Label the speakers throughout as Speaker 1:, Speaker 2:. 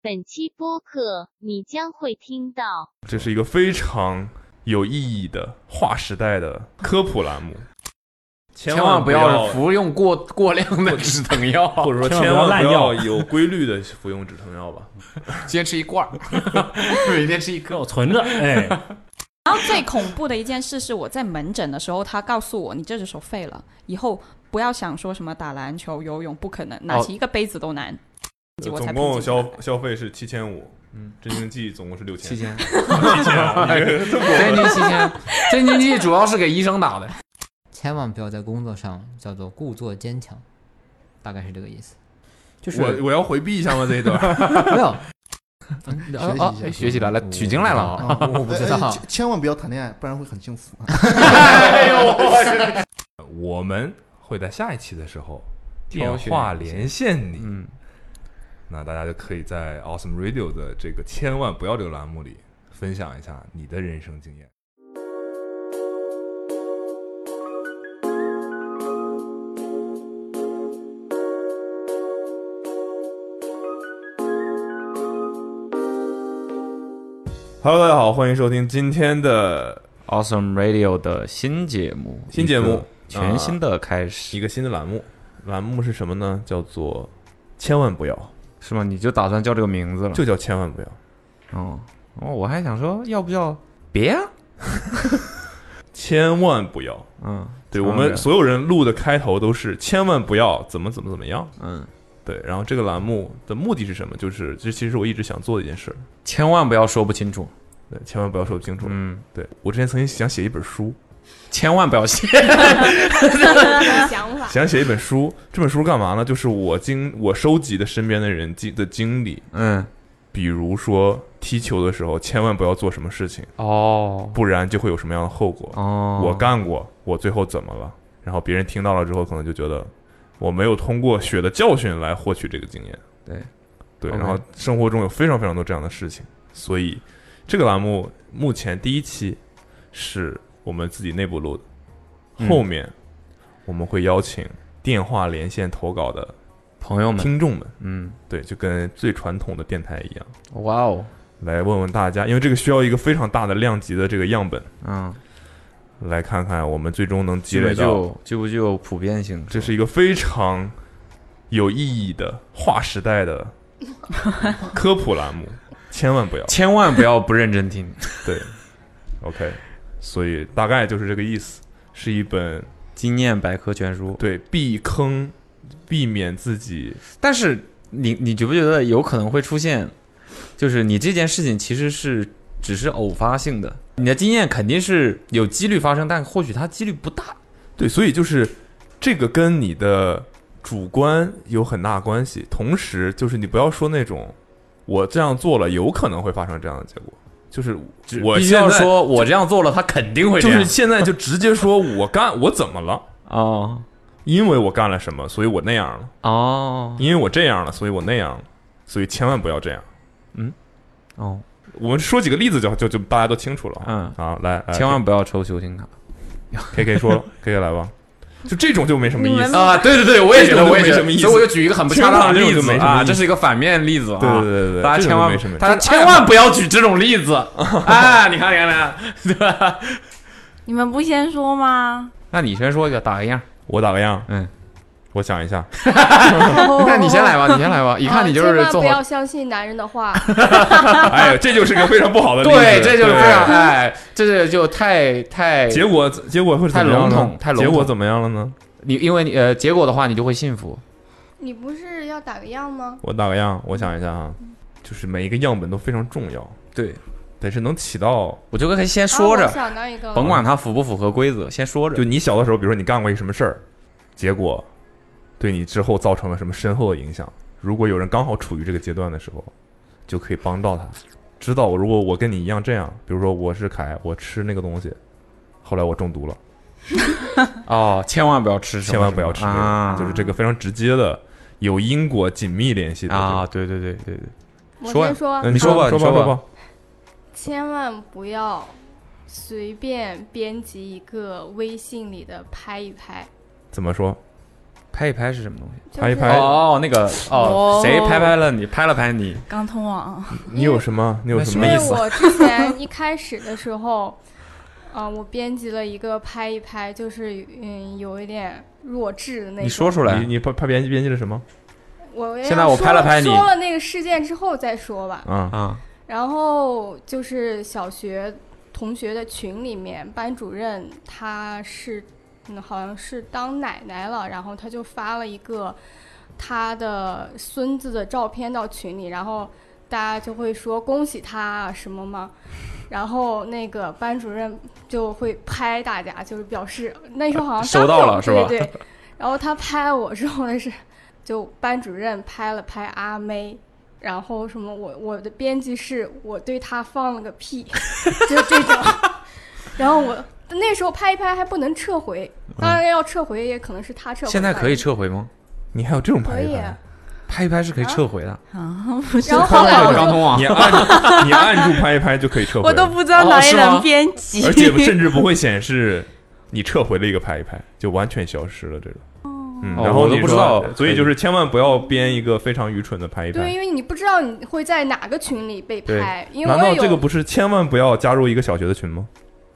Speaker 1: 本期播客你将会听到
Speaker 2: 这是一个非常有意义的划时代的科普栏目，千
Speaker 3: 千万
Speaker 2: 不
Speaker 3: 不要服用过过量的止疼药，
Speaker 2: 或者说
Speaker 4: 千万不
Speaker 2: 千
Speaker 4: 要
Speaker 2: 万
Speaker 4: 滥
Speaker 2: 不要
Speaker 4: 药
Speaker 2: 有规律的服用止疼药吧。
Speaker 3: 先吃一罐儿，每天吃一颗。
Speaker 4: 我存着，哎，
Speaker 5: 然后最恐怖的一件事是，我在门诊的时候，他告诉我你这只手废了，以后不要想说什么打篮球、游泳，不可能，拿起一个杯子都难。我才平静
Speaker 2: 总共
Speaker 5: 下来
Speaker 2: 消消费是七千五，嗯，镇静剂总共是六
Speaker 3: 期
Speaker 2: 千，
Speaker 3: 间，
Speaker 2: 这么
Speaker 3: 镇静期间，镇静剂主要是给医生打的。
Speaker 6: 千万不要在工作上叫做故作坚强，大概是这个意思。
Speaker 4: 就是
Speaker 2: 我我要回避一下吗？这一段
Speaker 6: 没有，
Speaker 7: 学习一下
Speaker 3: 哦哎学习来了
Speaker 6: 我
Speaker 3: 取经来了
Speaker 8: 啊
Speaker 6: 我啊我我不知
Speaker 7: 哎
Speaker 6: 道
Speaker 7: 千，千万不要谈恋爱，不然会很幸福。
Speaker 3: 哎呦，我
Speaker 2: 我们会在下一期的时候电
Speaker 3: 挑选
Speaker 2: 话连线你，
Speaker 3: 嗯，
Speaker 2: 那大家就可以在 Awesome Radio 的这个“千万不要”这个栏目里分享一下你的人生经验。Hello，大家好，欢迎收听今天的
Speaker 8: Awesome Radio 的新节目，
Speaker 2: 新节目，
Speaker 8: 一个全新的开始、
Speaker 2: 一个新的栏目，栏目是什么呢？叫做“千万不要
Speaker 8: 是吗？你就打算叫这个名字”，了？
Speaker 2: 就叫“千万不要
Speaker 8: 哦哦，我还想说，要不要别 啊？”，
Speaker 2: 千万不要。
Speaker 8: 嗯，
Speaker 2: 对
Speaker 8: 千万
Speaker 2: 我
Speaker 8: 不要
Speaker 2: 们所有人录的开头都是千万不要怎么怎么怎么样。
Speaker 8: 嗯，
Speaker 2: 对，然后这个栏目的目的是什么？就是这其实我一直想做的一件事。
Speaker 8: 千万不要说不清楚，
Speaker 2: 对，千万不要说不清楚。
Speaker 8: 嗯，
Speaker 2: 对我之前曾经想写一本书，
Speaker 8: 千万不要 信。
Speaker 5: 想法。
Speaker 2: 想写一本书，这本书干嘛呢？就是我经我收集的身边的人经的经历，
Speaker 8: 嗯，
Speaker 2: 比如说踢球的时候千万不要做什么事情，
Speaker 8: 哦
Speaker 2: 不然就会有什么样的后果。
Speaker 8: 哦，
Speaker 2: 我干过，我最后怎么了？然后别人听到了之后，可能就觉得我没有通过血的教训来获取这个经验。
Speaker 8: 对，
Speaker 2: 对。
Speaker 8: OK
Speaker 2: 然后生活中有非常非常多这样的事情，所以这个栏目目前第一期是我们自己内部录的，
Speaker 8: 嗯
Speaker 2: 后面我们会邀请电话连线投稿的
Speaker 8: 朋友们，
Speaker 2: 听众们，
Speaker 8: 嗯，
Speaker 2: 对，就跟最传统的电台一样，
Speaker 8: 哇哦，
Speaker 2: 来问问大家，因为这个需要一个非常大的量级的这个样本，
Speaker 8: 嗯，
Speaker 2: 来看看我们最终能积
Speaker 8: 具
Speaker 2: 累
Speaker 8: 不具
Speaker 2: 到。
Speaker 8: 有具不具有普遍性？
Speaker 2: 这是一个非常有意义的划时代的科普栏目，千万不要
Speaker 8: 千万不要不认真听。
Speaker 2: 对。OK，所以大概就是这个意思，是一本
Speaker 8: 经验百科全书，
Speaker 2: 对避坑、避免自己
Speaker 8: 但是你你觉不觉得有可能会出现，就是你这件事情其实是只是偶发性的，你的经验肯定是有几率发生，但或许它几率不大。
Speaker 2: 对，所以就是这个跟你的主观有很大关系，同时就是你不要说那种我这样做了有可能会发生这样的结果，就是我
Speaker 8: 必须
Speaker 2: 现
Speaker 8: 要
Speaker 2: 在
Speaker 8: 说，我这样做了，它肯定会这
Speaker 2: 就
Speaker 8: 样。
Speaker 2: 是现在就直接说我干我怎么了。
Speaker 8: 哦
Speaker 2: 因为我干了什么，所以我那样了；
Speaker 8: 哦
Speaker 2: 因为我这样了，所以我那样了。所以千万不要这样。
Speaker 8: 哦，
Speaker 2: 我们说几个例子就就就大家都清楚了。
Speaker 8: 嗯
Speaker 2: 好，来，来
Speaker 8: 千万不要抽球星卡。
Speaker 2: K K 说，K K 来吧。就这种就没什么意思。
Speaker 3: 啊，对对对，我也觉
Speaker 2: 这
Speaker 3: 得，
Speaker 2: 种
Speaker 3: 我也觉
Speaker 2: 没什么意
Speaker 3: 得，
Speaker 2: 思
Speaker 3: 所以我就举一个很不恰当的例
Speaker 2: 这种就
Speaker 3: 子
Speaker 2: 没什么意
Speaker 3: 啊，
Speaker 2: 思
Speaker 3: 这 是一个反面例子啊。
Speaker 2: 对对对对，
Speaker 3: 大家千
Speaker 2: 这种就
Speaker 3: 万
Speaker 2: 没什么，意思
Speaker 3: 大家千万不要举这种例 子啊！你看，你看，你看，对吧？
Speaker 9: 你们不先说吗？
Speaker 3: 那你先说一个，打个样。
Speaker 2: 我打个样，
Speaker 8: 嗯，
Speaker 2: 我想一 下，
Speaker 3: 那你先来吧，你先来吧。一看你就是
Speaker 9: 哦啊千万
Speaker 3: 做
Speaker 9: 不
Speaker 3: 好
Speaker 9: 要，相信男人的话，
Speaker 2: 哎，这就是个非常不好的例子。
Speaker 3: 对，这就是非常
Speaker 2: 对
Speaker 3: 哎，这是就太太
Speaker 2: 结果结果会是怎么
Speaker 3: 太
Speaker 2: 样
Speaker 3: 笼
Speaker 2: 呢
Speaker 3: 统太？笼
Speaker 2: 结
Speaker 3: 统
Speaker 2: 果怎么样了呢？
Speaker 3: 你，因为你呃，结果的话你就会幸福。
Speaker 9: 你不是要打个样吗？
Speaker 2: 我打个样，我想一下啊，就是每一个样本都非常重要，
Speaker 8: 对，
Speaker 2: 但是能起到
Speaker 8: 我就可以先说
Speaker 9: 啊
Speaker 8: 着
Speaker 9: 我，想到一个，
Speaker 8: 甭管它符不符合规则，先说
Speaker 2: 就
Speaker 8: 着。
Speaker 2: 你小的时候，比如说你干过一什么事儿，结果对你之后造成了什么深厚的影响。如果有人刚好处于这个阶段的时候，就可以帮到他，知道我如果我跟你一样这样，比如说我是凯，我吃那个东西，后来我中毒了，
Speaker 8: 哦，千万不要吃什么什么，
Speaker 2: 千万不要吃这个，
Speaker 8: 啊！
Speaker 2: 就是这个非常直接的有因果紧密联系的
Speaker 8: 啊，
Speaker 2: 这
Speaker 8: 对对对对对，
Speaker 9: 我
Speaker 8: 说呀
Speaker 9: 先说，
Speaker 2: 种。嗯，
Speaker 8: 你说吧
Speaker 2: 说
Speaker 8: 你说
Speaker 2: 吧
Speaker 8: 吧
Speaker 2: 吧，
Speaker 9: 千万不要随便编辑一个微信里的拍一拍，
Speaker 2: 怎么说？
Speaker 8: 拍一拍是什么东西？
Speaker 9: 就
Speaker 2: 拍一
Speaker 9: 是
Speaker 2: 拍
Speaker 8: 哦，那个哦
Speaker 5: 哦，
Speaker 8: 谁拍拍了你，拍了拍你，
Speaker 5: 刚通
Speaker 9: 嗯
Speaker 5: 往
Speaker 2: 你有什么？你有什
Speaker 8: 什
Speaker 9: 因
Speaker 2: 么
Speaker 8: 么
Speaker 9: 为
Speaker 8: 意思
Speaker 9: 我之前一开始的时候， 呃，我编辑了一个拍一拍，就是嗯，有一点弱智的那种。
Speaker 8: 你说出来
Speaker 2: 你。你拍拍编辑编辑了什么？
Speaker 9: 我
Speaker 8: 现在我拍了拍你
Speaker 9: 说了那个事件之后再说吧。
Speaker 2: 啊
Speaker 8: 啊，
Speaker 9: 然后就是小学同学的群里面，班主任他是，嗯，好像是当奶奶了，然后他就发了一个他的孙子的照片到群里，然后大家就会说恭喜他啊什么嘛。然后那个班主任就会拍大家，就是表示那时候好像
Speaker 8: 收到了
Speaker 9: 刚有
Speaker 8: 是吧
Speaker 9: 对对。然后他拍我之后呢是，就班主任拍了拍阿妹，然后什么我我的编辑是我对他放了个屁， 就这种。然后我那时候拍一拍还不能撤回，当然要撤回也可能是他撤回吧。
Speaker 8: 现在可以撤回吗？
Speaker 2: 你还有这种
Speaker 9: 可
Speaker 2: 拍一
Speaker 9: 以。啊
Speaker 2: 拍？
Speaker 8: 拍一拍是可以撤回的。
Speaker 5: 啊，不是
Speaker 9: 然后后来
Speaker 3: 有
Speaker 9: 我
Speaker 3: 刚
Speaker 9: 就
Speaker 3: 通
Speaker 8: 啊
Speaker 3: 往
Speaker 2: 你按你按住拍一拍就可以撤回，
Speaker 5: 我都不知道哪里能编辑，
Speaker 2: 哦 而且甚 至不会显示你撤回了一个拍一拍，就完全消失了这种。嗯，
Speaker 8: 哦
Speaker 2: 然后
Speaker 8: 我都
Speaker 2: 你
Speaker 8: 不
Speaker 2: 说
Speaker 8: 知道哎
Speaker 2: 所以就是千万不要编一个非常愚蠢的拍一
Speaker 9: 对，
Speaker 2: 拍。
Speaker 9: 因为你不知道你会在哪个群里被拍，因为
Speaker 2: 难
Speaker 9: 我也
Speaker 2: 道
Speaker 9: 有
Speaker 2: 这个不是千万不要加入一个小学的群吗？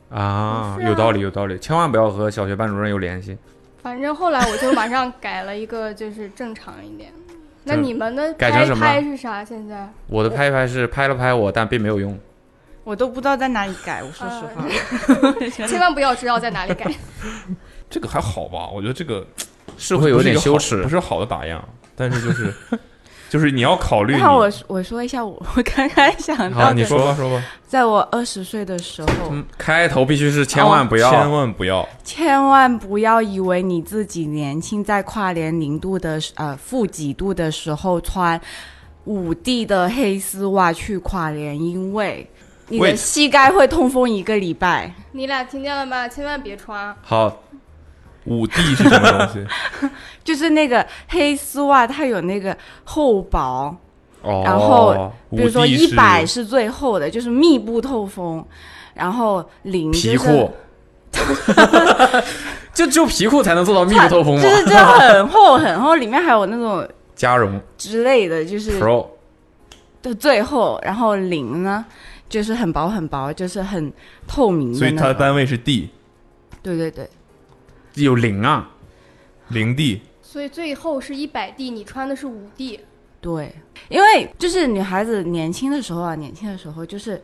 Speaker 8: 啊，
Speaker 9: 不是啊
Speaker 8: 有道理，有道理，千万不要和小学班主任有联系。
Speaker 9: 反正后来我就马上改了一个，就是正常一点。那
Speaker 8: 正
Speaker 9: 你们的
Speaker 8: 改成
Speaker 9: 拍一
Speaker 8: 什么
Speaker 9: 拍是啥？现在
Speaker 8: 我的拍一拍是拍了拍我，但并没有用。
Speaker 5: 我都不知道在哪里改。我说实
Speaker 9: 呃 千
Speaker 5: 话，
Speaker 9: 万不要知道在 哪里改。
Speaker 2: 这个还好吧，我觉得这个
Speaker 8: 是会有点羞耻
Speaker 2: 不是一个好不是好的打样，但是就是就是你要考虑你。
Speaker 4: 那我我说一下我我刚刚想
Speaker 8: 好，
Speaker 4: 到
Speaker 8: 你
Speaker 4: 的，
Speaker 8: 说吧，说
Speaker 2: 说吧，
Speaker 4: 在我二十岁的时候，
Speaker 8: 嗯，开头必须是千万不
Speaker 2: 千
Speaker 8: 要。
Speaker 2: 万不要
Speaker 4: 千万不要以为你自己年轻，在跨年零度的时呃负几度的时候穿五 D 的黑丝袜去跨年，因为你的
Speaker 8: Wait
Speaker 4: 膝盖会痛风一个礼拜。
Speaker 9: 你俩听见了吗？千万别穿啊。
Speaker 8: 好，
Speaker 2: 五 D 是什么东 西？
Speaker 4: 就是那个黑丝袜，它有那个厚薄，
Speaker 8: 哦，
Speaker 4: 然后比
Speaker 2: 五
Speaker 4: 如说
Speaker 2: D
Speaker 4: 一
Speaker 2: 是
Speaker 4: 百是最厚的，就是密不透风，然后零
Speaker 8: 皮
Speaker 4: 就是
Speaker 8: 裤，就只有皮裤才能做到密不透风
Speaker 4: 就
Speaker 8: 吗？
Speaker 4: 是这很厚很厚，里面还有那种
Speaker 8: 加绒
Speaker 4: 之类的，就是
Speaker 8: Pro
Speaker 4: 的最厚，然后零呢就是很薄很薄，就是很透明的
Speaker 2: 所以它
Speaker 4: 那
Speaker 2: 的
Speaker 4: 种。
Speaker 2: 单位是 D，
Speaker 4: 对对对，
Speaker 8: 有零啊，
Speaker 2: 零 D。
Speaker 9: 所以最后是一百 D，你穿的是五 D，
Speaker 4: 对，因为就是女孩子年轻的时候啊，年轻的时候就是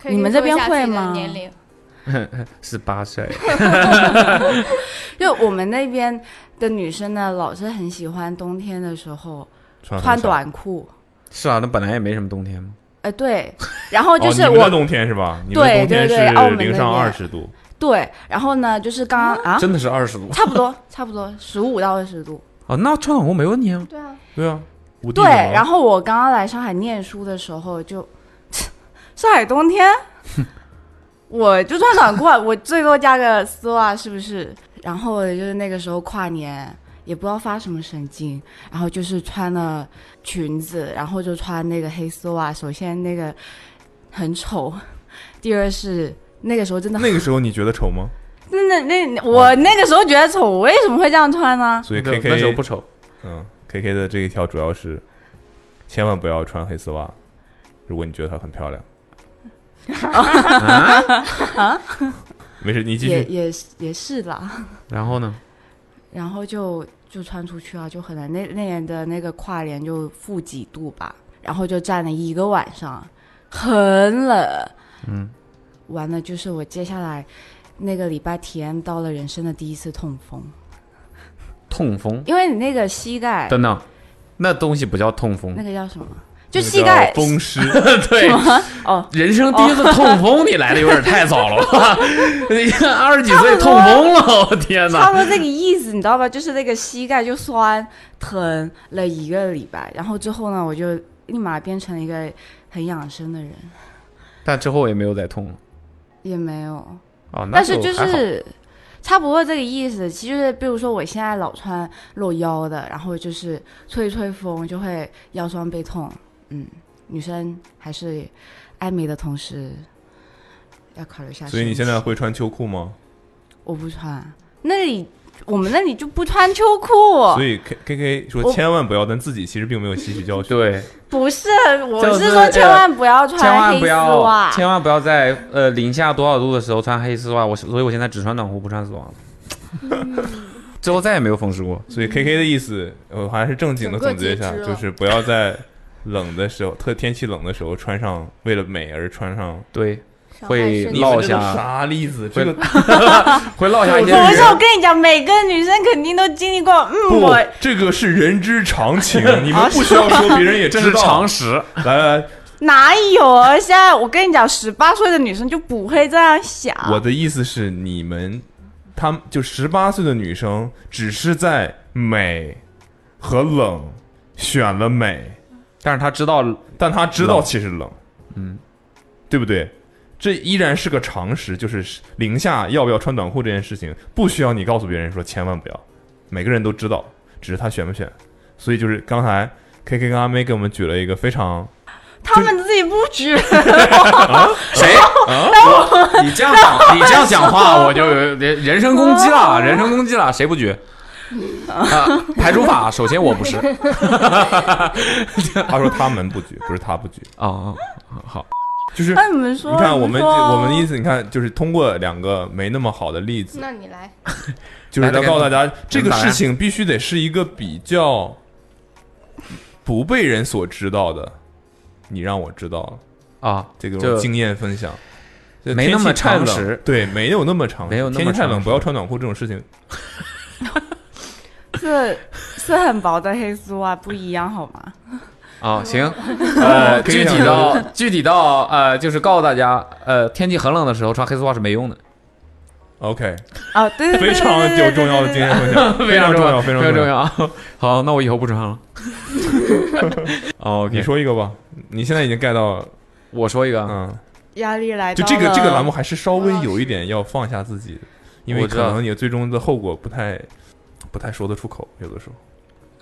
Speaker 9: 可以
Speaker 4: 你们
Speaker 9: 跟
Speaker 4: 这边
Speaker 9: 说一下自己
Speaker 4: 会
Speaker 9: 的
Speaker 4: 吗
Speaker 9: 年龄
Speaker 8: 十八岁。
Speaker 4: 就我们那边的女生呢，老是很喜欢冬天的时候
Speaker 2: 穿很
Speaker 4: 穿
Speaker 2: 少
Speaker 4: 短裤。
Speaker 8: 是啊，那本来也没什么冬天嘛。
Speaker 4: 呃，对，然后就是
Speaker 2: 哦、你们的
Speaker 4: 我，
Speaker 2: 冬天是吧？你们
Speaker 4: 对
Speaker 2: 冬天
Speaker 4: 对哦对澳
Speaker 2: 是
Speaker 4: 门那
Speaker 2: 零上二
Speaker 4: 边
Speaker 2: 十度，
Speaker 4: 对，然后呢，就是刚刚啊，
Speaker 8: 真的是二十 度
Speaker 4: 差不多，差不多十五到二十度。
Speaker 8: 哦，那穿短裤没问题啊。
Speaker 9: 对啊，
Speaker 2: 对啊，五 D
Speaker 4: 对，然
Speaker 2: 后
Speaker 4: 后我刚刚来上海念书的时候就， 上海冬 天，我就穿短裤，啊，我最多加个丝袜，是不是？然后就是那个时候跨年，也不知道发什么神经，然后就是穿了裙子，然后就穿那个黑丝袜。首先那个很丑，第二是那个时候真的很
Speaker 2: 那个时候你觉得丑吗？
Speaker 4: 那 那那我那个时候觉得丑，我为什么会这样穿呢？
Speaker 2: 所以
Speaker 8: 那
Speaker 2: K
Speaker 8: 那时候不
Speaker 2: K
Speaker 8: 丑，
Speaker 2: 嗯，K K 的这一条主要是千万不要穿黑丝袜，如果你觉得它很漂亮。 没事，你继
Speaker 4: 啊也也
Speaker 2: 续。
Speaker 4: 是也是啦，
Speaker 8: 然后呢？
Speaker 4: 然后就就穿出去啊，就很难。那那年的那个跨年就负几度吧，然后就站了一个晚上，很冷。
Speaker 8: 嗯，
Speaker 4: 完了就是我接下来那个礼拜体验到了人生的第一次痛风，
Speaker 8: 痛风。
Speaker 4: 因为你那个膝盖
Speaker 8: 等等，那东西不叫痛
Speaker 4: 那
Speaker 8: 风，
Speaker 4: 个叫什么？就
Speaker 2: 那个
Speaker 4: 膝
Speaker 2: 叫
Speaker 4: 盖
Speaker 2: 风 湿，
Speaker 8: 对，
Speaker 4: 哦，
Speaker 8: 人生第一次痛风，你来的有点太早了 吧？你看二十几岁痛风了，我天
Speaker 4: 差
Speaker 8: 哪！
Speaker 4: 不多这个意思，你知道吧？就是那个膝盖就酸疼了一个礼拜，然后之后呢，我就立马变成一个很养生的人，
Speaker 8: 但之后也没有再痛了
Speaker 4: 也没有，
Speaker 8: 啊。那
Speaker 4: 但是就
Speaker 8: 还好
Speaker 4: 是差不多这个意思。其实，比如说我现在老穿露腰的，然后就是吹一吹风就会腰酸背痛。嗯，女生还是爱美的同时
Speaker 9: 啊
Speaker 4: 要考虑一下身体。
Speaker 2: 所以你现在会穿秋裤吗？
Speaker 4: 我不穿，那里我们那里就不穿秋裤
Speaker 8: 哦
Speaker 2: 所，以 K K K 说
Speaker 4: 我
Speaker 2: 千万不要，但自己其实并没有吸取教训。
Speaker 8: 对，
Speaker 4: 不是，我
Speaker 8: 就是哎
Speaker 4: 是说千万不要
Speaker 8: 千
Speaker 4: 穿
Speaker 8: 万
Speaker 4: 黑
Speaker 8: 不
Speaker 4: 丝
Speaker 8: 要，
Speaker 4: 袜，
Speaker 8: 千万不要在呃零下多少度的时候穿黑丝袜。我所以我现在只穿暖壶，不穿丝袜了。 之后再也没有风湿过。
Speaker 2: 所以 K K 的意思，我还是正经的总结一下，
Speaker 9: 整个截肢
Speaker 2: 就
Speaker 9: 了
Speaker 2: 是不要在冷的时候，特天气冷的时候穿上，为了美而穿上。
Speaker 8: 对，
Speaker 9: 伤害
Speaker 8: 会
Speaker 9: 身体
Speaker 2: 你
Speaker 8: 落
Speaker 2: 们这都
Speaker 8: 下，
Speaker 2: 啥例子？
Speaker 8: 会
Speaker 2: 这个
Speaker 8: 会落下一些
Speaker 4: 不是，我
Speaker 8: 人。
Speaker 4: 跟你讲，每个女生肯定都经历过。嗯，
Speaker 2: 不
Speaker 4: 我，
Speaker 2: 这个是人之常 情，你们不需要
Speaker 8: 啊
Speaker 2: 说，别人也
Speaker 3: 这
Speaker 2: 知
Speaker 3: 是
Speaker 2: 道
Speaker 3: 常。识。
Speaker 2: 来来来，
Speaker 4: 哪有啊？现在我跟你讲，十八岁的女生就不会这样想。
Speaker 2: 我的意思是，你们，他们就十八岁的女生，只是在美和冷选了美，
Speaker 8: 但是他知道，
Speaker 2: 但她知道
Speaker 8: 冷
Speaker 2: 其实冷，
Speaker 8: 嗯，
Speaker 2: 对不对？这依然是个常识，就是零下要不要穿短裤这件事情，不需要你告诉别人说千万不要，每个人都知道，只是他选不选。所以就是刚才 K K 跟阿妹给我们举了一个非常
Speaker 4: 他们自己不觉得，
Speaker 8: 啊 谁？啊我 你这样讲，你这样讲话，我就有人人身攻 击了，人身攻击了，谁不举？啊，排除法，首先我 不是。
Speaker 2: 他说他们不举，不是他不举，
Speaker 8: 哦，哦好，
Speaker 2: 就是
Speaker 4: 那你们说，
Speaker 2: 你看我们
Speaker 4: 你说
Speaker 2: 我们的意思，你看就是通过两个没那么好的例子，
Speaker 9: 那 你来，
Speaker 2: 就是要告诉大家，这个
Speaker 8: 能打呀
Speaker 2: 事情必须得是一个比较不被人所知道的，你让我知道了
Speaker 8: 啊，
Speaker 2: 这
Speaker 8: 就
Speaker 2: 种经验分享。就
Speaker 8: 没那么
Speaker 2: 天气太冷
Speaker 8: 常识
Speaker 2: 对，没有那么常识，
Speaker 8: 没有那么
Speaker 2: 天气太冷
Speaker 8: 常识
Speaker 2: 不要穿暖裤这种事情，
Speaker 4: 是是很薄的黑丝袜不一样好吗？
Speaker 8: 啊，
Speaker 4: 嗯
Speaker 8: 行，
Speaker 4: 哦
Speaker 8: 呃，
Speaker 2: 可以
Speaker 8: 具体
Speaker 2: 想
Speaker 8: 到具体到呃，就是告诉大家，呃，天气很冷的时候穿黑丝袜是没用的，
Speaker 2: OK，
Speaker 4: 哦， 对对对，
Speaker 2: 非常
Speaker 4: 对
Speaker 2: 有重要的经。验分享，非常重要，非
Speaker 8: 非
Speaker 2: 常
Speaker 8: 常重
Speaker 2: 要。
Speaker 8: 要。好，那我以后不穿 了。哦，
Speaker 2: 你，说一个吧，你现在已经 get 到了，
Speaker 8: 我说一个啊，
Speaker 2: 嗯，
Speaker 4: 压力来
Speaker 2: 就
Speaker 4: 到
Speaker 2: 这个
Speaker 4: 了嗯
Speaker 2: 这个栏目还是稍微有一点要放下自己的，因为
Speaker 8: 我知
Speaker 2: 可
Speaker 8: 道
Speaker 2: 能你最终的后果不太不太说得出口，有的时候，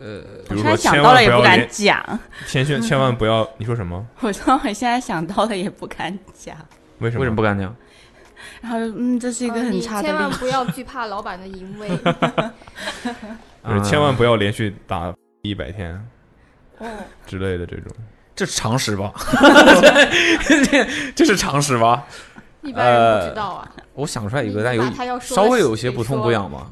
Speaker 2: 呃，比
Speaker 4: 我
Speaker 2: 如
Speaker 4: 现
Speaker 2: 说
Speaker 4: 在想
Speaker 2: 千
Speaker 4: 到了
Speaker 2: 万
Speaker 4: 也
Speaker 2: 不要
Speaker 4: 不敢
Speaker 2: 连
Speaker 4: 讲，
Speaker 2: 千宣千万不要，你说什么？
Speaker 4: 我说我现在想到了也不敢讲，
Speaker 2: 为什么？
Speaker 8: 为什么不敢讲？
Speaker 4: 然后就嗯，这是一个
Speaker 9: 呃
Speaker 4: 很
Speaker 9: 你
Speaker 4: 差的
Speaker 9: 千万
Speaker 4: 例子。
Speaker 9: 不 要惧怕老板的淫威。
Speaker 2: 就是千
Speaker 8: 嗯
Speaker 2: 万不要连续打一百天
Speaker 9: 哦，
Speaker 2: 之类的这种。
Speaker 8: 这是 常识吧？ 这这是常识吧？
Speaker 9: 一般人不知道啊。
Speaker 8: 我想出来一个，
Speaker 9: 你
Speaker 8: 但有
Speaker 9: 把他要说的
Speaker 8: 稍微有些不痛
Speaker 9: 说
Speaker 8: 不痒吧，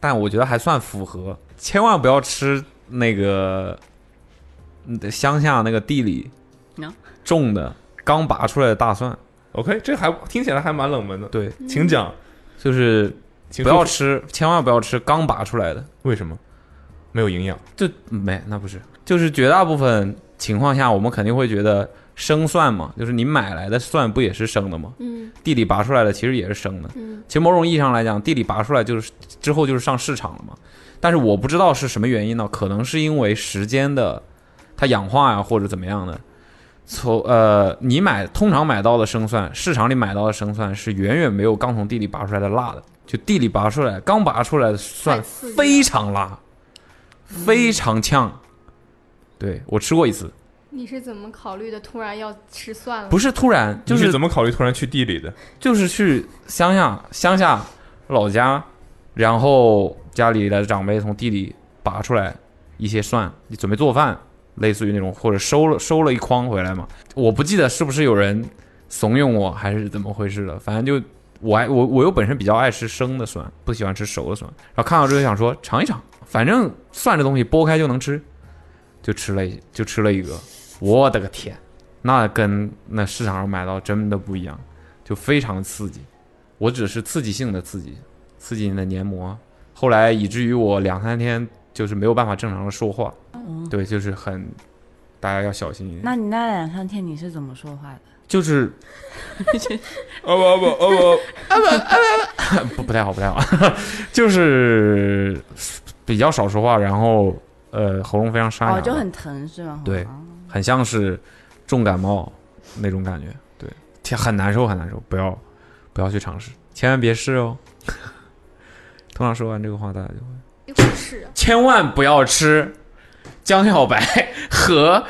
Speaker 8: 但我觉得还算符合。千万不要吃那个嗯乡下那个地里
Speaker 4: 喏
Speaker 8: 种的刚拔出来的大蒜，
Speaker 2: OK，这还听起来还蛮冷门的，
Speaker 8: 对，
Speaker 9: 嗯
Speaker 2: 请讲，
Speaker 8: 就是
Speaker 2: 请
Speaker 8: 不要
Speaker 2: 说
Speaker 8: 吃，千万不要吃刚拔出来的，
Speaker 2: 为什么没有营养？
Speaker 8: 就没那不是，就是绝大部分情况下，我们肯定会觉得生蒜嘛，就是你买来的蒜不也是生的吗？
Speaker 9: 嗯
Speaker 8: 地里拔出来的其实也是生的。
Speaker 9: 嗯，
Speaker 8: 其实某种意义上来讲，地里拔出来就是之后就是上市场了嘛。但是我不知道是什么原因呢？可能是因为时间的它氧化呀、或者怎么样的。从呃，你买通常买到的生蒜，市场里买到的生蒜是远远没有刚从地里拔出来的辣的。就地里拔出来，刚拔出来的蒜
Speaker 9: 太刺激了
Speaker 8: 非常辣，非常呛。对我吃过一次，
Speaker 9: 你是怎么考虑的？突然要吃蒜了？
Speaker 8: 不是突然，就
Speaker 2: 你
Speaker 8: 是
Speaker 2: 是怎么考虑突然去地里的？
Speaker 8: 就是去乡下乡下老家，然后家里的长辈从地里拔出来一些蒜，你准备做饭，类似于那种或者收了收了一筐回来嘛。我不记得是不是有人怂恿我还是怎么回事了，反正就我还我我又本身比较爱吃生的蒜，不喜欢吃熟的蒜，然后看到之后想说尝一尝，反正蒜这东西剥开就能吃，就吃了一就吃了一个，我的个天！那跟那市场上买到真的不一样，就非常刺激。我只是刺激性的刺激，刺激你的黏膜，后来以至于我两三天就是没有办法正常的说话。对，就是很，大家要小心一点。
Speaker 4: 嗯那你那两三天你是怎么说话的？
Speaker 8: 就是
Speaker 2: 哦不不哦
Speaker 9: 啊
Speaker 8: 不不太好，不 太好，就是比较少说话，然后呃喉咙非常沙哑吧，
Speaker 4: 哦，就很疼是吗？
Speaker 8: 对
Speaker 4: 哦
Speaker 8: 很像是重感冒那种感觉，对，天很难受很难受，不要不要去尝试，千万别试哦。 通常说完这个话，大家就会
Speaker 9: 一会儿啊吃，
Speaker 8: 千万不要吃江小白和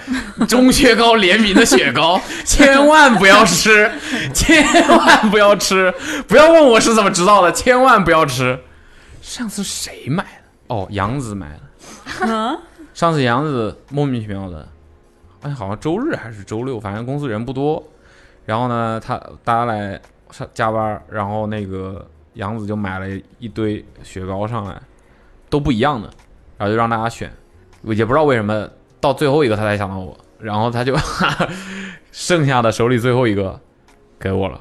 Speaker 8: 钟薛高联名的雪糕，千万不要吃，千万不要吃，不要问我是怎么知道的，千万不要吃，上次谁买的？哦，杨子买的。 上次杨子莫名其妙的，哎，好像周日还是周六，反正公司人不多。然后呢，他大家来上加班，然后那个杨子就买了一堆雪糕上来，都不一样的，然后就让大家选。我也不知道为什么，到最后一个他才想到我，然后他就 剩下的手里最后一个给我了，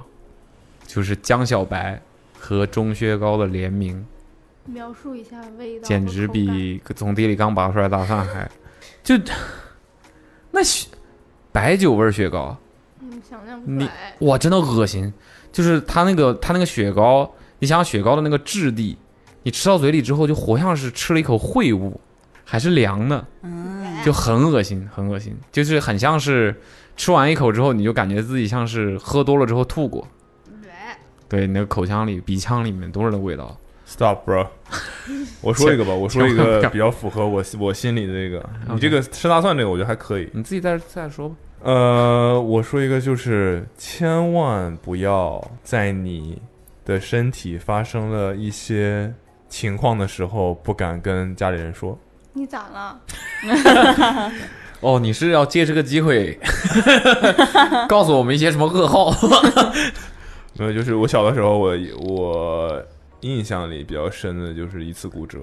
Speaker 8: 就是江小白和钟薛高的联名。
Speaker 9: 描述一下味道，
Speaker 8: 简直比从地里刚拔出来的大蒜还，就那雪白酒味儿雪糕，
Speaker 9: 嗯想象不
Speaker 8: 你
Speaker 9: 出来。
Speaker 8: 哇，真的恶心！就是它那个它那个雪糕，你想想雪糕的那个质地，你吃到嘴里之后就活像是吃了一口秽物，还是凉的，
Speaker 4: 嗯，
Speaker 8: 就很恶心，很恶心，就是很像是吃完一口之后，你就感觉自己像是喝多了之后吐过，对，你那个口腔里、鼻腔里面都是那味道。
Speaker 2: Stop, bro！我说一个吧，我说一
Speaker 8: 千万不
Speaker 2: 个
Speaker 8: 要
Speaker 2: 比较符合我我心里的这个。你这个吃大蒜这个，我觉得还可以。
Speaker 8: 你自己再再说吧。
Speaker 2: 呃，我说一个就是，千万不要在你的身体发生了一些情况的时候，不敢跟家里人说。
Speaker 9: 你咋了？
Speaker 8: 哦，你是要借这个机会告诉我们一些什么噩耗？
Speaker 2: 没有，就是我小的时候我，我印象里比较深的就是一次骨折。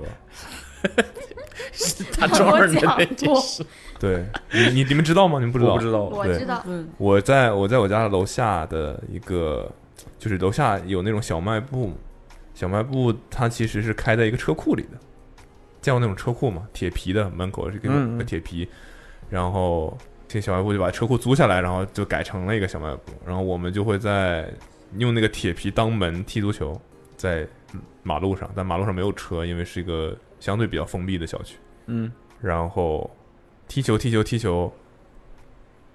Speaker 8: 他
Speaker 9: 跟我讲过，
Speaker 2: 对你，你你们知道吗？你们不知道？
Speaker 8: 我不知道
Speaker 9: 我
Speaker 2: 对嗯
Speaker 9: 知道，
Speaker 2: 我在我在我家楼下的一个，就是楼下有那种小卖部，小卖部它其实是开在一个车库里的，见过那种车库吗？铁皮的，门口是个
Speaker 8: 嗯嗯
Speaker 2: 个铁皮，然后这小卖部就把车库租下来，然后就改成了一个小卖部，然后我们就会在用那个铁皮当门踢足球，在马路上，但马路上没有车，因为是一个相对比较封闭的小区。
Speaker 8: 嗯，
Speaker 2: 然后踢球踢球踢球，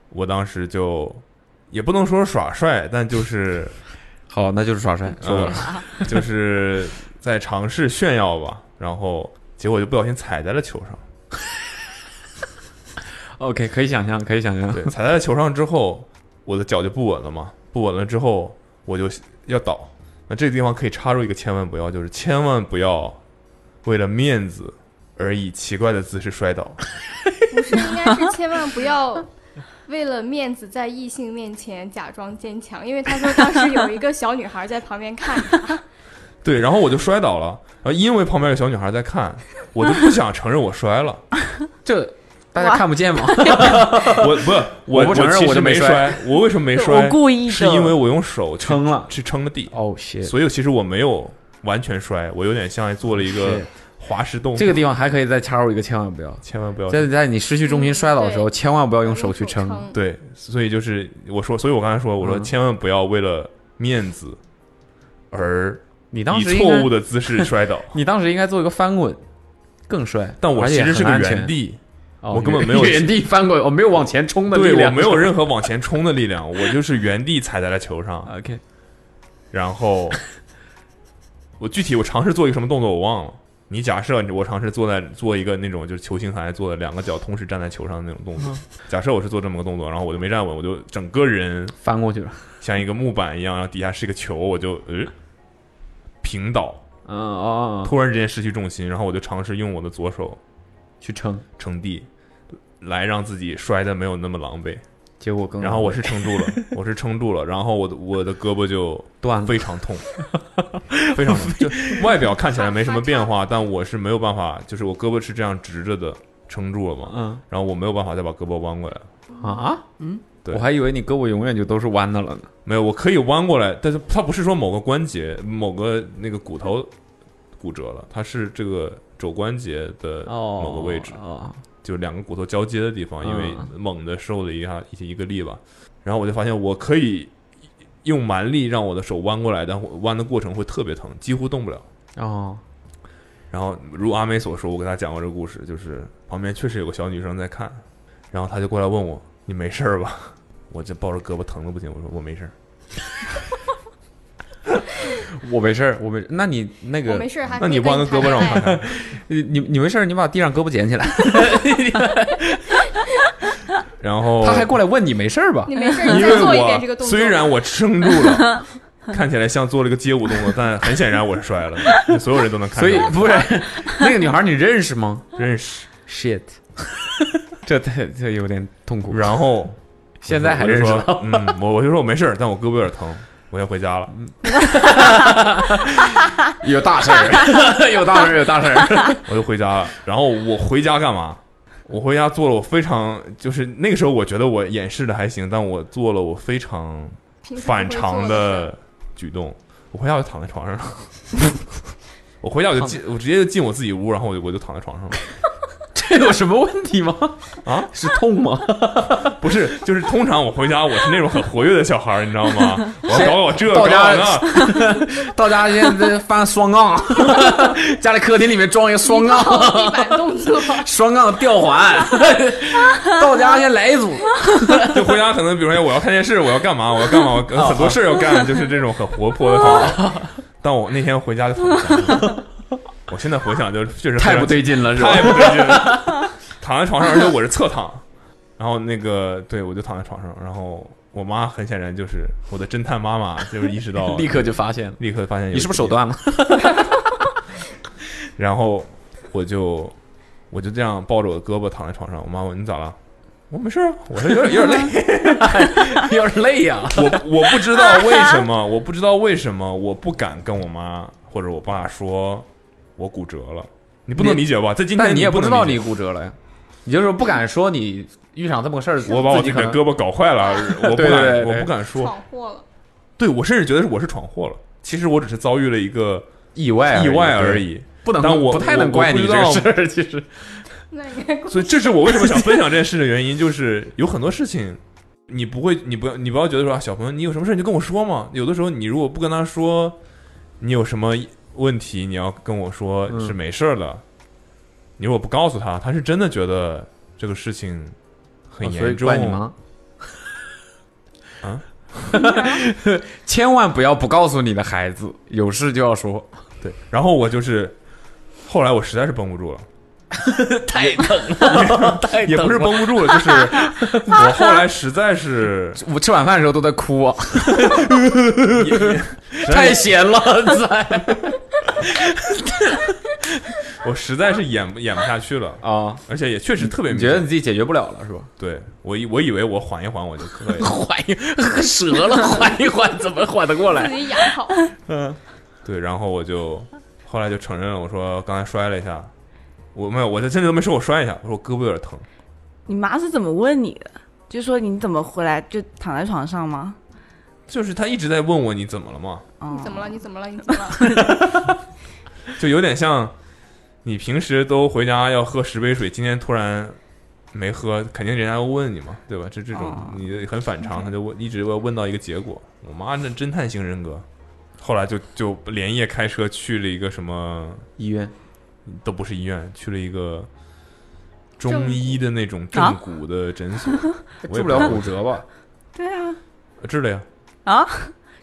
Speaker 2: 我当时就也不能说耍帅，但就是
Speaker 8: 好，那就是耍帅，说吧。
Speaker 2: 呃、就是在尝试炫耀吧，然后结果就不小心踩在了球上。
Speaker 8: OK，可以想象，可以想象。
Speaker 2: 对，踩在了球上之后，我的脚就不稳了嘛，不稳了之后我就要倒。那这个地方可以插入一个，千万不要，就是千万不要为了面子而以奇怪的姿势摔倒。
Speaker 9: 不是应该是千万不 要为了面子在异性面前假装坚强，因为他说当时有一个小女孩在旁边看他，
Speaker 2: 对，然后我就摔倒了，然后因为旁边有小女孩在看，我就不想承认我摔 了。
Speaker 8: 这大家看不见吗？
Speaker 2: 我不是
Speaker 8: 我不承认
Speaker 2: 其实
Speaker 8: 我就没
Speaker 2: 没
Speaker 8: 摔
Speaker 2: 摔，我为什么没摔
Speaker 4: 我？故意的，
Speaker 2: 是因为我用手去
Speaker 8: 撑了。
Speaker 2: 去撑的地，
Speaker 8: 哦，谢。
Speaker 2: 所以其实我没有完全摔，我有点像做了一个
Speaker 8: 是
Speaker 2: 滑石动作。
Speaker 8: 哦这个地方还可以再插入一个，千万不要。
Speaker 2: 千万不要
Speaker 8: 在在你失去重心摔倒的时候，
Speaker 9: 对
Speaker 8: 千万不要用手去撑。
Speaker 9: 撑。
Speaker 2: 对，所以就是我说，所以我刚才说，我说
Speaker 8: 嗯
Speaker 2: 千万不要为了面子而
Speaker 8: 你当
Speaker 2: 以
Speaker 8: 时应该
Speaker 2: 错误，的 姿势摔倒。
Speaker 8: 你当时应该做一个翻滚，更帅。
Speaker 2: 但我
Speaker 8: 而
Speaker 2: 其
Speaker 8: 且
Speaker 2: 实是
Speaker 8: 很
Speaker 2: 个
Speaker 8: 安全
Speaker 2: 原，地，
Speaker 8: 哦
Speaker 2: 我根本没有
Speaker 8: 原地翻滚，我没有往前冲的力
Speaker 2: 对我
Speaker 8: 量。
Speaker 2: 没有任何往前冲的力量，我就是原地踩在了球上，
Speaker 8: OK，
Speaker 2: 然 后我具体我尝试做一个什么动作我忘了。你假设我尝试坐在做一个那种就是球形台做的两个脚同时站在球上的那种动
Speaker 8: 嗯
Speaker 2: 作，假设我是做这么个动作，然后我就没站稳，我就整个人
Speaker 8: 翻过去了。
Speaker 2: 像一个木板一样，然后底下是一个球，我就呃平倒，
Speaker 8: 嗯哦哦，哦
Speaker 2: 突然之间失去重心，然后我就尝试用我的左手
Speaker 8: 去撑，
Speaker 2: 撑地，来让自己摔的没有那么狼狈。
Speaker 8: 结果更
Speaker 2: 然后我是 撑住了，我是撑住了，然后我的我的胳膊就
Speaker 8: 断了。
Speaker 2: 非常痛， 非常痛。就外表看起来没什么变化，但我是没有办法，就是我胳膊是这样直着的撑住了嘛，
Speaker 8: 嗯
Speaker 2: 然后我没有办法再把胳膊弯过来。
Speaker 8: 啊，
Speaker 2: 对
Speaker 8: 我还以为你胳膊永远就都是弯的了呢。
Speaker 2: 没有，我可以弯过来，但是它不是说某个关节、某个那个骨头骨折了，它是这个肘关节的
Speaker 8: 哦，
Speaker 2: 某个位置，
Speaker 8: 哦，
Speaker 2: 就两个骨头交接的地方，因为猛的受了一下一些一个力吧，然后我就发现我可以用蛮力让我的手弯过来，但我弯的过程会特别疼，几乎动不了。
Speaker 8: 哦，
Speaker 2: 然后如阿美所说，我给她讲过这个故事，就是旁边确实有个小女生在看，然后她就过来问我：“你没事儿吧？”我这抱着胳膊疼的不行，我说我没事儿。
Speaker 8: 我没事儿，我没。那你那
Speaker 9: 我
Speaker 8: 个
Speaker 9: 没，事，还
Speaker 2: 那
Speaker 9: 可以
Speaker 2: 你弯个
Speaker 9: 跟
Speaker 2: 胳膊
Speaker 9: 谈
Speaker 2: 让我
Speaker 9: 恋爱
Speaker 2: 看看。
Speaker 8: 你你你没事儿，你把地上胳膊 捡起来。
Speaker 2: 然后
Speaker 8: 他还过来问你没事儿吧？
Speaker 9: 你没事，
Speaker 2: 因
Speaker 9: 你
Speaker 2: 为
Speaker 9: 再做一遍这个
Speaker 2: 我
Speaker 9: 动作。
Speaker 2: 虽然我撑住了，看起来像做了个街舞动作，但很显然我是摔了，所有人都能看
Speaker 8: 所
Speaker 2: 到。
Speaker 8: 以不是那个女孩，你认识吗
Speaker 2: 认识，
Speaker 8: ？shit，这太这有点痛苦。
Speaker 2: 然后
Speaker 8: 现在还
Speaker 2: 我就
Speaker 8: 认识
Speaker 2: 说
Speaker 8: 吗？
Speaker 2: 嗯，我我就说我没事儿，但我胳膊有点疼，我先回家了。
Speaker 8: 嗯 有大事儿， 有大事儿，有大事儿。
Speaker 2: 我就回家了。然后我回家干嘛？我回家做了我非常，就是那个时候我觉得我掩饰的还行，但我做了我非常
Speaker 9: 平时不会
Speaker 2: 反常
Speaker 9: 做的事
Speaker 2: 的举动。我回家我就躺在床上了， 我回家我就进，我直接就进我自己屋，然后我就我就躺在床上了。
Speaker 8: 这有什么问题吗？
Speaker 2: 啊，
Speaker 8: 是痛吗？
Speaker 2: 不是，就是通常我回家我是那种很活跃的小孩儿，你知道 吗？我要
Speaker 8: 谁
Speaker 2: 搞搞
Speaker 8: 到
Speaker 2: 这，搞搞
Speaker 8: 家
Speaker 2: 那，
Speaker 8: 到家现在翻双杠，家里客厅里面装一个双杠，
Speaker 9: 地板动作，
Speaker 8: 双杠吊环， 到家先来一组。
Speaker 2: 就回家可能比如说哎我要看电视，我要干嘛，我要干嘛，我有
Speaker 8: 哦
Speaker 2: 很多事儿要干，就是这种很活泼的方法。 但我那天回家就躺在床上了，我现在回想就是确实非常
Speaker 8: 太不对劲了，是吧
Speaker 2: 太？不对劲了。躺在床上，而且我是侧躺，然后那个对我就躺在床上，然后我妈很显然就是我的侦探妈妈，就是意识到
Speaker 8: 立刻就发现了，
Speaker 2: 立刻发现有
Speaker 8: 你是不是手断了？
Speaker 2: 疾病， 然后我就我就这样抱着我的胳膊躺在床上，我妈问你咋了？我说没事啊，我说有点有点累，
Speaker 8: 有点累呀。
Speaker 2: 我我不知道为什么，我不知道为什么我不敢跟我妈或者我爸说我骨折了，你不能
Speaker 8: 你
Speaker 2: 理解吧？在今
Speaker 8: 但
Speaker 2: 天
Speaker 8: 你也不知
Speaker 2: 能
Speaker 8: 道
Speaker 2: 理
Speaker 8: 你
Speaker 2: 解
Speaker 8: 骨折了呀，你就是不敢说你遇上这么个事儿，
Speaker 2: 我把我
Speaker 8: 自
Speaker 2: 自己
Speaker 8: 己可
Speaker 2: 的
Speaker 8: 能
Speaker 2: 胳膊搞坏了，我不
Speaker 8: 对对对
Speaker 2: 敢，
Speaker 8: 对
Speaker 2: 我不敢说。
Speaker 9: 闯祸了。
Speaker 2: 对我甚至觉得是我是闯祸了，其实我只是遭遇了一个
Speaker 8: 意外
Speaker 2: 意外而
Speaker 8: 已，
Speaker 2: 已。
Speaker 8: 不能
Speaker 2: 但我
Speaker 8: 不太能怪你这
Speaker 2: 我
Speaker 8: 个
Speaker 2: 我不
Speaker 8: 事 儿，其实
Speaker 9: 那应该
Speaker 2: 所以这是我为什么想分享这件事的原因，就是有很多事情你不会，你不要，你不要觉得说啊，小朋友，你有什么事你就跟我说嘛。有的时候你如果不跟他说，你有什么问题，你要跟我说
Speaker 8: 嗯
Speaker 2: 是没事儿的。你如果不告诉他，他是真的觉得这个事情很
Speaker 8: 哦所以
Speaker 2: 严重。
Speaker 8: 怪你吗？
Speaker 2: 啊，
Speaker 8: 千万不要不告诉你的孩子，有事就要说，
Speaker 2: 对，然后我就是后来我实在是绷不住了。
Speaker 8: 太疼了，太
Speaker 2: 也不是绷不住了，就是 我后来实在是
Speaker 8: 我吃晚饭的时候都在哭啊，
Speaker 2: 也也
Speaker 8: 太咸 了，在
Speaker 2: 我实在是演不演不下去了，
Speaker 8: 啊，
Speaker 2: 而且也确实特别
Speaker 8: 你
Speaker 2: 明
Speaker 8: 觉得
Speaker 2: 显
Speaker 8: 你。自己解决不了了是吧？
Speaker 2: 对我以我以为我缓一缓我就可 以了，
Speaker 8: 缓一折了，缓一缓，怎么缓得过
Speaker 9: 自？己养好，
Speaker 2: 嗯对，然后我就后来就承认了，我说刚才摔了一下，我没有，我这真的都没说我摔一下，我说我胳膊有点疼，
Speaker 4: 你妈是怎么问你的？就说你怎么回来就躺在床上吗？
Speaker 2: 就是他一直在问我你怎么了嘛，
Speaker 4: 嗯
Speaker 9: 你怎么了？你怎么了？你怎么了？
Speaker 2: 就有点像你平时都回家要喝十杯水，今天突然没喝，肯定人家要问你嘛，对吧？这这种
Speaker 4: 哦
Speaker 2: 你很反常，他就问一直要问到一个结果。我妈那侦探型人格，后来就就连夜开车去了一个什么
Speaker 8: 医院
Speaker 2: 都不是医院，去了一个中医的那种正骨的诊 所，我
Speaker 8: 啊治
Speaker 2: 也
Speaker 8: 不
Speaker 2: 知道
Speaker 8: 了骨折吧？
Speaker 4: 对啊，
Speaker 2: 治了呀。
Speaker 4: 啊，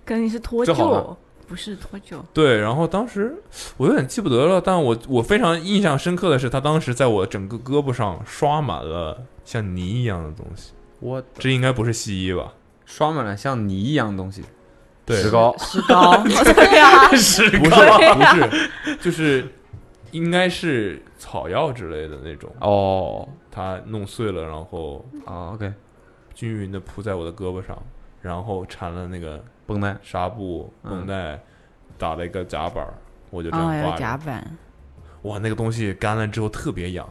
Speaker 4: 可能你是脱
Speaker 8: 这好吗
Speaker 4: 臼，不是脱臼。
Speaker 2: 对，然后当时我有点记不得了，但我我非常印象深刻的是，他当时在我整个胳膊上刷满了像泥一样的东西。
Speaker 8: 我
Speaker 2: 这应该不是西医吧？
Speaker 8: 刷满了像泥一样的东西，
Speaker 2: 对，
Speaker 8: 石膏，
Speaker 4: 石 膏，对啊，
Speaker 8: 石
Speaker 2: 不是不是，就是应该是草药之类的那种，
Speaker 8: 哦
Speaker 2: 它弄碎了，然后
Speaker 8: 啊，OK，
Speaker 2: 均匀的铺在我的胳膊上，然后缠了那个
Speaker 8: 绷带
Speaker 2: 纱布绷
Speaker 8: 嗯
Speaker 2: 带，打了一个夹板儿，我就这样
Speaker 4: 啊，有
Speaker 2: 挂
Speaker 4: 夹
Speaker 2: 着。
Speaker 4: 板，
Speaker 2: 哇，那个东西干了之后特别痒，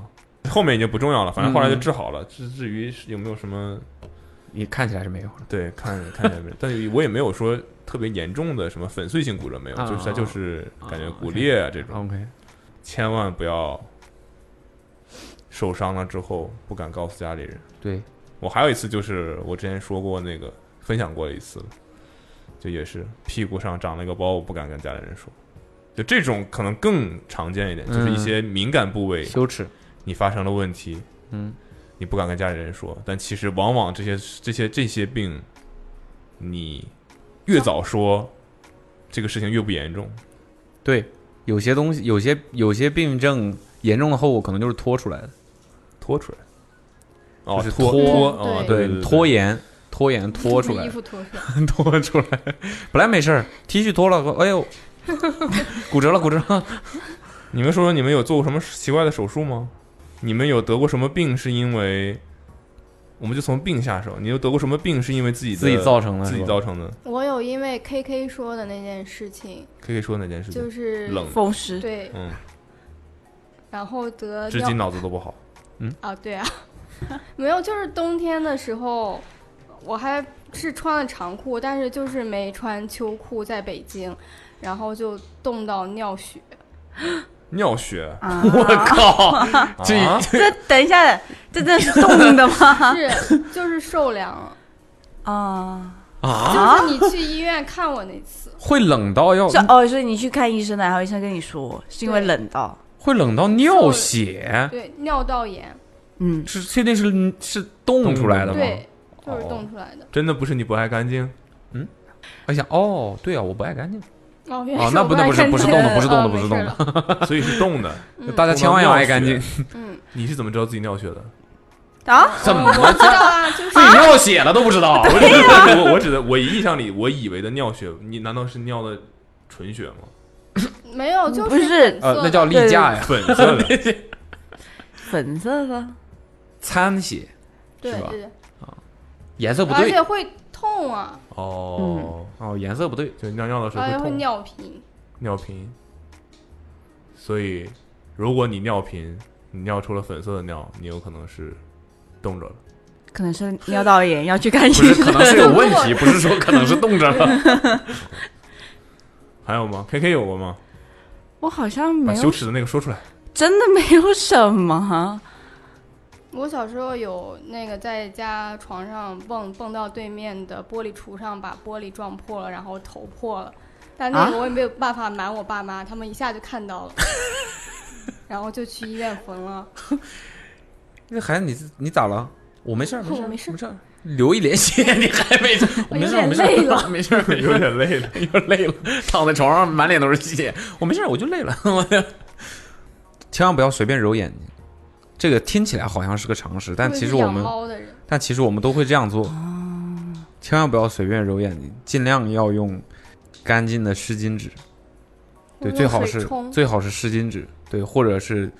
Speaker 2: 后面已经不重要了，反正后
Speaker 8: 嗯
Speaker 2: 来就治好了。至至于是有没有什么
Speaker 8: 你看起来是没有了，
Speaker 2: 对，看看起来没有，但是我也没有说特别严重的什么粉碎性骨折没有，
Speaker 8: 啊
Speaker 2: 就是它就是感觉
Speaker 8: 啊
Speaker 2: 骨
Speaker 8: ，OK
Speaker 2: 裂啊这种，
Speaker 8: OK，
Speaker 2: 千万不要受伤了之后不敢告诉家里人。
Speaker 8: 对，
Speaker 2: 我还有一次就是我之前说过那个分享过一次了，就也是屁股上长了一个包，我不敢跟家里人说。就这种可能更常见一点，就是一
Speaker 8: 嗯
Speaker 2: 些敏感部位
Speaker 8: 羞耻，
Speaker 2: 你发生了问题，
Speaker 8: 嗯，
Speaker 2: 你不敢跟家里人说，但其实往往这些这些这些病，你越早说，这个事情越不严重。
Speaker 8: 对，有些东西，有些有些病症严重的后果可能就是拖出来的，
Speaker 2: 拖出来，哦，
Speaker 8: 就是
Speaker 2: 拖
Speaker 8: 拖
Speaker 2: 拖啊，
Speaker 9: 嗯
Speaker 2: 对
Speaker 8: 拖，延，拖延拖
Speaker 9: 把
Speaker 8: 出来
Speaker 9: 衣，服脱出来，
Speaker 8: 拖出来，本来没事儿，T 恤脱了，哎呦，骨折了，骨折了，
Speaker 2: 你们说说你们有做过什么奇怪的手术吗？你们有得过什么病是因为？我们就从病下手。你有得过什么病是因为自己的
Speaker 8: 自己造成的，
Speaker 2: 自己造成的？
Speaker 9: 我有因为 K K 说的那件事情，
Speaker 2: 可以说哪件事情？
Speaker 9: 就是
Speaker 2: 冷，
Speaker 4: 风湿，
Speaker 9: 对，
Speaker 2: 嗯，
Speaker 9: 然后得
Speaker 2: 至
Speaker 9: 尿
Speaker 2: 今脑子都嗯不好。
Speaker 9: 啊，对啊，没有，就是冬天的时候，我还是穿了长裤，但是就是没穿秋裤，在北京，然后就冻到尿血。
Speaker 2: 尿血，
Speaker 8: 我靠，这
Speaker 2: 啊
Speaker 4: 这 等一下， 这真的是冻的吗？
Speaker 9: 是，就是受凉了。
Speaker 4: 啊，
Speaker 9: 就是你去医院看我那次，
Speaker 8: 会冷到要
Speaker 4: 是哦，所以你去看医生的，然后医生跟你说是因为
Speaker 9: 对
Speaker 4: 冷到，
Speaker 8: 会冷到尿血，
Speaker 9: 对，尿道炎，
Speaker 4: 嗯，
Speaker 8: 是确定是是冻出来的吗？哦
Speaker 9: 对，就是冻出来的。
Speaker 2: 真的不是你不爱干净，
Speaker 8: 嗯我想哦，对啊，我不爱干净，
Speaker 9: 哦，
Speaker 8: 哦那不那
Speaker 9: 能
Speaker 8: 不是不是冻
Speaker 9: 哦
Speaker 8: 的不是冻的不是冻的
Speaker 9: 的。
Speaker 2: 所以是冻的。
Speaker 9: 嗯
Speaker 8: 大家千万要爱干净。
Speaker 9: 嗯，
Speaker 2: 你是怎么知道自己尿血的？
Speaker 4: 啊，
Speaker 8: 怎么哎
Speaker 9: 我知道啊，就是
Speaker 8: 自己尿血了都不知道？
Speaker 2: 啊我只是我我我指的我印象里我以为的尿血，你难道是尿的纯血吗？
Speaker 9: 没有，
Speaker 4: 嗯
Speaker 9: 就是
Speaker 4: 不是
Speaker 9: 粉
Speaker 8: 呃
Speaker 9: 色，
Speaker 8: 那叫
Speaker 9: 的
Speaker 8: 例假呀，
Speaker 2: 粉色的，
Speaker 4: 粉色的，
Speaker 8: 掺血，
Speaker 9: 对
Speaker 8: 是吧
Speaker 9: 对，对
Speaker 8: 颜色不
Speaker 9: 而
Speaker 8: 对
Speaker 9: 且会痛啊，
Speaker 2: 哦，
Speaker 8: 哦，颜色不对，
Speaker 2: 就尿尿的时候
Speaker 9: 而且会
Speaker 2: 痛，
Speaker 9: 尿频。
Speaker 2: 尿频。所以，如果你尿频，你尿出了粉色的尿，你有可能是冻着了。
Speaker 4: 可能是尿道炎，要去看医
Speaker 8: 不是
Speaker 4: 生
Speaker 8: 可。能是有问题，不是说可能是冻着了。
Speaker 2: 还有吗？K K 有过吗？
Speaker 4: 我好像
Speaker 2: 把
Speaker 4: 没
Speaker 2: 羞
Speaker 4: 有，
Speaker 2: 耻的那个说出来。
Speaker 4: 真的没有什么。
Speaker 9: 我小时候有那个在家床上蹦蹦到对面的玻璃橱上，把玻璃撞破了，然后头破了。但
Speaker 8: 啊
Speaker 9: 那个我也没有办法瞒我爸妈，他们一下就看到 了，然后就去医院缝了。
Speaker 8: 那孩子，你是你咋了？我没事儿，没事儿，
Speaker 9: 我没事儿
Speaker 8: 没事儿，流一脸血，你还没 事 儿？我没事儿，
Speaker 9: 有点
Speaker 8: 没事儿，
Speaker 9: 累了
Speaker 8: 没事儿，没事
Speaker 2: 有
Speaker 8: 儿，
Speaker 2: 点累了。
Speaker 8: 有点累了，躺在床上满脸都是血。我没事儿，我就累了。我就 千万不要随便揉眼睛，这个听起来好像是个常识，但
Speaker 9: 会
Speaker 8: 其
Speaker 9: 去
Speaker 8: 实我
Speaker 9: 养
Speaker 8: 们
Speaker 9: 猫的人，
Speaker 8: 但其实我们都会这样做，千万不要随便揉眼睛，尽量要用干净的湿巾纸，对，
Speaker 9: 用
Speaker 8: 最好
Speaker 9: 水
Speaker 8: 是
Speaker 9: 冲
Speaker 8: 最好是湿巾纸，对，或者是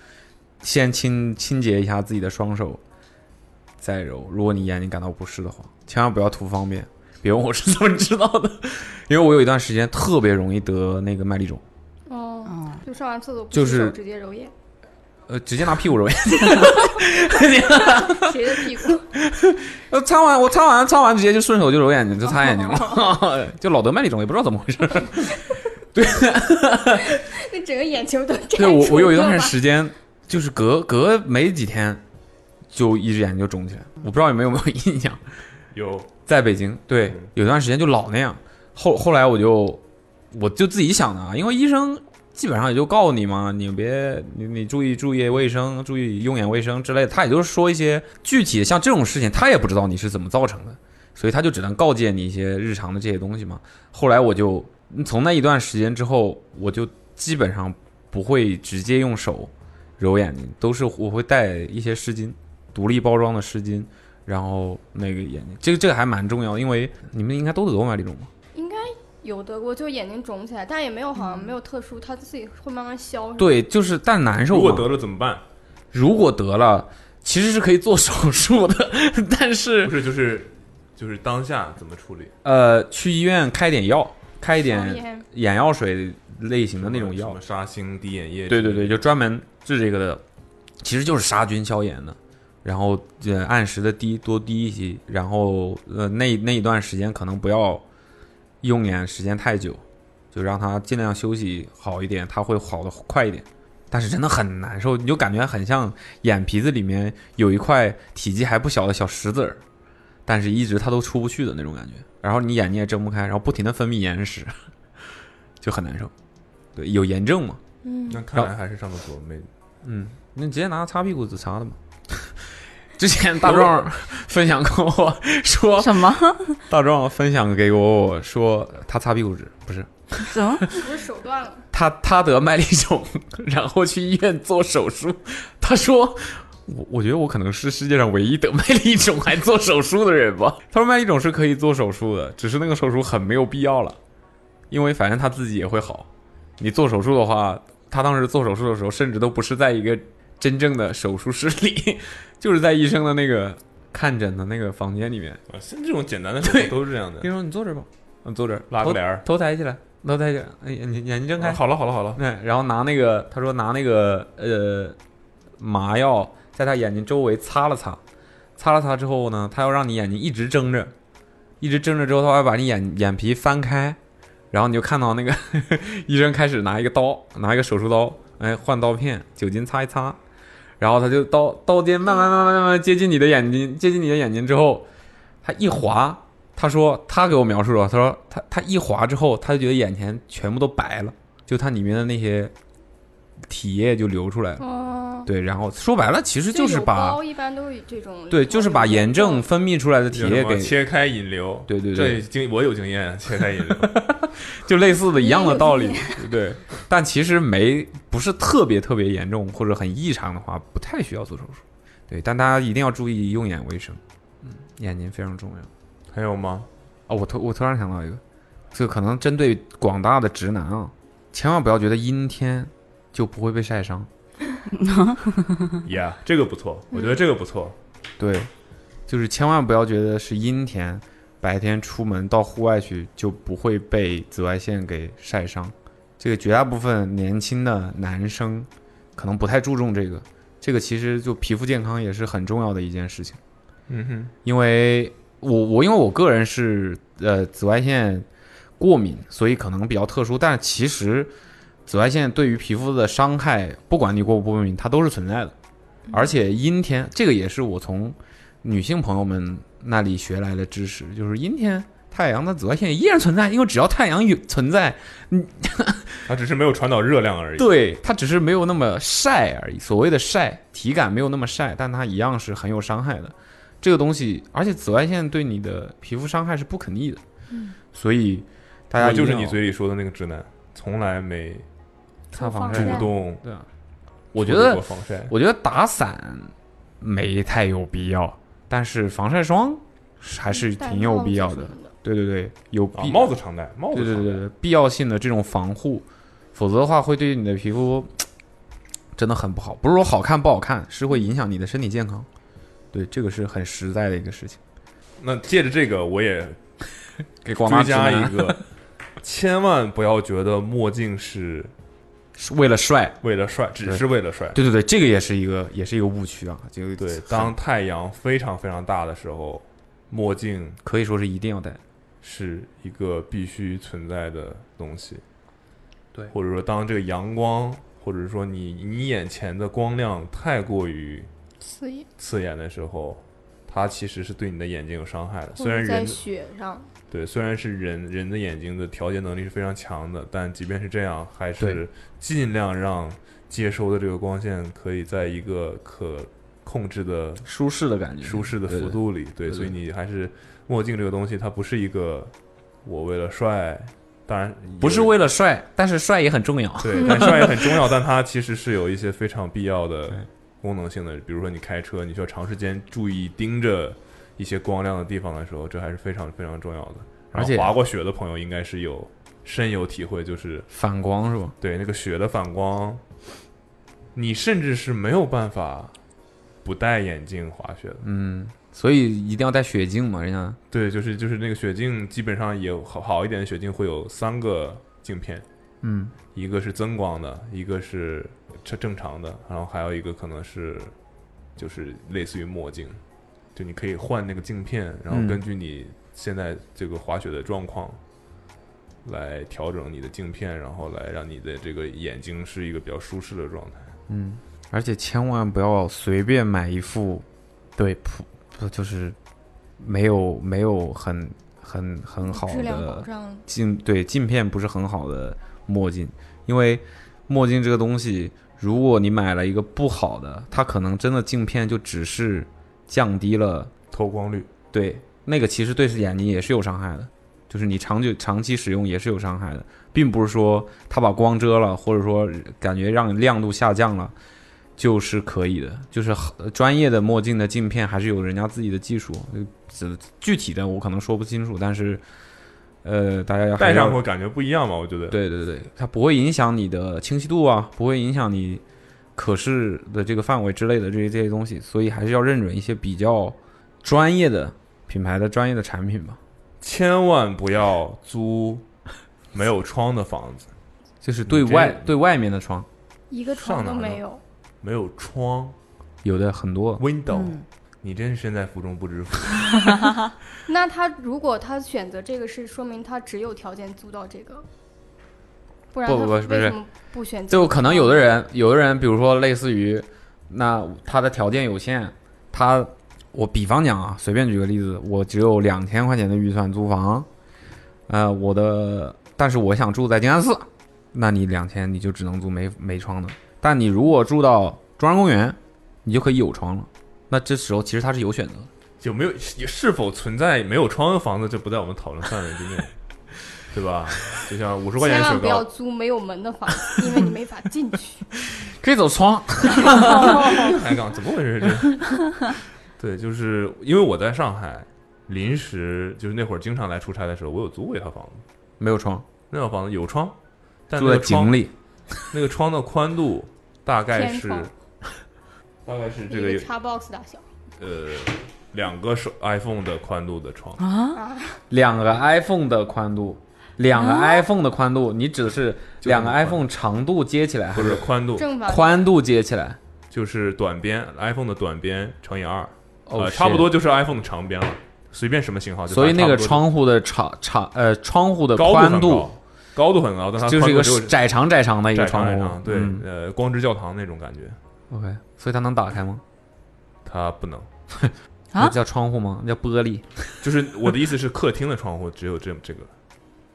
Speaker 8: 先清清洁一下自己的双手，再揉。如果你眼睛感到不适的话，千万不要图方便。别问我是怎么知道的，因为我有一段时间特别容易得那个麦粒肿，
Speaker 9: 哦，
Speaker 4: 嗯，
Speaker 9: 就上完厕所不
Speaker 8: 就
Speaker 9: 洗手
Speaker 8: 是
Speaker 9: 直接揉 眼，
Speaker 8: 呃，直接拿屁股揉眼。
Speaker 9: 谁的屁股？
Speaker 8: 呃， 擦完我擦完擦完，直接就顺手就揉眼睛，就擦眼睛了， 就老得麦粒肿，也不知道怎么回事。
Speaker 9: 那整个眼球都 粘
Speaker 8: 对我，
Speaker 9: 住
Speaker 8: 我有一
Speaker 9: 了
Speaker 8: 段
Speaker 9: 吧
Speaker 8: 时间，就是隔隔没几天，就一只眼睛就肿起来。我不知道你们有没有印象，
Speaker 2: 有
Speaker 8: 在北京，对，有段时间就老那样。后后来我就我就自己想的啊，因为医生基本上也就告诉你嘛，你别你你注意注意卫生，注意用眼卫生之类的。他也就是说一些具体的，像这种事情，他也不知道你是怎么造成的，所以他就只能告诫你一些日常的这些东西嘛。后来我就嗯从那一段时间之后，我就基本上不会直接用手揉眼睛，都是我会带一些湿巾，独立包装的湿巾。然后那个眼睛，这个这个还蛮重要，因为你们应该都得过麦粒肿吧？
Speaker 9: 应该有得过，就眼睛肿起来，但也没有好像没有特殊，它自己会慢慢消。是吧，
Speaker 8: 对，就是但难受
Speaker 2: 如
Speaker 8: 嘛。
Speaker 2: 果得了怎么办？
Speaker 8: 如果得了，其实是可以做手术的，但
Speaker 2: 不
Speaker 8: 是
Speaker 2: 是，就是就是当下怎么处理？
Speaker 8: 呃，去医院开点药，开一
Speaker 9: 消
Speaker 8: 点
Speaker 9: 炎
Speaker 8: 眼药水类型的那种
Speaker 2: 什
Speaker 8: 药
Speaker 2: 么，杀星滴眼液？
Speaker 8: 对对对，就专门治这个的，其实就是杀菌消炎的。然后呃，按时的滴多滴一些，然后呃，那那一段时间可能不要用眼时间太久，就让它尽量休息好一点，它会好的快一点。但是真的很难受，你就感觉很像眼皮子里面有一块体积还不小的小石子儿，但是一直它都出不去的那种感觉。然后你眼睛也睁不开，然后不停的分泌眼屎， 就很难受。对，有炎症嘛？
Speaker 4: 嗯
Speaker 2: 那看来还是上厕所没。
Speaker 8: 嗯，那直接拿擦屁股纸擦的嘛。 之前大壮分享过我说，
Speaker 4: 什么？
Speaker 8: 大壮分享给我说他擦屁股纸，不是
Speaker 4: 怎么？
Speaker 9: 是不是手断了？
Speaker 8: 他他得麦粒肿，然后去医院做手术。他说我我觉得我可能是世界上唯一得麦粒肿还做手术的人吧。他说麦粒肿是可以做手术的，只是那个手术很没有必要了，因为反正他自己也会好。你做手术的话，他当时做手术的时候，甚至都不是在一个真正的手术室里， 就是在医生的那个看诊的那个房间里面。
Speaker 2: 啊像这种简单的手术都是这样的
Speaker 8: 医。生说：“你坐这儿吧，嗯，坐这儿，
Speaker 2: 拉个帘儿
Speaker 8: 头，头抬起来，头抬起来，哎，眼眼睛睁开。
Speaker 2: 啊好了好了好了，
Speaker 8: 对，然后拿那个，他说拿那个呃麻药在他眼睛周围擦了擦，擦了擦之后呢，他要让你眼睛一直睁着，一直睁着之后，他会把你眼眼皮翻开，然后你就看到那个 医生开始拿一个刀，拿一个手术刀，哎，换刀片，酒精擦一擦，然后他就刀刀尖慢慢慢慢慢慢接近你的眼睛，接近你的眼睛之后，他一划。他说，他给我描述了，他说他他一划之后，他就觉得眼前全部都白了。就它里面的那些体液就流出来了。
Speaker 9: 哦，
Speaker 8: 对，然后说白了，其实就是把
Speaker 9: 包一般都有这种
Speaker 8: 对，就是把炎症分泌出来的体
Speaker 2: 有
Speaker 8: 液
Speaker 2: 什么
Speaker 8: 给，
Speaker 2: 切开引流，
Speaker 8: 对对
Speaker 2: 这
Speaker 8: 对
Speaker 2: 经我有经验，切开引流。
Speaker 8: 就类似的一样的道理
Speaker 9: 也有。
Speaker 8: 对，但其实没不是特别特别严重或者很异常的话，不太需要做手术。对，但大家一定要注意用眼卫生，嗯，眼睛非常重要。
Speaker 2: 还有吗？
Speaker 8: 哦，我突我突然想到一个，这个可能针对广大的直男啊，千万不要觉得阴天就不会被晒伤。
Speaker 2: 呀， 这个不错，
Speaker 4: 嗯
Speaker 2: 我觉得这个不错。
Speaker 8: 对，就是千万不要觉得是阴天，白天出门到户外去就不会被紫外线给晒伤。这个绝大部分年轻的男生可能不太注重这个，这个其实就皮肤健康也是很重要的一件事情。
Speaker 2: 嗯哼，
Speaker 8: 因为我我因为我个人是呃紫外线过敏，所以可能比较特殊。但是其实紫外线对于皮肤的伤害，不管你过不过敏，它都是存在的。而且阴天，这个也是我从女性朋友们那里学来的知识，就是阴天太阳的紫外线依然存在，因为只要太阳有存在，嗯
Speaker 2: 它只是没有传导热量而已。
Speaker 8: 对它只是没有那么晒而已。所谓的晒，体感没有那么晒，但它一样是很有伤害的。这个东西，而且紫外线对你的皮肤伤害是不可逆的。所以大家
Speaker 2: 我
Speaker 8: 一
Speaker 2: 就是
Speaker 8: 定
Speaker 2: 你
Speaker 8: 要
Speaker 2: 嘴里说的那个直男，从来没
Speaker 8: 擦防
Speaker 9: 防
Speaker 8: 晒
Speaker 9: 晒
Speaker 2: 主动。
Speaker 8: 对啊，我
Speaker 2: 我
Speaker 8: 觉得
Speaker 2: 防晒，
Speaker 8: 我觉得打伞没太有必要，但是防晒霜是还是挺有必要的。对对对，有
Speaker 2: 啊
Speaker 8: 必、，
Speaker 2: 帽子常戴，帽
Speaker 8: 对对
Speaker 2: 子常
Speaker 8: 对
Speaker 2: 戴。
Speaker 8: 对，必要性的这种防护，否则的话会对你的皮肤真的很不好。不是说好看不好看，是会影响你的身体健康。对，这个是很实在的一个事情。
Speaker 2: 那借着这个，我也
Speaker 8: 给广大
Speaker 2: 追
Speaker 8: 直
Speaker 2: 加
Speaker 8: 男
Speaker 2: 一个，千万不要觉得墨镜是
Speaker 8: 是为了帅，
Speaker 2: 为了帅，只
Speaker 8: 对
Speaker 2: 是为了帅。
Speaker 8: 对对对，这个也是一个也是一个误区啊，就
Speaker 2: 对，当太阳非常非常大的时候，墨镜
Speaker 8: 可以说是一定要戴。
Speaker 2: 是一个必须存在的东西。
Speaker 8: 对
Speaker 2: 或者说当这个阳光，或者说你你眼前的光亮太过于
Speaker 9: 所以
Speaker 2: 刺眼的时候，它其实是对你的眼睛有伤害的。
Speaker 9: 或
Speaker 2: 虽然
Speaker 9: 者在
Speaker 2: 人
Speaker 9: 雪上，
Speaker 2: 对，虽然是人人的眼睛的调节能力是非常强的，但即便是这样，还是
Speaker 8: 对
Speaker 2: 尽量让接收的这个光线可以在一个可控制的
Speaker 8: 舒适的感觉，
Speaker 2: 舒适的
Speaker 8: 对
Speaker 2: 幅
Speaker 8: 对
Speaker 2: 度里。对，
Speaker 8: 对
Speaker 2: 所以你还是墨镜这个东西，它不是一个我为了帅，当然
Speaker 8: 不是
Speaker 2: 有
Speaker 8: 为了帅，但是帅也很重要。
Speaker 2: 对，但帅也很重要，但它其实是有一些非常必要的功能性的，比如说你开车，你需要长时间注意盯着一些光亮的地方的时候，这还是非常非常重要的。
Speaker 8: 而
Speaker 2: 然后
Speaker 8: 且
Speaker 2: 滑过雪的朋友应该是有深有体会，就是
Speaker 8: 反光是吧？
Speaker 2: 对那个雪的反光，你甚至是没有办法不戴眼镜滑雪的。
Speaker 8: 嗯，所以一定要戴雪镜嘛，人家
Speaker 2: 对，就是就是那个雪镜，基本上也有好好一点的雪镜会有三个镜片，
Speaker 8: 嗯，
Speaker 2: 一个是增光的，一个是正正常的，然后还有一个可能是就是类似于墨镜，就你可以换那个镜片，然后
Speaker 8: 嗯
Speaker 2: 根据你现在这个滑雪的状况来调整你的镜片，然后来让你的这个眼睛是一个比较舒适的状态。
Speaker 8: 嗯，而且千万不要随便买一副，对普不就是没有没有很很很好
Speaker 9: 质量保
Speaker 8: 的
Speaker 9: 障
Speaker 8: 镜对镜片不是很好的墨镜，因为墨镜这个东西，如果你买了一个不好的，它可能真的镜片就只是降低了
Speaker 2: 透光率，
Speaker 8: 对，那个其实对眼睛也是有伤害的，就是你长久长期使用也是有伤害的，并不是说它把光遮了，或者说感觉让亮度下降了，就是可以的，就是好专业的墨镜的镜片还是有人家自己的技术，呃只具体的我可能说不清楚，但是呃，大家要
Speaker 2: 戴上
Speaker 8: 还
Speaker 2: 会
Speaker 8: 要
Speaker 2: 感觉不一样嘛？我觉得，
Speaker 8: 对对对，它不会影响你的清晰度啊，不会影响你可视的这个范围之类的这些这些东西，所以还是要认准一些比较专业的品牌的专业的产品吧。
Speaker 2: 千万不要 租没有窗的房子，
Speaker 8: 就是对
Speaker 2: 你这
Speaker 8: 外对外面的窗，
Speaker 9: 一个床
Speaker 2: 上哪
Speaker 9: 都
Speaker 2: 儿
Speaker 9: 没
Speaker 2: 呢
Speaker 9: 有。
Speaker 2: 没有窗
Speaker 8: 有的很多
Speaker 2: window，、
Speaker 4: 嗯
Speaker 2: 你真是身在福中不知福。
Speaker 9: 那他如果他选择这个是说明他只有条件租到这个，不然
Speaker 8: 不
Speaker 9: 他
Speaker 8: 不不是不
Speaker 9: 为
Speaker 8: 是
Speaker 9: 什么不选择？
Speaker 8: 就可能有的人，有的人，比如说类似于，那他的条件有限，他我比方讲啊，随便举个例子，我只有两千块钱的预算租房，呃，我的，但是我想住在静安寺，那你两千你就只能租没没窗的，但你如果住到中央公园，你就可以有窗了，那这时候其实他是有选择的，
Speaker 2: 有没有是否存在没有窗的房子，这不在我们讨论范围之 内，对吧？就像五十块
Speaker 9: 千
Speaker 2: 钱雪
Speaker 9: 万不要
Speaker 2: 糕，
Speaker 9: 租没有门的房子，因为你没法进去。
Speaker 8: 可以走 窗，
Speaker 2: 海哎港怎么回事？ 这对，就是因为我在上海，临时就是那会儿经常来出差的时候，我有租过一套房子，
Speaker 8: 没有窗，
Speaker 2: 那套房子有窗，但
Speaker 8: 住
Speaker 2: 那
Speaker 8: 在
Speaker 2: 个窗
Speaker 8: 井里，
Speaker 2: 那个窗的宽度大概
Speaker 9: 天
Speaker 2: 是
Speaker 9: 窗
Speaker 2: 大概是这
Speaker 9: 一
Speaker 2: 个
Speaker 9: 个 Xbox 大小，
Speaker 2: 呃两个手 iPhone 的宽度的窗，
Speaker 8: 啊
Speaker 4: 啊
Speaker 9: 啊
Speaker 8: 两个 iPhone 的宽度。两个 iPhone 的宽度，你指的是
Speaker 2: 就
Speaker 8: 两个
Speaker 2: 这么宽
Speaker 8: iPhone 长度接起来，还
Speaker 2: 不
Speaker 8: 是
Speaker 2: 是宽度，
Speaker 9: 正反
Speaker 8: 宽度接起来，
Speaker 2: 就是短边 iPhone 的短边乘以二，
Speaker 8: 哦
Speaker 2: 呃，差不多。就是 iPhone 的长边了，随便什么型号就
Speaker 8: 所以
Speaker 2: 反正
Speaker 8: 那个
Speaker 2: 差不多
Speaker 8: 窗户的长长呃窗户的
Speaker 2: 就高
Speaker 8: 宽
Speaker 2: 很
Speaker 8: 度
Speaker 2: 高，高度很高，但它
Speaker 8: 就是一
Speaker 2: 宽
Speaker 8: 个
Speaker 2: 度只有
Speaker 8: 窄长窄长的一个
Speaker 2: 窄
Speaker 8: 窗
Speaker 2: 长窄
Speaker 8: 户
Speaker 2: 长，，对
Speaker 8: 嗯，
Speaker 2: 呃，光之教堂那种感觉，
Speaker 8: OK，所以它能打开吗？
Speaker 2: 它不能。
Speaker 5: 啊
Speaker 8: 那叫窗户吗？那叫玻璃
Speaker 2: 就是我的意思是，客厅的窗户只有这这个，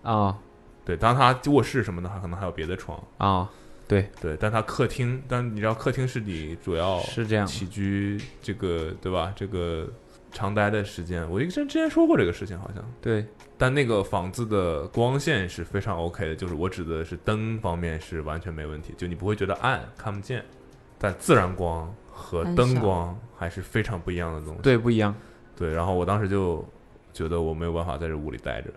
Speaker 8: 啊
Speaker 2: 对，当然它卧室什么的，它可能还有别的窗，
Speaker 8: 啊，
Speaker 2: 对，但它客厅，但你知道客厅是你主要
Speaker 8: 是这样的。
Speaker 2: 起居这个对吧？这个常待的时间，我之前之前说过这个事情好像，
Speaker 8: 对，
Speaker 2: 但那个房子的光线是非常 OK 的，就是我指的是灯方面是完全没问题，就你不会觉得暗看不见，但自然光和
Speaker 4: 很
Speaker 2: 灯
Speaker 4: 少
Speaker 2: 光还是非常不一样的东西。
Speaker 8: 对，不一样，
Speaker 2: 对，然后我当时就觉得我没有办法在这屋里待着，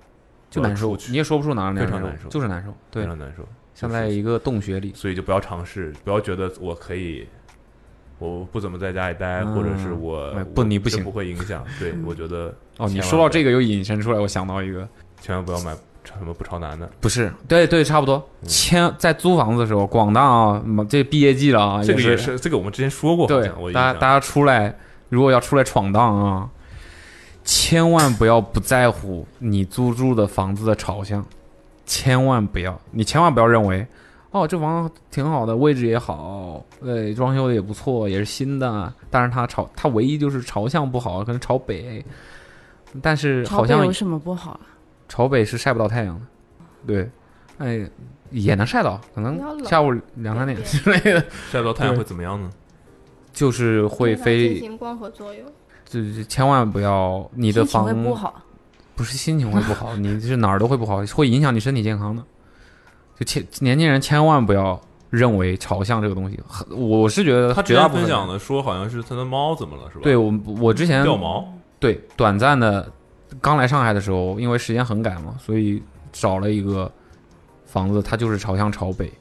Speaker 8: 就
Speaker 2: 我要
Speaker 8: 难受
Speaker 2: 出，去
Speaker 8: 你也说不出哪儿
Speaker 2: 非常
Speaker 8: 难
Speaker 2: 难受
Speaker 8: 就是难受。
Speaker 2: 非
Speaker 8: 对，
Speaker 2: 常难受。
Speaker 8: 像在
Speaker 2: 就是
Speaker 8: 一个洞穴里，
Speaker 2: 所以就不要尝试，不要觉得我可以，我不怎么在家里待，
Speaker 8: 嗯
Speaker 2: 或者是我
Speaker 8: 哎
Speaker 2: 我
Speaker 8: 不你不
Speaker 2: 这
Speaker 8: 行
Speaker 2: 不会影响。 对，我觉得
Speaker 8: 哦，你
Speaker 2: 千万
Speaker 8: 说到
Speaker 2: 不
Speaker 8: 这个又引申出来，我想到一个，
Speaker 2: 千万不要买什么不嗯超难的，
Speaker 8: 不是，对对，差不多。千在租房子的时候，广大啊，嗯这毕业季了啊，
Speaker 2: 这个
Speaker 8: 也
Speaker 2: 也是这个我们之前说过，好
Speaker 8: 对
Speaker 2: 像我，
Speaker 8: 大家大家
Speaker 2: 家
Speaker 8: 出来，如果要出来闯荡啊，千万不要不在乎你租住的房子的朝向，千万不要，你千万不要认为，哦，这房子挺好的，位置也好，呃，装修的也不错，也是新的，但是它朝它唯一就是朝向不好，可能朝北，但是
Speaker 4: 朝
Speaker 8: 好
Speaker 4: 北
Speaker 8: 像
Speaker 4: 有什么不好啊？
Speaker 8: 朝北是晒不到太阳的，对，哎，也能晒到，可
Speaker 9: 比较
Speaker 8: 能
Speaker 9: 冷
Speaker 8: 下午两三点
Speaker 9: 对
Speaker 8: 之类的，
Speaker 2: 晒到太阳会怎么样呢？
Speaker 8: 就是会
Speaker 9: 对它
Speaker 8: 飞
Speaker 9: 进。行光合作用。
Speaker 8: 就是千万不要你的
Speaker 4: 心情
Speaker 8: 房
Speaker 4: 会不 好，
Speaker 8: 不是心情会不好，你是哪儿都会不好，会影响你身体健康的。就千年轻人千万不要认为朝向这个东西，很我是觉得
Speaker 2: 他
Speaker 8: 呃绝
Speaker 2: 之
Speaker 8: 大
Speaker 2: 前
Speaker 8: 部分
Speaker 2: 分享
Speaker 8: 人
Speaker 2: 的说好像是他的猫怎么了是吧？
Speaker 8: 对我我之前
Speaker 2: 掉毛，
Speaker 8: 对短暂的刚来上海的时候，因为时间很赶嘛，所以找了一个房子，它就是朝向朝北，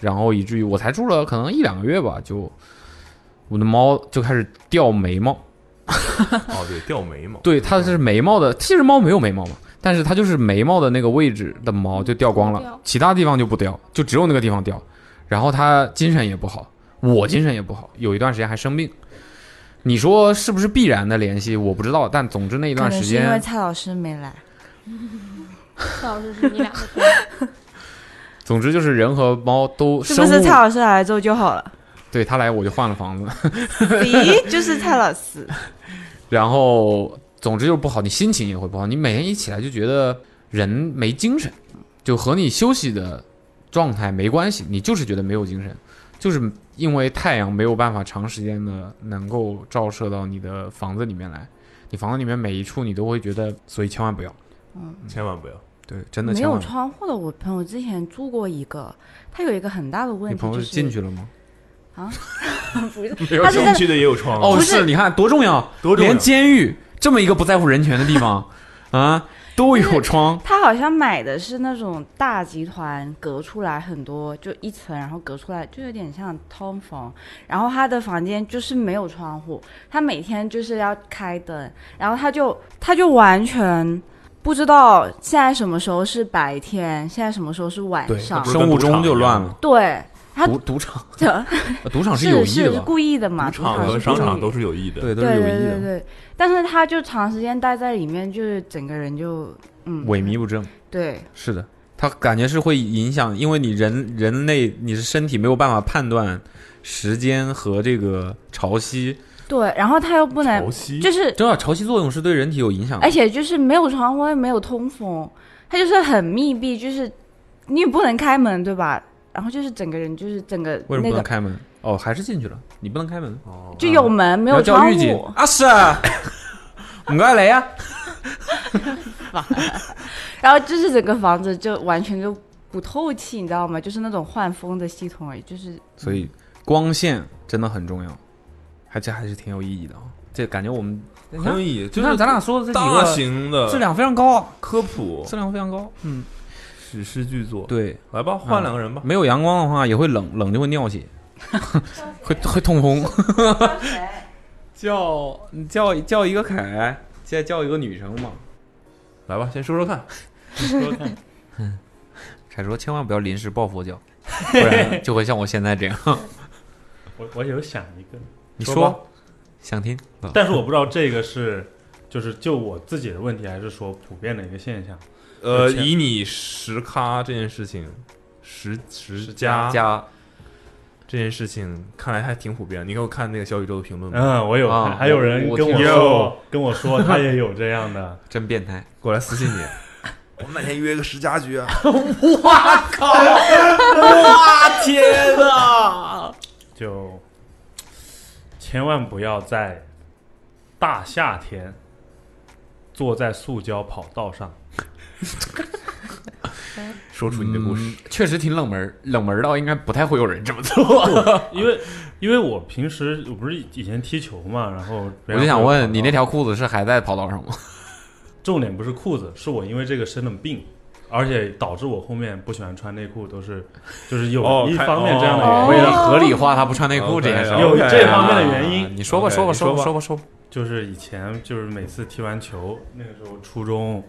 Speaker 8: 然后以至于我才住了可能一两个月吧，就我的猫就开始掉眉毛。
Speaker 2: 哦对，掉眉毛，
Speaker 8: 对，它是眉毛的，其实猫没有眉毛嘛，但是它就是眉毛的那个位置的毛就掉光
Speaker 9: 就掉
Speaker 8: 了，其他地方就不掉，就只有那个地方掉。然后它精神也不好，我精神也不好，有一段时间还生病。你说是不是必然的联系？我不知道，但总之那一
Speaker 4: 可
Speaker 8: 段
Speaker 4: 能
Speaker 8: 时
Speaker 4: 是因为
Speaker 8: 间，
Speaker 4: 蔡老师没来。
Speaker 9: 蔡老师是你俩的朋友，
Speaker 8: 总之就是人和猫都
Speaker 4: 是
Speaker 8: 生
Speaker 4: 不是
Speaker 8: 物
Speaker 4: 蔡，老师来之后就好 了？
Speaker 8: 对它来我就换了房子，
Speaker 4: 咦，就是蔡老师，
Speaker 8: 然后总之就是不好，你心情也会不好，你每天一起来就觉得人没精神，就和你休息的状态没关系，你就是觉得没有精神，就是因为太阳没有办法长时间的能够照射到你的房子里面来，你房子里面每一处你都会觉得，所以千万不要，
Speaker 2: 千万不要。
Speaker 8: 对，真的
Speaker 4: 没
Speaker 8: 千
Speaker 4: 有
Speaker 8: 万不要。
Speaker 4: 窗户的。我朋友之前住过一个，他有一个很大的问
Speaker 8: 你
Speaker 4: 题
Speaker 8: 朋友
Speaker 4: 就是
Speaker 8: 进去了吗？
Speaker 4: 啊， 不是，
Speaker 8: 没有
Speaker 4: 他是在
Speaker 2: 区的也有啊窗
Speaker 8: 哦，
Speaker 4: 不是
Speaker 8: 是，你看多重要，
Speaker 2: 多重要
Speaker 8: 连监狱这么一个不在乎人权的地方啊，都有窗。
Speaker 4: 他好像买的是那种大集团隔出来很多，就一层，然后隔出来就有点像通房。然后他的房间就是没有窗户，他每天就是要开灯，然后他就他就完全不知道现在什么时候是白天，现在什么时候是晚上。
Speaker 2: 不是
Speaker 8: 生物钟就乱了，
Speaker 4: 对，他
Speaker 8: 赌赌场，
Speaker 4: 的
Speaker 8: 呃赌场是有
Speaker 4: 是
Speaker 8: 意的
Speaker 4: 是
Speaker 8: 吧？
Speaker 4: 故意的嘛？赌
Speaker 2: 场
Speaker 4: 场
Speaker 2: 和
Speaker 4: 是
Speaker 2: 商
Speaker 4: 故意
Speaker 2: 场
Speaker 4: 的
Speaker 2: 都是有益的。
Speaker 8: 对，都是
Speaker 4: 对
Speaker 8: 有
Speaker 4: 对
Speaker 8: 意
Speaker 4: 对
Speaker 8: 的，
Speaker 4: 对，但是他就长时间待在里面，就是整个人就嗯
Speaker 8: 萎靡不振。
Speaker 4: 对
Speaker 8: 是的，它感觉是会影响，因为你人人类你是身体没有办法判断时间和这个潮汐，
Speaker 4: 对，然后他又不能
Speaker 2: 潮汐
Speaker 4: 就是
Speaker 8: 正好潮汐作用是对人体有影响的
Speaker 4: 而。且就是没有窗户，也没有通风，它就是很密闭，就是你也不能开门，对吧？然后就是整个人就是整个
Speaker 8: 为什么
Speaker 4: 那
Speaker 8: 不能
Speaker 4: 个
Speaker 8: 开门？哦，还是进去了，你不能开门，哦
Speaker 2: 哦
Speaker 8: 啊
Speaker 4: 就有门没
Speaker 8: 你要
Speaker 4: 有
Speaker 8: 叫
Speaker 4: 窗
Speaker 8: 狱警
Speaker 4: 户，
Speaker 8: 啊是啊，唔该来呀，
Speaker 4: 然后就是整个房子就完全就不透气，你知道吗？就是那种换风的系统而已，就是
Speaker 8: 所以光线真的很重要，还这还是挺有意义的啊。这感觉我们你看
Speaker 2: 可以，
Speaker 8: 就
Speaker 2: 就是
Speaker 8: 咱俩说的这几
Speaker 2: 大
Speaker 8: 个
Speaker 2: 型的
Speaker 8: 质量非常高，
Speaker 2: 科普
Speaker 8: 质量非常高。嗯，
Speaker 2: 史诗巨作。，
Speaker 8: 对，嗯
Speaker 2: 来吧，换两个人吧。
Speaker 8: 没有阳光的话也会冷，冷就会尿血， 会会痛风。叫你叫叫一个凯，再叫一个女生嘛。
Speaker 2: 来吧，先说 说看。
Speaker 8: 凯说千万不要临时抱佛 脚，不然就会像我现在这样。
Speaker 10: 我我有想一个，
Speaker 8: 你
Speaker 10: 说吧
Speaker 8: 说，嗯想 听？
Speaker 10: 但是我不知道这个是就是就我自己的问题，还是说普遍的一个现象。
Speaker 2: 呃，
Speaker 10: 而且
Speaker 2: 以你十咖这件事情，十十加
Speaker 8: 加
Speaker 2: 这件事情，看来还挺普遍。你给我看那个小宇宙的评论吗？
Speaker 10: 嗯，我有看，
Speaker 8: 啊
Speaker 10: 还有人
Speaker 8: 我
Speaker 10: 跟
Speaker 8: 我
Speaker 10: 我
Speaker 8: 听
Speaker 10: 说跟我 说他也有这样的，
Speaker 8: 嗯真变态！
Speaker 2: 过来私 信你。我们哪天约个十加局啊？
Speaker 8: 天哪！
Speaker 10: 就千万不要在大夏天坐在塑胶跑道 上。
Speaker 2: 说出你的故事。
Speaker 8: 嗯确实挺冷门儿，冷门儿到应该不太会有人这么 做。
Speaker 10: 因为因为我平时我不是以前踢球嘛，然后
Speaker 8: 我就想问你那条裤子是还在跑道上吗？
Speaker 10: 重点不是裤子，是我因为这个生的病，而且导致我后面不喜欢穿内裤，都是 就是有
Speaker 2: 哦
Speaker 10: 一
Speaker 2: 看
Speaker 10: 方面这样的
Speaker 2: 哦
Speaker 10: 原因，哦
Speaker 8: 为了合理化他不穿内裤这件事儿，
Speaker 10: 有
Speaker 2: OK，
Speaker 10: 这方面的原
Speaker 8: 啊
Speaker 10: 因。
Speaker 8: 你说吧，说吧，
Speaker 2: OK，
Speaker 8: 说吧，
Speaker 2: 你说吧
Speaker 8: 说吧，说吧。
Speaker 10: 就是以前就是每次踢完球，那个时候初中，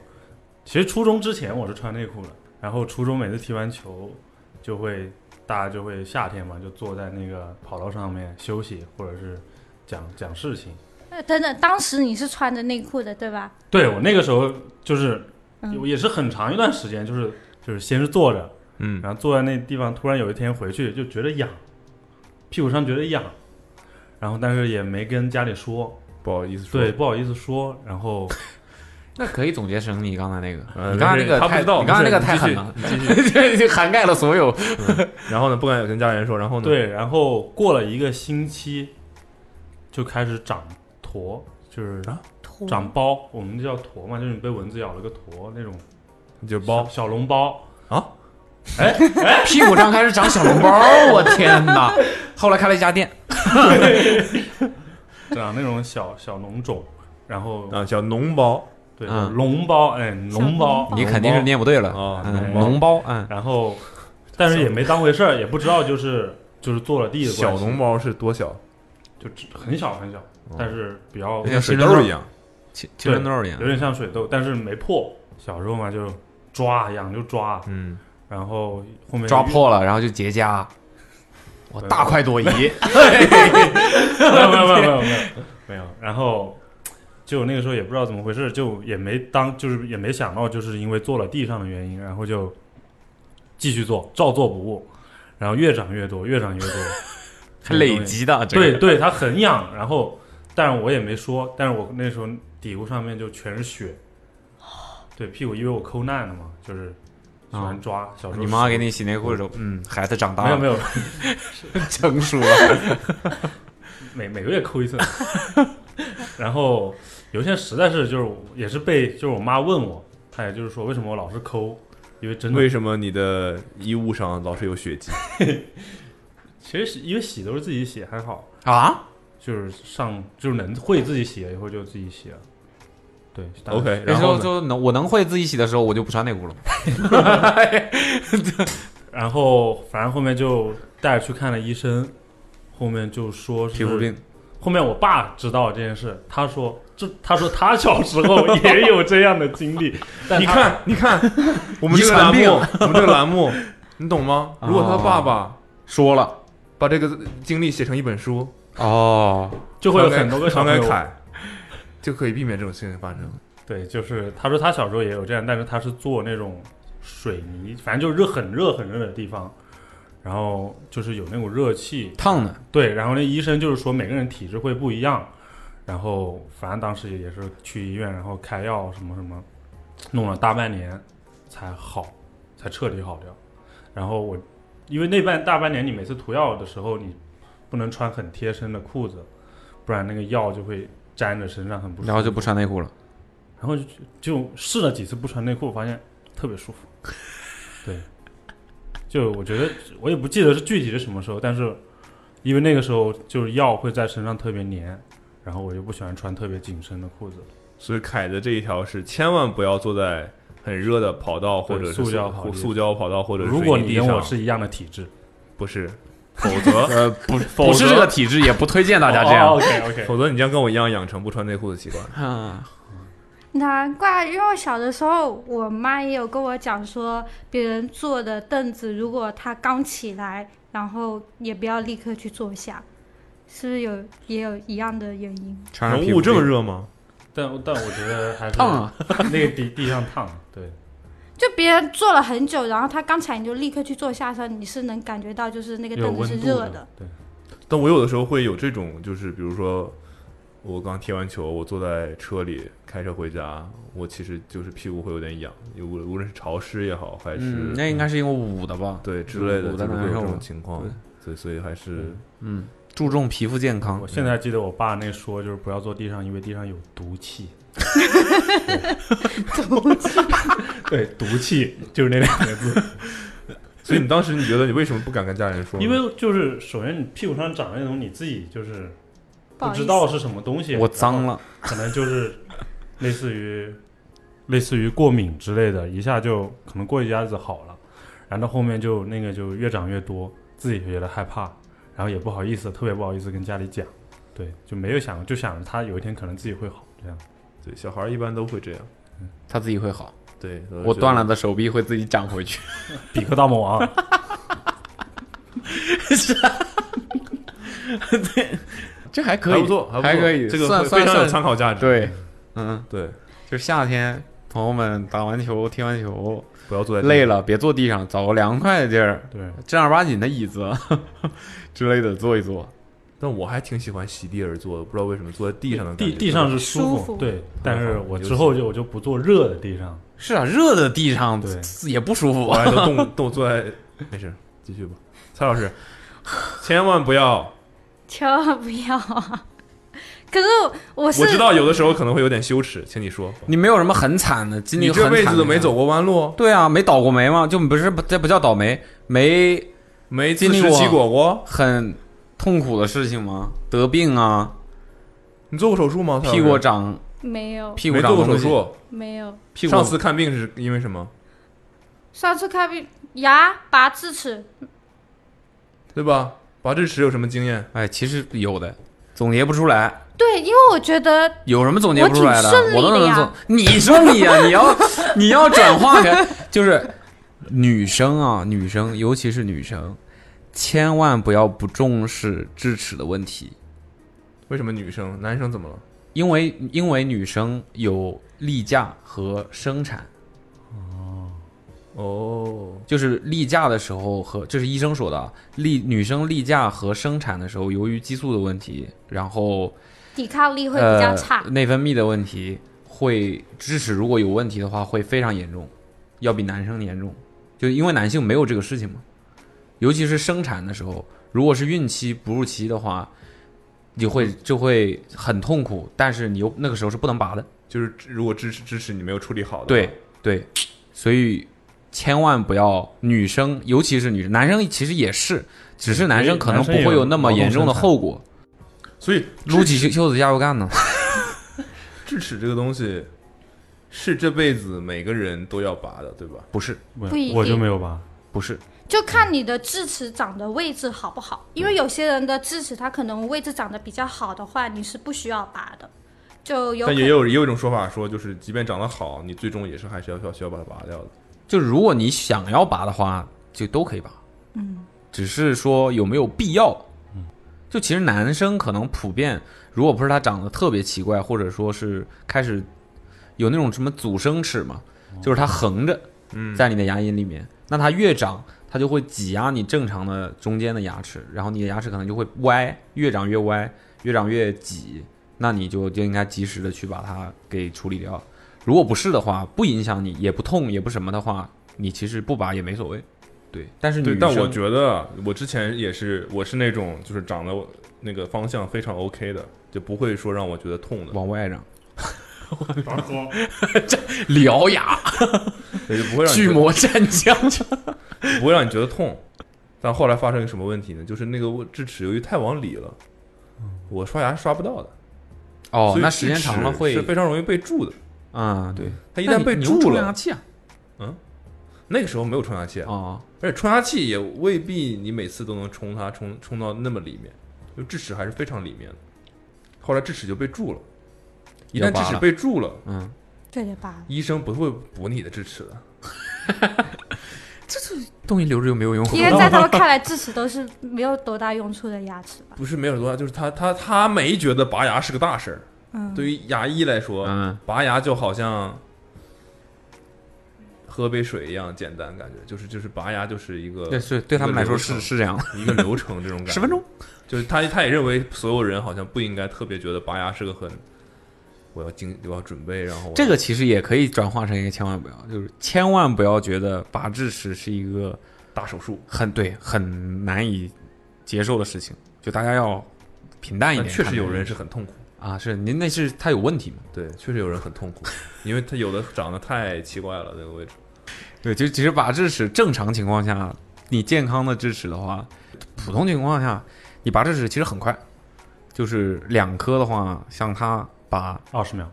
Speaker 10: 其实初中之前我是穿内裤的，然后初中每次踢完球就会大家就会夏天嘛，就坐在那个跑道上面休息或者是讲讲事情。
Speaker 11: 呃等等，当时你是穿着内裤的对吧？
Speaker 10: 对我那个时候就是
Speaker 11: 嗯
Speaker 10: 有也是很长一段时间，就是就是先是坐着，
Speaker 2: 嗯，
Speaker 10: 然后坐在那地方，突然有一天回去就觉得痒，屁股上觉得痒，然后但是也没跟家里说，
Speaker 2: 不好意思说。
Speaker 10: 对，，不好意思说，然后
Speaker 8: 那可以总结成你刚才那个，
Speaker 2: 呃
Speaker 8: 你刚才那个
Speaker 2: 他不
Speaker 8: 太，
Speaker 2: 知道
Speaker 8: 你刚才那个
Speaker 2: 没事
Speaker 8: 太狠
Speaker 2: 你嗯
Speaker 8: 了， 这就涵盖了所有。
Speaker 2: 然后呢，不敢跟家里人说。然后呢？，
Speaker 10: 对，然后过了一个星期，就开始长坨，就是
Speaker 8: 啊
Speaker 11: 脱
Speaker 10: 长包，我们叫坨嘛，就是你被蚊子咬了个坨那种
Speaker 2: 就
Speaker 10: 包
Speaker 2: 包。
Speaker 10: 小笼包，
Speaker 8: 啊
Speaker 10: 哎
Speaker 2: 哎
Speaker 8: 屁股上开始长小 笼包，我天 哪！后来开了一家店，
Speaker 10: 长那种小小脓肿，然后
Speaker 2: 啊，叫脓包，
Speaker 10: 对
Speaker 8: 嗯
Speaker 10: 脓包，哎，脓包，
Speaker 8: 你肯定是念不对了
Speaker 2: 啊
Speaker 8: 嗯，
Speaker 10: 脓
Speaker 8: 脓包，嗯，
Speaker 10: 然后，但是也没当回事儿，也不知道就是就是坐了地的
Speaker 2: 小
Speaker 10: 脓
Speaker 2: 脓，包是多小？
Speaker 10: 就只很小很小，
Speaker 8: 哦
Speaker 10: 但是比较
Speaker 8: 嗯
Speaker 2: 像水痘一样。
Speaker 8: 青青春痘一样
Speaker 10: 有，点像水痘，但是没破。小时候嘛就抓痒就抓，
Speaker 2: 嗯，
Speaker 10: 然后后面
Speaker 8: 抓破了，然后就结痂。啊我
Speaker 10: 对
Speaker 8: 大快 朵颐，
Speaker 10: 没有没有没有没有没有没有，然后就那个时候也不知道怎么回事，就也没当就是也没想到，就是因为坐了地上的原因，然后就继续做，照做不误，然后越长越多，越长越多，
Speaker 8: 还 累积的，这
Speaker 10: 对
Speaker 8: 个
Speaker 10: 对，它很痒，然后但是我也没说，但是我那时候底裤上面就全是 血，对屁股，因为我抠难了嘛，就是喜欢抓，小时候
Speaker 8: 哦你妈给
Speaker 10: 你
Speaker 8: 你洗内裤的时候，嗯，孩子长大
Speaker 10: 没有
Speaker 8: 了，
Speaker 10: 没有，
Speaker 8: 成熟了，
Speaker 10: 每每个月抠一次， 然后有一天实在是就是我也是被就是我妈问我，她也就是说为什么我老是抠，因为真的
Speaker 2: 为什么你的衣物上老是有血迹？。
Speaker 10: 其实洗因为洗都是自己洗，还好
Speaker 8: 啊，
Speaker 10: 就是上就是能会自己洗了以后就自己洗了。对大概是
Speaker 8: OK，
Speaker 10: 然
Speaker 8: 然
Speaker 10: 后
Speaker 8: 后
Speaker 10: 呢
Speaker 8: 就能我能会自己洗的时候，我就不穿内裤了。
Speaker 10: 然后反正后面就带着去看了医生，后面就说是
Speaker 8: 皮肤病。
Speaker 10: 后面我爸知道这件事，他说这他说他小时候也有这样的经历
Speaker 2: 你看，你看，我们
Speaker 10: 遗
Speaker 2: 这个
Speaker 10: 传
Speaker 2: 栏
Speaker 10: 病
Speaker 2: 目，我们这个栏 目，你懂吗？如果他爸爸
Speaker 8: 说了，
Speaker 2: 把这个经历写成一本书，
Speaker 8: 哦，
Speaker 10: 就会有很多个小
Speaker 2: 传
Speaker 10: 朋
Speaker 2: 给
Speaker 10: 友
Speaker 2: 凯，就可以避免这种情形发生。
Speaker 10: 嗯对，就是他说他小时候也有这样，但是他是做那种水泥，反正就是热很热很热的地方，然后就是有那种热气
Speaker 8: 烫的。
Speaker 10: 对，然后那医生就是说每个人体质会不一样，然后反正当时也是去医院，然后开药什么什么，弄了大半年才好，才彻底好掉。然后我因为那半大半年你每次涂药的时候你不能穿很贴身的裤子，不然那个药就会粘着身上很不舒服。
Speaker 8: 然后就不穿内裤了。
Speaker 10: 然后就 就试了几次不穿内裤，发现特别舒服。对，就我觉得我也不记得是具体是什么时候，但是因为那个时候就是药会在身上特别粘，然后我就不喜欢穿特别紧身的裤子。
Speaker 2: 所以凯的这一条是千万不要坐在很热的跑道或
Speaker 10: 对
Speaker 2: 者是
Speaker 10: 塑胶跑道
Speaker 2: 塑胶跑道或者
Speaker 10: 如果你
Speaker 2: 水泥地
Speaker 10: 跟我
Speaker 2: 上
Speaker 10: 是一样的体质，
Speaker 2: 不是，否 则哦
Speaker 8: 呃不不是这个体质也不推荐大家这样 OK，OK
Speaker 2: 否则你将跟我一样养成不穿内裤的习 惯
Speaker 8: 啊。
Speaker 11: 难怪，因为我小的时候，我妈也有跟我讲说，别人坐的凳子，如果它刚起来，然后也不要立刻去坐下，是不是有也有一样的原因？
Speaker 2: 上皮肤病能捂这么热吗？
Speaker 10: 但但我觉得还是
Speaker 11: 烫啊
Speaker 10: 那个地地上烫，对。
Speaker 11: 就别人坐了很久，然后他刚才你就立刻去坐下的时候，你是能感觉到就是那个
Speaker 2: 有
Speaker 11: 凳子
Speaker 2: 温
Speaker 11: 是
Speaker 2: 度
Speaker 11: 热
Speaker 2: 的。但我有的时候会有这种，就是比如说，我刚踢完球，我坐在车里开车回家，我其实就是屁股会有点痒，无无论是潮湿也好，还是、
Speaker 8: 嗯，那应该是因为捂的吧？
Speaker 2: 对之类的，
Speaker 8: 捂的
Speaker 2: 就是会
Speaker 8: 难
Speaker 2: 有这
Speaker 8: 受
Speaker 2: 种
Speaker 8: 了。
Speaker 2: 情况，所以所以还是
Speaker 8: 嗯，注重皮肤健康。
Speaker 10: 我现在记得我爸那说就是不要坐地上，因为地上有毒气。
Speaker 11: 毒气，
Speaker 10: 对， 毒气就是那两个 字。
Speaker 2: 所以你当时你觉得你为什么不敢跟家人说呢？
Speaker 10: 因为就是首先你屁股上长那种你自己就是
Speaker 11: 不
Speaker 10: 不
Speaker 11: 好意思
Speaker 10: 知道是什么东西，
Speaker 8: 我脏了，
Speaker 10: 可能就是类似于类似于过敏之类的，一下就可能过一下子好了，然后到后面就那个就越长越多，自己觉得害怕，然后也不好意思，特别不好意思跟家里讲，对，就没有想就想着他有一天可能自己会好这样。嗯
Speaker 2: 对，小孩一般都会这样，
Speaker 8: 他自己会好。
Speaker 2: 对，
Speaker 8: 我断了的手臂会自己长回去。
Speaker 10: 比克大魔王，
Speaker 8: 这还可以，
Speaker 2: 还不错还不错
Speaker 8: 还可以，
Speaker 2: 这个
Speaker 8: 算
Speaker 2: 非
Speaker 8: 算
Speaker 2: 非常有
Speaker 8: 算
Speaker 2: 参考价值
Speaker 8: 对，嗯，
Speaker 2: 对，
Speaker 8: 就夏天，朋友们打完球、踢完球，
Speaker 2: 不要坐在地上
Speaker 8: 累了，别坐地上，找个凉快的地儿，
Speaker 10: 对，
Speaker 8: 正儿八经的椅子 之类的坐一坐。
Speaker 2: 但我还挺喜欢席地而坐的，不知道为什么坐在地上的感
Speaker 10: 地
Speaker 2: 觉
Speaker 10: 地上是
Speaker 2: 特
Speaker 10: 舒
Speaker 2: 别
Speaker 10: 服，对，但是我之后就我就不坐热的地上，
Speaker 8: 是啊，热的地上
Speaker 10: 对
Speaker 8: 也不舒服
Speaker 2: 我还都 动动坐在，没事，继续吧。蔡老师，千万不要，
Speaker 11: 千万不要 啊！可是我是
Speaker 2: 我知道有的时候可能会有点羞耻，请你说。
Speaker 8: 你没有什么很惨的经历，
Speaker 2: 你这辈子都没走过弯路。
Speaker 8: 对啊，没倒过霉吗？就不是这不叫倒霉，没
Speaker 2: 没
Speaker 8: 经历
Speaker 2: 自食其果
Speaker 8: 过很痛苦的事情吗？得病啊？
Speaker 2: 你做过手术吗蔡老
Speaker 8: 屁
Speaker 2: 师
Speaker 8: 股长
Speaker 11: 没有
Speaker 8: 屁股
Speaker 2: 啊没
Speaker 8: 长
Speaker 2: 做过手
Speaker 8: 东西
Speaker 2: 术，
Speaker 11: 没有
Speaker 8: 屁股
Speaker 2: 上次看病是因为什么？
Speaker 11: 上次看病牙拔智齿，
Speaker 2: 对吧？拔智齿有什么经验？
Speaker 8: 哎，其实有的，总结不出来，
Speaker 11: 对，因为我觉得
Speaker 8: 有什么总结不出来
Speaker 11: 我挺顺利的
Speaker 8: 我
Speaker 11: 呀
Speaker 8: 都能做。啊你顺利啊，你要你要转化成就是女生啊，女生尤其是女生，千万不要不重视智齿的问题。
Speaker 2: 为什么女生？男生怎么了？
Speaker 8: 因为因为女生有例假和生产。
Speaker 2: 哦，
Speaker 8: 就是例假的时候和这是医生说的，啊，例女生例假和生产的时候，由于激素的问题，然后
Speaker 11: 抵抗力会比较差
Speaker 8: 呃，。内分泌的问题会智齿如果有问题的话会非常严重，要比男生严重，就因为男性没有这个事情嘛，尤其是生产的时候，如果是孕期、哺乳期的话，你会就会很痛苦，但是你又那个时候是不能拔的，
Speaker 2: 就是如果支持支持你没有处理好的，
Speaker 8: 对，对，所以千万不要女生，尤其是女生，男生其实也是，只是男生可能
Speaker 10: 嗯男
Speaker 8: 不
Speaker 10: 生也
Speaker 8: 会
Speaker 10: 有
Speaker 8: 那么
Speaker 10: 劳动
Speaker 8: 严重的
Speaker 10: 生产
Speaker 8: 后果。
Speaker 2: 所以
Speaker 8: 撸起袖子加油干呢？
Speaker 2: 智齿这个东西是这辈子每个人都要拔的，对吧？
Speaker 8: 不是，
Speaker 11: 不一定我就没有
Speaker 10: 拔，
Speaker 8: 不是。
Speaker 11: 就看你的智齿长的位置好不好，因为有些人的智齿它可能位置长得比较好的话，你是不需要拔的，就有可
Speaker 2: 但也有也有一种说法说，就是即便长得好，你最终也是还是要需要需要把它拔掉的。
Speaker 8: 就如果你想要拔的话，就都可以拔，
Speaker 11: 嗯，
Speaker 8: 只是说有没有必要。
Speaker 10: 嗯
Speaker 8: 就其实男生可能普遍，如果不是他长得特别奇怪，或者说是开始有那种什么阻生齿嘛，就是它横着，
Speaker 2: 嗯
Speaker 8: 在你的牙龈里面，那它越长，它就会挤压你正常的中间的牙齿，然后你的牙齿可能就会歪，越长越歪，越长越挤，那你就就应该及时的去把它给处理掉。如果不是的话，不影响你，也不痛，也不什么的话，你其实不拔也没所谓。对，但是
Speaker 2: 对，
Speaker 8: 女
Speaker 2: 但
Speaker 8: 生
Speaker 2: 我觉得我之前也是，我是那种就是长得那个方向非常 OK 的，就不会说让我觉得痛的。
Speaker 8: 往外长，
Speaker 2: 獠
Speaker 8: 牙，
Speaker 2: 对，就不会让
Speaker 8: 巨魔
Speaker 2: 战
Speaker 8: 将，
Speaker 2: 不会让你觉得痛。但后来发生一个什么问题呢？就是那个智齿由于太往里了，我刷牙是刷不到的。
Speaker 8: 哦
Speaker 2: 所以
Speaker 8: 那时间
Speaker 2: 智齿
Speaker 8: 长了会
Speaker 2: 是非常容易被蛀的。
Speaker 8: 啊、对，
Speaker 2: 它一
Speaker 8: 那
Speaker 2: 旦
Speaker 8: 你
Speaker 2: 被
Speaker 8: 你用
Speaker 2: 蛀
Speaker 8: 冲
Speaker 2: 了，
Speaker 8: 牙器啊，
Speaker 2: 嗯，那个时候没有冲牙器
Speaker 8: 啊，
Speaker 2: 而且冲牙器也未必你每次都能冲它冲冲到那么里面，就智齿还是非常里面的。后来智齿就被蛀了，一旦
Speaker 8: 要拔
Speaker 2: 智齿
Speaker 8: 了
Speaker 2: 被蛀了，
Speaker 8: 嗯，
Speaker 11: 对的吧？
Speaker 2: 医生不会补你的智齿的。
Speaker 8: 东西留着又没有用，
Speaker 11: 因为在他们看来，智齿都是没有多大用处的牙齿吧？
Speaker 2: 不是没有多大，就是他他他没觉得拔牙是个大事儿。
Speaker 11: 嗯
Speaker 2: 对于牙医来说，
Speaker 8: 嗯
Speaker 2: 拔牙就好像喝杯水一样简单，感觉就是就是拔牙就是一个
Speaker 8: 对是对他们来说是是这样的
Speaker 2: 一个流程这种 感觉。
Speaker 8: 10分钟，
Speaker 2: 就是他他也认为所有人好像不应该特别觉得拔牙是个很我要经我要准备，然后我
Speaker 8: 这个其实也可以转化成一个千万不要，就是千万不要觉得拔智齿是一个
Speaker 2: 大手术，
Speaker 8: 很对，很难以接受的事情。就大家要平淡一点
Speaker 2: 但
Speaker 8: 看
Speaker 2: 确
Speaker 8: 待这个事
Speaker 2: 实
Speaker 8: 情。
Speaker 2: 有人是很痛苦
Speaker 8: 啊，是您那是他有问题嘛？
Speaker 2: 对，确实有人很痛苦，因为他有的长得太奇怪了那个位置。
Speaker 8: 对，就其实拔智齿，正常情况下，你健康的智齿的话，普通情况下，你拔智齿其实很快，就是两颗的话，像他拔
Speaker 10: 二十秒，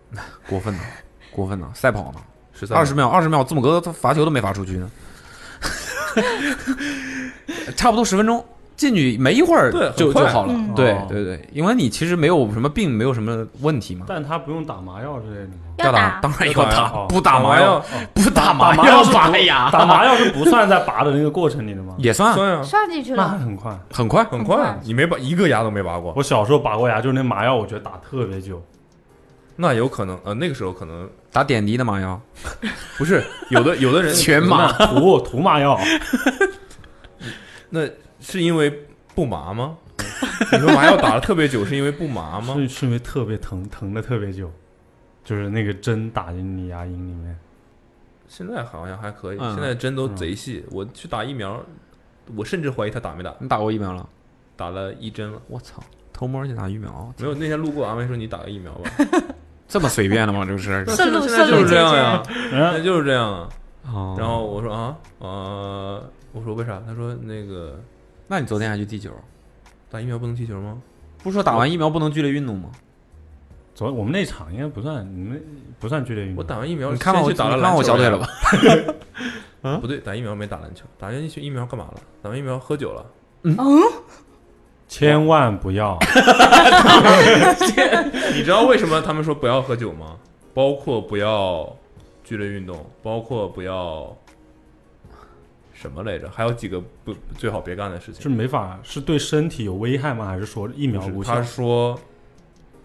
Speaker 8: 过分了，过分了，赛跑呢，
Speaker 2: 13秒
Speaker 8: 二十秒，二十秒，字母哥他罚球都没罚出去呢， 差不多十分钟进去没一会儿
Speaker 10: 对很
Speaker 8: 就就
Speaker 10: 快
Speaker 8: 好了，
Speaker 10: 嗯
Speaker 8: 对
Speaker 10: 哦
Speaker 8: 对对，因为你其实没有什么病，没有什么问题嘛。
Speaker 10: 但他不用打麻药之类的吗？
Speaker 8: 要打当然要打
Speaker 10: 哦
Speaker 8: 不打麻药
Speaker 10: 哦
Speaker 8: 不打麻药
Speaker 10: 打是不
Speaker 8: 拔牙
Speaker 10: 打麻药是不算 在拔的那个过程里的吗？
Speaker 8: 也算
Speaker 2: 算呀 啊
Speaker 11: 算进去
Speaker 10: 那
Speaker 11: 了
Speaker 10: 还，很快，
Speaker 8: 很快，
Speaker 2: 很
Speaker 10: 快
Speaker 2: 快，你没拔一个牙都没拔过。
Speaker 10: 我小时候拔过牙，就是那麻药，我觉得打特别久。
Speaker 2: 那有可能，呃，那个时候可能
Speaker 8: 打点滴的麻药，
Speaker 2: 不是有的有的人
Speaker 8: 全麻
Speaker 10: 涂涂麻药，
Speaker 2: 那是因为不 麻吗？你说麻药打了特别久，是因为不麻吗？
Speaker 10: 是是因为特别疼，疼的特别久，就是那个针打进你牙龈里面。
Speaker 2: 现在好像还可以，
Speaker 10: 嗯
Speaker 2: 现在针都贼细。我去打疫苗，我甚至怀疑他打没打。
Speaker 8: 你打过疫苗了？
Speaker 2: 打了一针了。
Speaker 8: 我操， 偷摸去打疫苗，
Speaker 2: 没有，那天路过安慰说你打个疫苗 吧。
Speaker 8: 这么随便的吗？这个事儿
Speaker 2: 那现在现在就是这样呀，那就是这样啊。
Speaker 8: 嗯哦
Speaker 2: 然后我说啊，呃，我说为啥？他说那个
Speaker 8: 那你昨天还去踢球？
Speaker 2: 打疫苗不能踢球吗？
Speaker 8: 不是说打完疫苗不能剧烈运动吗？
Speaker 10: 昨我们那场应该不算，你们不算剧烈运动。
Speaker 2: 我打完疫苗，
Speaker 8: 你看完我
Speaker 2: 先去打了
Speaker 8: 你看完我
Speaker 2: 篮
Speaker 8: 小
Speaker 2: 球
Speaker 8: 腿了吧
Speaker 2: 嗯不对，打疫苗没打篮球，打完疫疫苗干嘛了？打完疫苗喝酒了。
Speaker 10: 嗯，千万 不要。
Speaker 2: 你知道为什么他们说不要喝酒吗？包括不要剧烈运动，包括不要什么来着？还有几个不最好别干的事情。
Speaker 10: 是没法，是对身体有危害吗？还是说疫苗
Speaker 2: 不
Speaker 10: 无
Speaker 2: 是
Speaker 10: 效
Speaker 2: 他？说，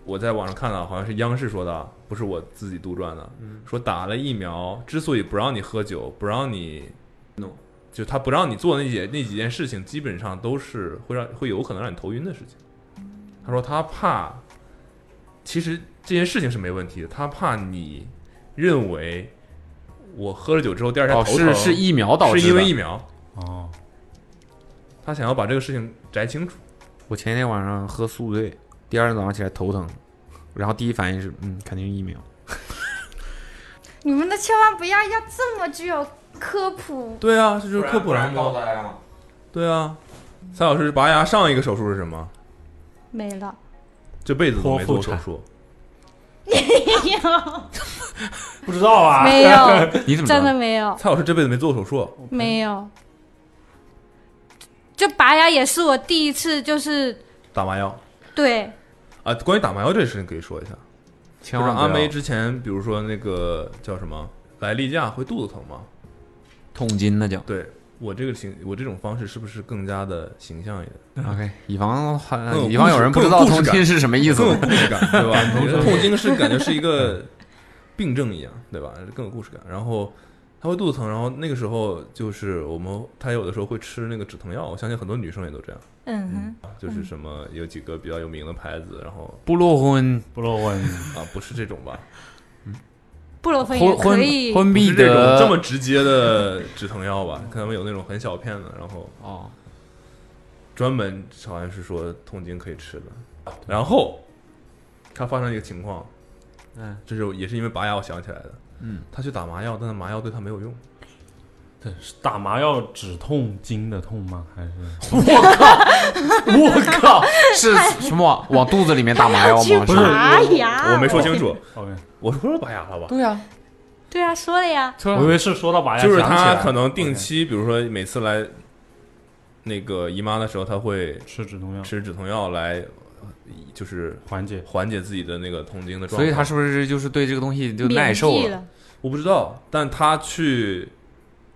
Speaker 2: 我在网上看到，好像是央视说的，不是我自己杜撰的。说打了疫苗，之所以不让你喝酒，不让你弄，就他不让你做那几那几件事情，基本上都是会让会有可能让你头晕的事情。他说他怕，其实这件事情是没问题的，他怕你认为我喝了酒之后第二天
Speaker 8: 哦
Speaker 2: 头疼、
Speaker 8: 是是疫苗导致的
Speaker 2: 是因为疫苗，
Speaker 10: 哦，
Speaker 2: 他想要把这个事情嗯摘清楚。
Speaker 8: 我前天晚上喝宿醉，第二天早上起来头疼，然后第一反应是，嗯，肯定是疫苗。
Speaker 11: 你们的千万不要要这么具有
Speaker 9: 科普。
Speaker 2: 对啊，这就是科普栏目。对啊，蔡老师拔牙上一个手术是什么？
Speaker 11: 没了。
Speaker 2: 这辈子都没做过手术。
Speaker 11: 没有，
Speaker 2: 不知道啊
Speaker 11: 没有
Speaker 2: 你怎么知道
Speaker 11: 真的没有
Speaker 2: 蔡老师这辈子没做过手术，
Speaker 11: 没有。就拔牙也是我第一次，就是
Speaker 2: 打麻药
Speaker 11: 对，
Speaker 2: 啊。关于打麻药这事情可以说一下。
Speaker 8: 千万
Speaker 2: 就
Speaker 8: 不
Speaker 2: 是
Speaker 8: 要
Speaker 2: 阿梅之前，比如说那个叫什么来例假会肚子疼吗？
Speaker 8: 痛经那叫。
Speaker 2: 对我这个形，我这种方式是不是更加的形象一点
Speaker 8: OK，以防还
Speaker 2: 嗯更
Speaker 8: 以防有人不知道痛经是什么意思
Speaker 2: 更有故 事感，对吧？你的 痛经是感觉是一
Speaker 8: 嗯
Speaker 2: 个病症一样，对吧？更有故事感。然后他会肚子疼，然后那个时候就是我们，他有的时候会吃那个止疼药，我相信很多女生也都这样。
Speaker 11: 嗯哼
Speaker 2: 就是什么有几个比较有名的牌子，然后
Speaker 8: 布洛 芬，
Speaker 10: 布洛芬
Speaker 2: 啊，不是这种吧？
Speaker 11: 布洛芬也可以。
Speaker 2: 不是这种这么直接的止疼药吧？可能有那种很小片的，然后
Speaker 8: 哦，
Speaker 2: 专门好像是说痛经可以吃的。然后他发生一个情况，
Speaker 8: 嗯，
Speaker 2: 这是也是因为拔牙我想起来的，
Speaker 8: 嗯，
Speaker 2: 他去打麻药，但是麻药对他没有用。
Speaker 10: 对，是打麻药止痛经的痛吗？还是
Speaker 8: 我靠， 是什么往往肚子里面打麻药吗？
Speaker 11: 还要去
Speaker 8: 是
Speaker 2: 哎
Speaker 11: 拔牙
Speaker 2: 我没说清楚。
Speaker 10: OK，
Speaker 2: 我说拔牙了吧？
Speaker 11: 对啊，对啊，说了呀。
Speaker 10: 我以为是说到拔牙
Speaker 2: 就是
Speaker 10: 想起来
Speaker 2: 他
Speaker 10: 了
Speaker 2: 可能定期，比如说每次来那个姨妈的时候，他会
Speaker 10: 吃止痛药，
Speaker 2: 吃止痛药来就是
Speaker 10: 缓解
Speaker 2: 缓解自己的那个痛经的状况。
Speaker 8: 所以他是不是就是对这个东西就耐受
Speaker 2: 免疫了？我不知道，但他去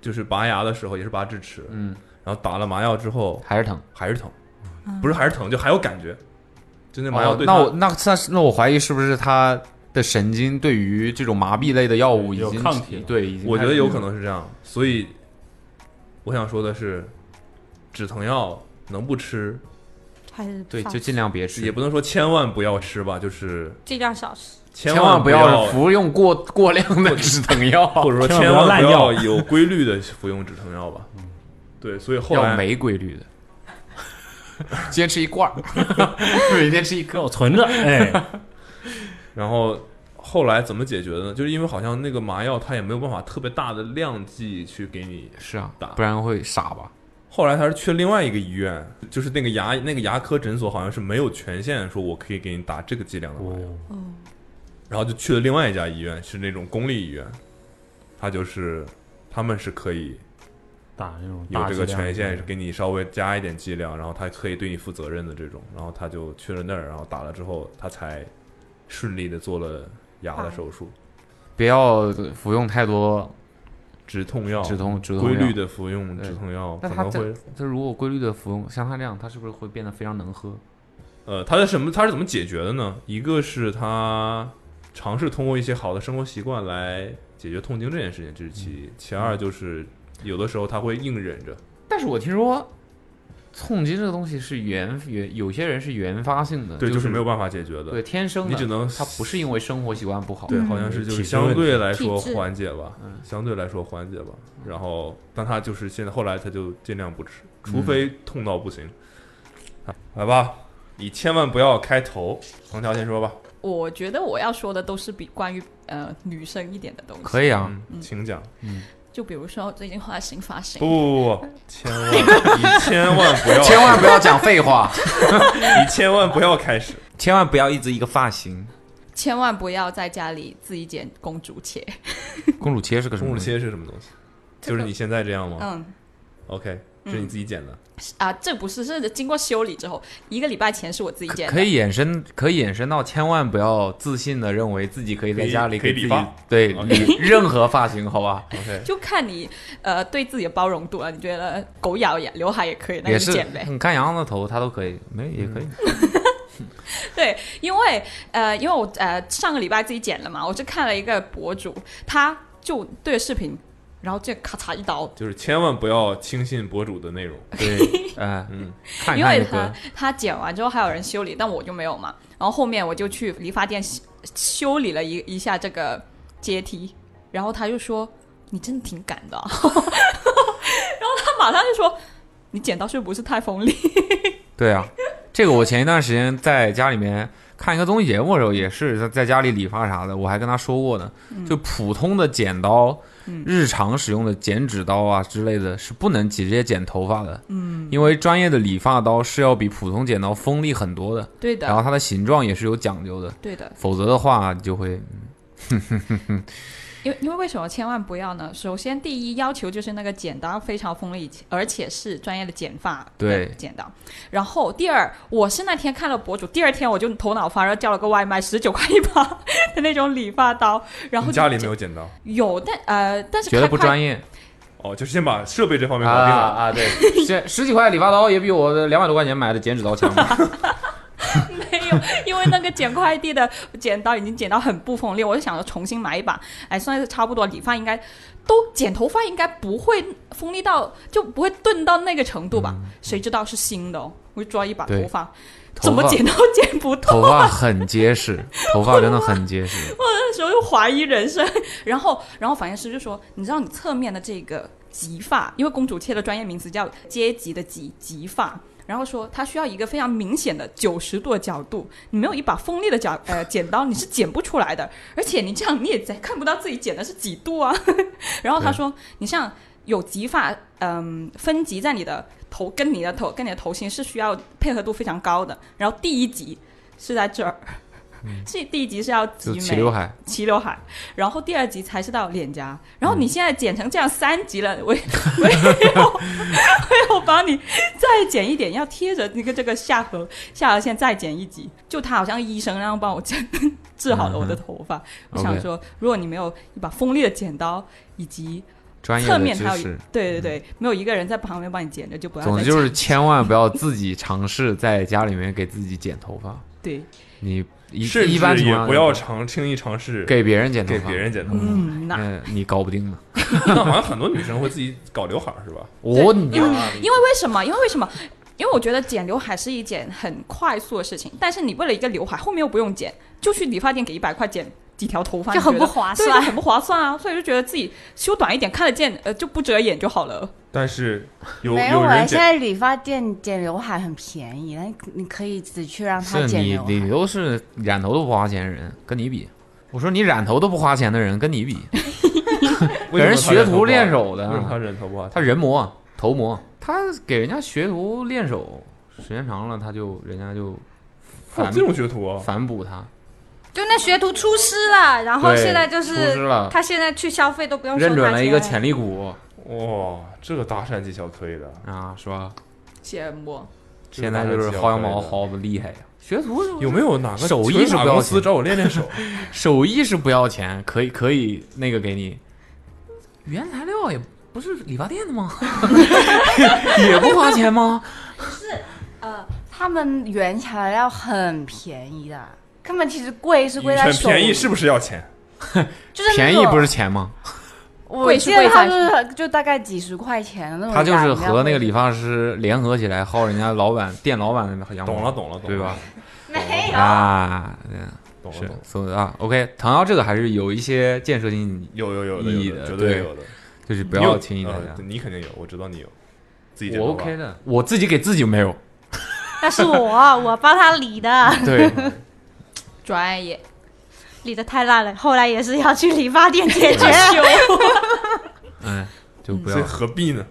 Speaker 2: 就是拔牙的时候也是拔智齿，
Speaker 8: 嗯，
Speaker 2: 然后打了麻药之后
Speaker 8: 还是疼，
Speaker 2: 还是疼，不是还是疼，就还有感觉，就那麻药
Speaker 8: 哦
Speaker 2: 对
Speaker 8: 那
Speaker 2: 他
Speaker 8: 我那那那我怀疑是不是他的神经对于这种麻痹类的药物已
Speaker 2: 有
Speaker 8: 经
Speaker 2: 抗体了
Speaker 8: 对，已经
Speaker 2: 我觉得有可
Speaker 8: 开
Speaker 2: 能
Speaker 8: 始
Speaker 2: 是这样。所以我想说的是，止疼药能不吃
Speaker 11: 还是
Speaker 2: 对，
Speaker 11: 放
Speaker 2: 就
Speaker 8: 尽量别吃，
Speaker 2: 也不能说千万不要吃吧，就是
Speaker 11: 尽量少吃。
Speaker 2: 千
Speaker 8: 千万不
Speaker 2: 要
Speaker 8: 要服用过过量的止疼药，
Speaker 2: 或者说千万不要嗯有规律的服用止疼药吧。对，所以后来
Speaker 8: 要没规律的，今天吃一罐儿， 每天吃一颗，
Speaker 10: 我存 着哎。
Speaker 2: 然后后来怎么解决的呢？就是因为好像那个麻药它也没有办法特别大的量剂去给你
Speaker 8: 是啊
Speaker 2: 打，
Speaker 8: 不然会傻吧？
Speaker 2: 后来他是去另外一个医院，就是那个牙那个牙科诊所好像是没有权限说我可以给你打这个剂量的麻药，
Speaker 11: 哦，
Speaker 2: 然后就去了另外一家医院，是那种公立医院，他就是他们是可以
Speaker 10: 打那种
Speaker 2: 有这个权限，
Speaker 10: 是
Speaker 2: 是给你稍微加一点剂量，然后他可以对你负责任的这种，然后他就去了那儿，然后打了之后，他才顺利的做了牙的手术。
Speaker 8: 不要服用太多
Speaker 2: 止痛药
Speaker 8: 止痛止痛
Speaker 2: 规
Speaker 8: 药
Speaker 2: 律的服用
Speaker 8: 对
Speaker 2: 止痛药
Speaker 8: 那
Speaker 2: 可
Speaker 8: 他
Speaker 2: 能
Speaker 8: 这
Speaker 2: 会
Speaker 8: 这如果规律的服用，像他这样，他是不是会变得非常能喝？
Speaker 2: 呃，他的什么？他是怎么解决的呢？一个是他尝试通过一些好的生活习惯来解决痛经这件事情，这是其
Speaker 8: 嗯
Speaker 2: 一；其二就是有的时候他会硬忍着。
Speaker 8: 但是我听说，痛经这个东西是原原有些人是原发性的，
Speaker 2: 对
Speaker 8: 就
Speaker 2: 就是没有办法解决的
Speaker 8: 对，天生的
Speaker 2: 你只能
Speaker 8: 他不是因为生活习惯不好，嗯
Speaker 2: 对，好像是就是相对来说缓解吧，相对来说缓解吧。
Speaker 8: 嗯
Speaker 2: 然后，但他就是现在后来他就尽量不吃，除
Speaker 8: 嗯
Speaker 2: 非痛到不行。啊来吧，你千万不要开头，藤条先说吧。
Speaker 5: 我觉得我要说的都是比关于呃女生一点的东西。
Speaker 2: 可以啊请讲。
Speaker 8: 嗯，
Speaker 5: 就比如说最近花型发型，
Speaker 2: 不不不不，千万你千万不 要，
Speaker 8: 千万不要讲废 话，
Speaker 2: 你千万不要开始，
Speaker 12: 千万不要一直一个发型。
Speaker 5: 千万不要在家里自己剪公主切。
Speaker 8: 公主切是个
Speaker 2: 什么？公主切是什么东西？就是你现在这样吗？
Speaker 5: 嗯
Speaker 2: OK，是你自己剪的。
Speaker 5: 啊，这不是是经过修理之后，一个礼拜前是我自己剪的。
Speaker 8: 可以衍生，可以衍生到千万不要自信的认为自己可以在家里
Speaker 2: 可以
Speaker 8: 给自己
Speaker 2: 可以理发
Speaker 8: 对
Speaker 2: OK
Speaker 8: 理任何发型，好吧
Speaker 2: ？OK，
Speaker 5: 就看你呃对自己的包容度了。你觉得狗咬也刘海也可以，那
Speaker 8: 也
Speaker 5: 你
Speaker 8: 是
Speaker 5: 剪呗。
Speaker 8: 你看洋洋的头，他都可以，没也
Speaker 5: 嗯
Speaker 8: 可以。
Speaker 5: 对，因为呃，因为我呃上个礼拜自己剪了嘛，我就看了一个博主，他就对着视频，然后这咔嚓一刀，
Speaker 2: 就是千万不要轻信博主的内容。
Speaker 8: 对，哎，
Speaker 2: 嗯，
Speaker 5: 因为他他剪完之后还有人修理，但我就没有嘛。然后后面我就去理发店修修理了一一下这个阶梯，然后他就说：“你真的挺赶的啊、 然后他马上就说：“你剪刀是不是太锋利
Speaker 8: 对啊，这个我前一段时间在家里面看一个综艺节目的时候，也是在在家里理发啥的，我还跟他说过呢
Speaker 5: 嗯。
Speaker 8: 就普通的剪刀
Speaker 5: 嗯
Speaker 8: 日常使用的剪纸刀啊之类的是不能直接剪头发的，
Speaker 5: 嗯
Speaker 8: 因为专业的理发刀是要比普通剪刀锋利很多的，
Speaker 5: 对的
Speaker 8: 然后它的形状也是有讲究的，
Speaker 5: 对的
Speaker 8: 否则的话就会， 嗯
Speaker 5: 因为因为为什么千万不要呢？首先，第一要求就是那个剪刀非常锋利，而且是专业的剪发
Speaker 8: 对
Speaker 5: 的剪刀。然后第二，我是那天看了博主，第二天我就头脑发热叫了个外卖，十九块一把的那种理发刀，然后
Speaker 2: 你
Speaker 5: 就
Speaker 2: 家里没有剪刀，
Speaker 5: 有，但呃，但是
Speaker 2: 觉得
Speaker 5: 看
Speaker 2: 不
Speaker 5: 看
Speaker 2: 专业 哦，就是先把设备这方面搞定了
Speaker 8: 啊啊对， 十十几块理发刀也比我的两百多块钱买的剪纸刀强。
Speaker 5: 没有， 因为那个捡快递的剪刀已经剪到很不锋利，我就想着重新买一把，哎，算是差不多。理发应该都剪头发应该不会锋利到，就不会钝到那个程度吧？谁知道是新的哦，我就抓一把
Speaker 8: 嗯对
Speaker 5: 头发，
Speaker 8: 头
Speaker 5: 怎么
Speaker 8: 发
Speaker 5: 剪都剪不
Speaker 8: 头
Speaker 5: 断。
Speaker 8: 发很结实，头发真的很 结实。
Speaker 5: 我那时候就怀疑人生，然后， 然后发型师就说：“你知道你侧面的这个极发，因为公主切的专业名词叫阶级的极极发，然后说它需要一个非常明显的九十度的角度，你没有一把锋利的角呃剪刀，你是剪不出来的，而且你这样你也在看不到自己剪的是几度啊。”然后他说：“你像有极发，嗯，分级在你的头跟你的头跟你的头型是需要配合度非常高的，然后第一级是在这儿。”是第一集是要集
Speaker 8: 嗯就
Speaker 5: 美，
Speaker 8: 齐刘海
Speaker 5: 齐刘海，然后第二集才是到脸颊，然
Speaker 8: 嗯
Speaker 5: 后你现在剪成这样三集了，我也我也要我要帮你再剪一点，要贴着那个这个下颌下颌线再剪一集，就他好像医生那样帮我 剪治好了我的头发。我想
Speaker 8: OK
Speaker 5: 说，如果你没有一把锋利的剪刀以及
Speaker 8: 专业
Speaker 5: 侧
Speaker 8: 的
Speaker 5: 面
Speaker 8: 知
Speaker 5: 还有一
Speaker 8: 识嗯
Speaker 5: 对对对，没有一个人在旁边帮你剪着，就不要
Speaker 8: 总
Speaker 5: 再
Speaker 8: 之就
Speaker 5: 剪
Speaker 8: 是千万不要自己尝试在家里面给自己剪头发。
Speaker 5: 对，
Speaker 8: 你一
Speaker 2: 甚
Speaker 8: 一般
Speaker 2: 至
Speaker 8: 情
Speaker 2: 也
Speaker 8: 况下
Speaker 2: 不要尝轻易尝试
Speaker 8: 给别人剪头
Speaker 2: 给
Speaker 8: 发，
Speaker 2: 别人剪头发。
Speaker 5: 嗯那
Speaker 8: 那你搞不定的。
Speaker 2: 那好像很多女生会自己搞刘海儿是吧？
Speaker 8: 我啊
Speaker 5: 因为因为为什么？因为为什么？因为我觉得剪刘海是一件很快速的事情，但是你为了一个刘海，后面又不用剪，就去理发店给一百块剪几条头发，
Speaker 9: 就
Speaker 5: 你觉
Speaker 9: 很
Speaker 5: 得
Speaker 9: 不划
Speaker 5: 对
Speaker 9: 算
Speaker 5: 就很不划算啊！所以就觉得自己修短一点，看得见，呃，就不遮掩就好了。
Speaker 2: 但是有
Speaker 4: 没有
Speaker 2: 有
Speaker 4: 啊， 现
Speaker 2: 人剪，
Speaker 4: 在理发店剪刘海很便宜，那你你可以只去让他
Speaker 8: 是
Speaker 4: 剪
Speaker 8: 你
Speaker 4: 刘海。
Speaker 8: 你都是染头都不花钱的人，跟你比，我说你染头都不花钱的人跟 你比，给人学徒练手的，
Speaker 2: 为什么他人头不好？
Speaker 8: 他人模头模，他给人家学徒练手，时间长了他就人家就
Speaker 2: 哦
Speaker 8: 反
Speaker 2: 这种学徒啊
Speaker 8: 反哺他，
Speaker 11: 就那学徒出师了，然后
Speaker 8: 对
Speaker 11: 现在就
Speaker 8: 出
Speaker 11: 是
Speaker 8: 师了
Speaker 11: 他现在去消费都不用收
Speaker 8: 认准
Speaker 11: 他
Speaker 8: 了
Speaker 11: 钱
Speaker 8: 一个潜力股，
Speaker 2: 哇，这个搭讪技巧可以的
Speaker 8: 啊，是吧？
Speaker 5: 羡慕。
Speaker 8: 现在就是薅羊毛薅的厉害呀。学徒
Speaker 2: 有没有哪个
Speaker 8: 手艺是不要
Speaker 2: 公
Speaker 8: 钱
Speaker 2: 司找我练练手？
Speaker 8: 手艺是不要钱，可以可以那个给你，原材料也不是理发店 的吗？也不花钱吗？
Speaker 4: 呃，他们原材料很便宜的，他们其实贵是贵在
Speaker 2: 很
Speaker 4: 手
Speaker 2: 便宜
Speaker 4: 里，
Speaker 2: 是不是要钱？
Speaker 4: 就是那
Speaker 8: 便宜
Speaker 4: 种
Speaker 8: 不是钱吗？
Speaker 4: 我
Speaker 5: 贵是
Speaker 4: 记得
Speaker 5: 贵
Speaker 4: 他
Speaker 5: 在
Speaker 4: 就是就大概几十块钱的那种
Speaker 8: 他
Speaker 4: 染料
Speaker 8: 就
Speaker 4: 费。
Speaker 8: 是和那个理发师联合起来薅人家老板店老板的羊毛，
Speaker 2: 懂了懂了懂了
Speaker 8: 对吧？
Speaker 4: 没有
Speaker 8: 啊，嗯
Speaker 2: 懂了
Speaker 8: 是
Speaker 2: 懂了
Speaker 8: 所以啊，OK，唐瑶这个还是有一些建设性
Speaker 2: 有有有的
Speaker 8: 意义
Speaker 2: 有的绝对
Speaker 8: 对
Speaker 2: 有的，
Speaker 8: 就是不
Speaker 2: 你
Speaker 8: 要
Speaker 2: 有
Speaker 8: 轻易大
Speaker 2: 呃
Speaker 8: 家
Speaker 2: 对。你肯定有，我知道你有。自己剪
Speaker 8: 我
Speaker 2: 头发
Speaker 8: OK 的，我自己给自己没有，
Speaker 11: 那是 我，我帮他理的。
Speaker 8: 对，
Speaker 5: 专业，
Speaker 11: 理的太烂了，后来也是要去理发店解 决。
Speaker 5: 哎
Speaker 8: 嗯，就不要
Speaker 2: 所以何必呢？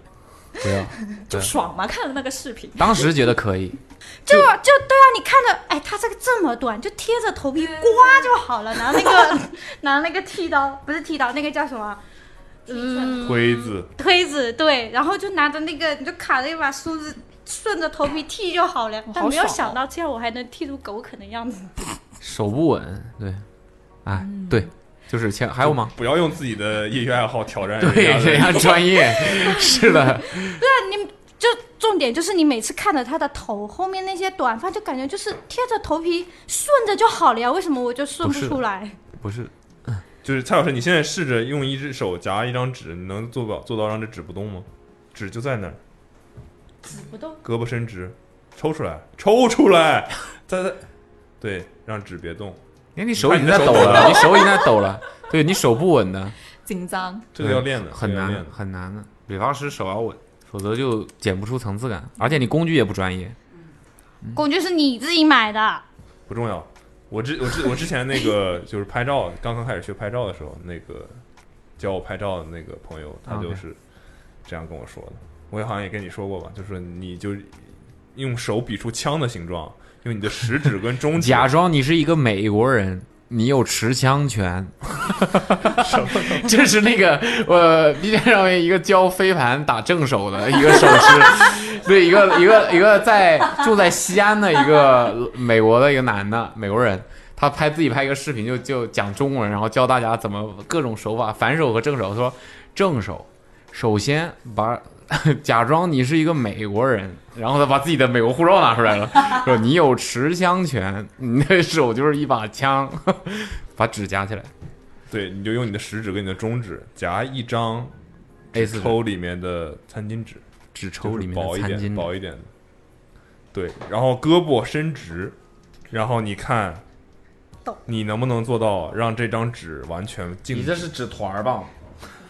Speaker 8: 不要，
Speaker 5: 就
Speaker 8: 对
Speaker 5: 爽嘛！看了那个视频，
Speaker 8: 当时觉得可以，
Speaker 11: 就就对啊，你看着，哎，他这个这么短，就贴着头皮刮就好了，拿那 个拿那个剃刀，不是剃刀，那个叫什么？嗯，
Speaker 2: 推子
Speaker 11: 推子对，然后就拿着那个，你就卡着一把梳子，顺着头皮剃就好啊了。但没有
Speaker 5: 爽哦
Speaker 11: 想到，这样我还能剃出狗啃的样子。
Speaker 8: 手不稳，对，哎，
Speaker 4: 嗯
Speaker 8: 对，就是前还 有吗？
Speaker 2: 不要用自己的业余爱好挑战
Speaker 8: 对，人家
Speaker 2: 人的
Speaker 8: 专 业，是的，
Speaker 11: 对啊，你就重点就是你每次看着他的头后面那些短发，就感觉就是贴着头皮顺着就好了呀。为什么我就顺
Speaker 2: 不
Speaker 11: 不
Speaker 2: 是
Speaker 11: 出
Speaker 2: 的
Speaker 11: 来？
Speaker 8: 不是，
Speaker 2: 就是蔡老师，你现在试着用一只手夹一张纸，你能做到做到让这纸不动吗？纸就在那儿，
Speaker 11: 不动，
Speaker 2: 胳膊伸直，抽出来，抽出来，再再，对，让纸别动。
Speaker 8: 因为哎你手已经在抖
Speaker 2: 抖
Speaker 8: 了，你手已经在抖了，对你手不稳的，
Speaker 5: 紧张。
Speaker 2: 这个要练的，
Speaker 8: 很
Speaker 2: 这个要
Speaker 8: 难
Speaker 2: 练的
Speaker 8: 很难的。理发师手要稳，否则就剪不出层次感，而且你工具也不专业。
Speaker 11: 工嗯具是你自己买的，
Speaker 2: 不重要。我之我之我之前那个就是拍照，刚刚开始学拍照的时候，那个教我拍照的那个朋友，他
Speaker 7: OK
Speaker 2: 就是这样跟我说的。我好像也跟你说过吧，就是你就用手比出枪的形状，用你的食指跟中指
Speaker 8: 假 装你是一个美国人，你有持枪权。这是那个呃，B 站上面一个教飞盘打正手的一个手 势， 对，一个一个一 个在住在西安的一个美国的一个男的美国人，他拍自己拍一个视频就就讲中文，然后教大家怎么各种手法，反手和正手。说正手，首先把假装你是一个美国人，然后他把自己的美国护照拿出来了，说你有持枪权，你的手就是一把枪，把指夹起来。
Speaker 2: 对，你就用你的食指跟你的中指夹一张
Speaker 8: A4
Speaker 2: 纸抽里面的餐巾纸，
Speaker 8: 纸抽里面的
Speaker 2: 薄一
Speaker 8: 餐巾
Speaker 2: 点，
Speaker 8: 纸
Speaker 2: 薄一点的。对，然后胳膊伸直，然后你看，你能不能做到让这张纸完全静？
Speaker 7: 你这是纸团儿吧？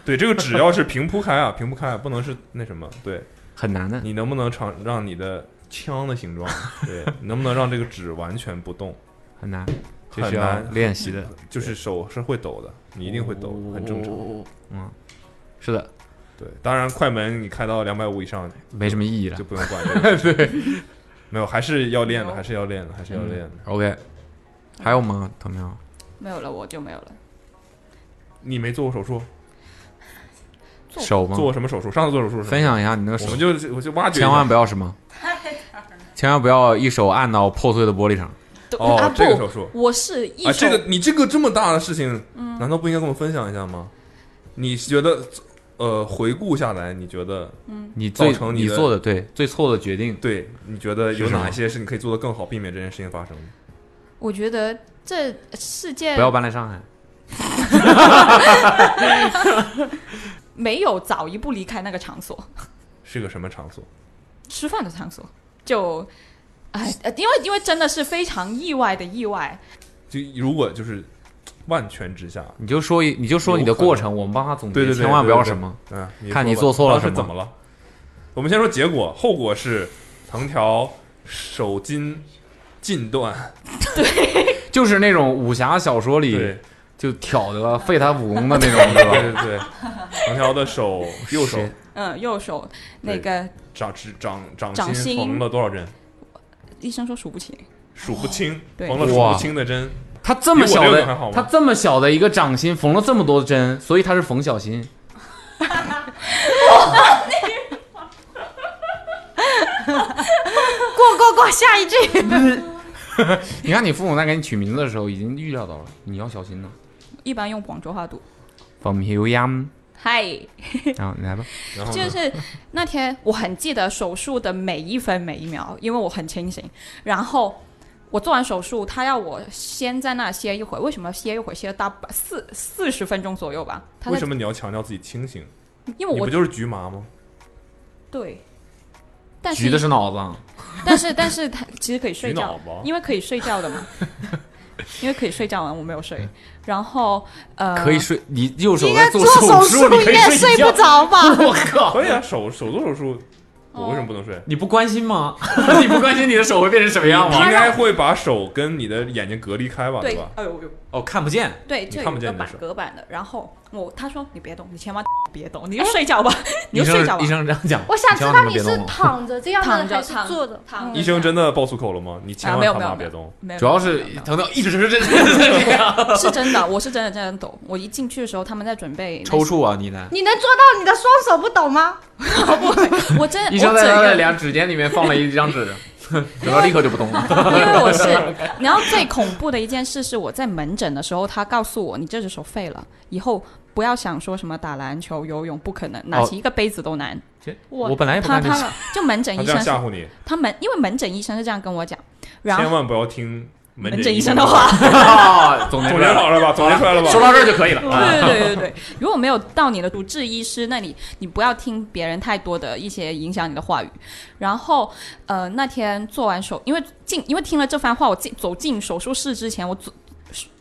Speaker 2: 对，这个纸要是平铺开啊，平铺开、啊、不能是那什么，对，
Speaker 8: 很难的。
Speaker 2: 你能不能尝让你的枪的形状， 对，能不能让这个纸完全不动？
Speaker 8: 很难，
Speaker 7: 这
Speaker 2: 很
Speaker 7: 需要
Speaker 2: 难
Speaker 7: 练习的，
Speaker 2: 就是手是会抖的，你一定会抖，很正常。
Speaker 8: 嗯，是的，
Speaker 2: 对，当然快门你开到两百五以上，
Speaker 8: 没什么意义了。
Speaker 2: 就不用管这 个对，没有，还是要练的，还是要练的，还
Speaker 8: 嗯
Speaker 2: 是要练的。
Speaker 8: OK，还有吗？怎么样？
Speaker 5: 没有了，我就没有了。
Speaker 2: 你没做过手术？
Speaker 5: 做
Speaker 8: 手吗？
Speaker 2: 做过什么手术？上次做手术是什么
Speaker 8: 分享一下你那个手，
Speaker 2: 我们就我就挖掘一下，
Speaker 8: 千万不要 什么，千万不要一手按到破碎的玻璃上。
Speaker 2: 哦
Speaker 5: 啊
Speaker 2: 这个
Speaker 5: 不
Speaker 2: 手术
Speaker 5: 我是一手、
Speaker 2: 啊，这个你这个这么大的事情，
Speaker 5: 嗯
Speaker 2: 难道不应该跟我们分享一下吗？你觉得，呃，回顾下来，你觉得，
Speaker 5: 嗯
Speaker 8: 你最
Speaker 2: 造成
Speaker 8: 你
Speaker 2: 的
Speaker 8: 做的对最错的决定，
Speaker 2: 对，你觉得有
Speaker 8: 是什么
Speaker 2: 哪些是你可以做的更好，避免这件事情发生的？
Speaker 5: 我觉得这世界
Speaker 8: 不要搬来上海。
Speaker 5: 没有早一步离开那个场所，
Speaker 2: 是个什么场所？
Speaker 5: 吃饭的场所，就，哎，呃因为因为真的是非常意外的意外，
Speaker 2: 就如果就是万全之下，
Speaker 8: 你就说一，你就说你的过程，我们帮他总结，
Speaker 2: 对对对，
Speaker 8: 千万不要
Speaker 2: 对对
Speaker 8: 什么，
Speaker 2: 嗯，
Speaker 8: 看你
Speaker 2: 说吧
Speaker 8: 做错了
Speaker 2: 当时
Speaker 8: 什么，
Speaker 2: 怎么了？我们先说结果，后果是藤条手筋 尽断，
Speaker 8: 就是那种武侠小说里就挑得废他武功的那种，
Speaker 2: 对
Speaker 8: 对吧？
Speaker 2: 对对，藤条的手右手
Speaker 8: 是
Speaker 5: 嗯，右手那个
Speaker 2: 掌指掌掌
Speaker 5: 掌心
Speaker 2: 心缝了多少针？
Speaker 5: 医生说数不清，
Speaker 2: 数不清，
Speaker 5: 对
Speaker 2: 缝了数不清的针。
Speaker 8: 他这么小
Speaker 2: 比我这
Speaker 8: 的
Speaker 2: 个还好，吗
Speaker 8: 他这么小的一个掌心缝了这么多针，所以他是缝小心。
Speaker 11: 过过过，下一句。
Speaker 8: 嗯 你看你父母在给你取名字的时候已经预料到了，你要小心了。
Speaker 5: 一般用广州话读，
Speaker 8: From here, yam。
Speaker 5: 嗨，
Speaker 2: 嗯
Speaker 8: 啊，你来吧。
Speaker 5: 就是那天我很记得手术的每一分每一秒，因为我很清醒。然后我做完手术，他要我先在那歇一会儿。为什么歇一会儿？歇了大半四四十分钟左右吧。他在
Speaker 2: 为什么你要强调自己清醒？
Speaker 5: 因为我
Speaker 2: 你不就是局麻吗？
Speaker 5: 对，但是
Speaker 8: 举的是脑 子，啊
Speaker 5: 但是但是他其实可以睡
Speaker 8: 举脑
Speaker 5: 觉
Speaker 8: 吧，
Speaker 5: 因为可以睡觉的 嘛。因为可以睡觉嘛，我没有睡。然后呃，
Speaker 8: 可以睡。你右手
Speaker 5: 应
Speaker 8: 在
Speaker 5: 该
Speaker 8: 做
Speaker 5: 做手
Speaker 8: 术，
Speaker 5: 术
Speaker 8: 你可
Speaker 5: 应
Speaker 8: 以
Speaker 5: 该
Speaker 8: 睡
Speaker 5: 睡
Speaker 8: 觉
Speaker 5: 不着吧
Speaker 8: 我靠！
Speaker 2: 可以啊，手手做手术，
Speaker 5: 哦
Speaker 2: 我为什么不能睡？
Speaker 8: 你不关心吗？ 你不关心你的手会变成什么样
Speaker 2: 你
Speaker 8: 吗？
Speaker 2: 应该会把手跟你的眼睛隔离开吧，
Speaker 5: 对
Speaker 2: 吧？
Speaker 5: 哎呦呦
Speaker 8: 哦，看不见。
Speaker 5: 对，
Speaker 2: 你
Speaker 5: 就
Speaker 2: 看
Speaker 5: 有
Speaker 2: 不
Speaker 5: 一
Speaker 2: 见
Speaker 5: 个
Speaker 2: 你的
Speaker 5: 板
Speaker 2: 手。
Speaker 5: 隔板的。然后我他说你别动，你千万别动，你就睡 觉吧，你就睡觉吧
Speaker 8: 医。生这样讲，
Speaker 11: 我想知
Speaker 2: 千万
Speaker 11: 道
Speaker 2: 不能
Speaker 11: 你
Speaker 2: 别
Speaker 11: 是
Speaker 2: 动
Speaker 11: 躺着这样
Speaker 5: 躺
Speaker 11: 的
Speaker 5: 着
Speaker 11: 还是
Speaker 5: 躺
Speaker 11: 坐着？
Speaker 5: 躺
Speaker 2: 医生真的爆粗口了吗？你千
Speaker 5: 啊
Speaker 2: 万
Speaker 5: 没有
Speaker 2: 他
Speaker 5: 没有
Speaker 2: 妈
Speaker 5: 没
Speaker 2: 别
Speaker 5: 有
Speaker 2: 动
Speaker 5: 没有，
Speaker 8: 主要是疼到一直是这样，
Speaker 5: 是真的，我是真的真的抖。我一进去的时候，他们在准备那些
Speaker 8: 抽，搐啊！你呢？
Speaker 11: 你能做到你的双手不抖吗？
Speaker 5: 我 真
Speaker 8: 医
Speaker 5: 我
Speaker 8: 生在他的
Speaker 5: 整个，
Speaker 8: 两指间里面放了一张 纸，然后立刻就不动了。
Speaker 5: 因为我 是，然后最恐怖的一件事是我在门诊的时候，他告诉我你这只手废了，以后不要想说什么打篮球、游泳不可能，
Speaker 2: 哦
Speaker 5: 拿起一个杯子都难。
Speaker 8: 我本来也不
Speaker 5: 他
Speaker 8: 看这
Speaker 5: 他就门诊
Speaker 2: 他
Speaker 5: 医
Speaker 2: 这样
Speaker 5: 生是
Speaker 2: 吓唬你，
Speaker 5: 他门因为门诊医生是这样跟我讲，然后
Speaker 2: 千万不要听门
Speaker 5: 门诊
Speaker 2: 医
Speaker 5: 医
Speaker 2: 生
Speaker 5: 生的话
Speaker 8: 总结
Speaker 2: 总结好了吧？总结出来了吧？
Speaker 8: 说到这儿就可以了。啊
Speaker 5: 对对对对 对，如果没有到你的主治医师那里，你不要听别人太多的一些影响你的话语。然后，呃，那天做完手，因为进，因为听了这番话，我进走进手术室之前，我走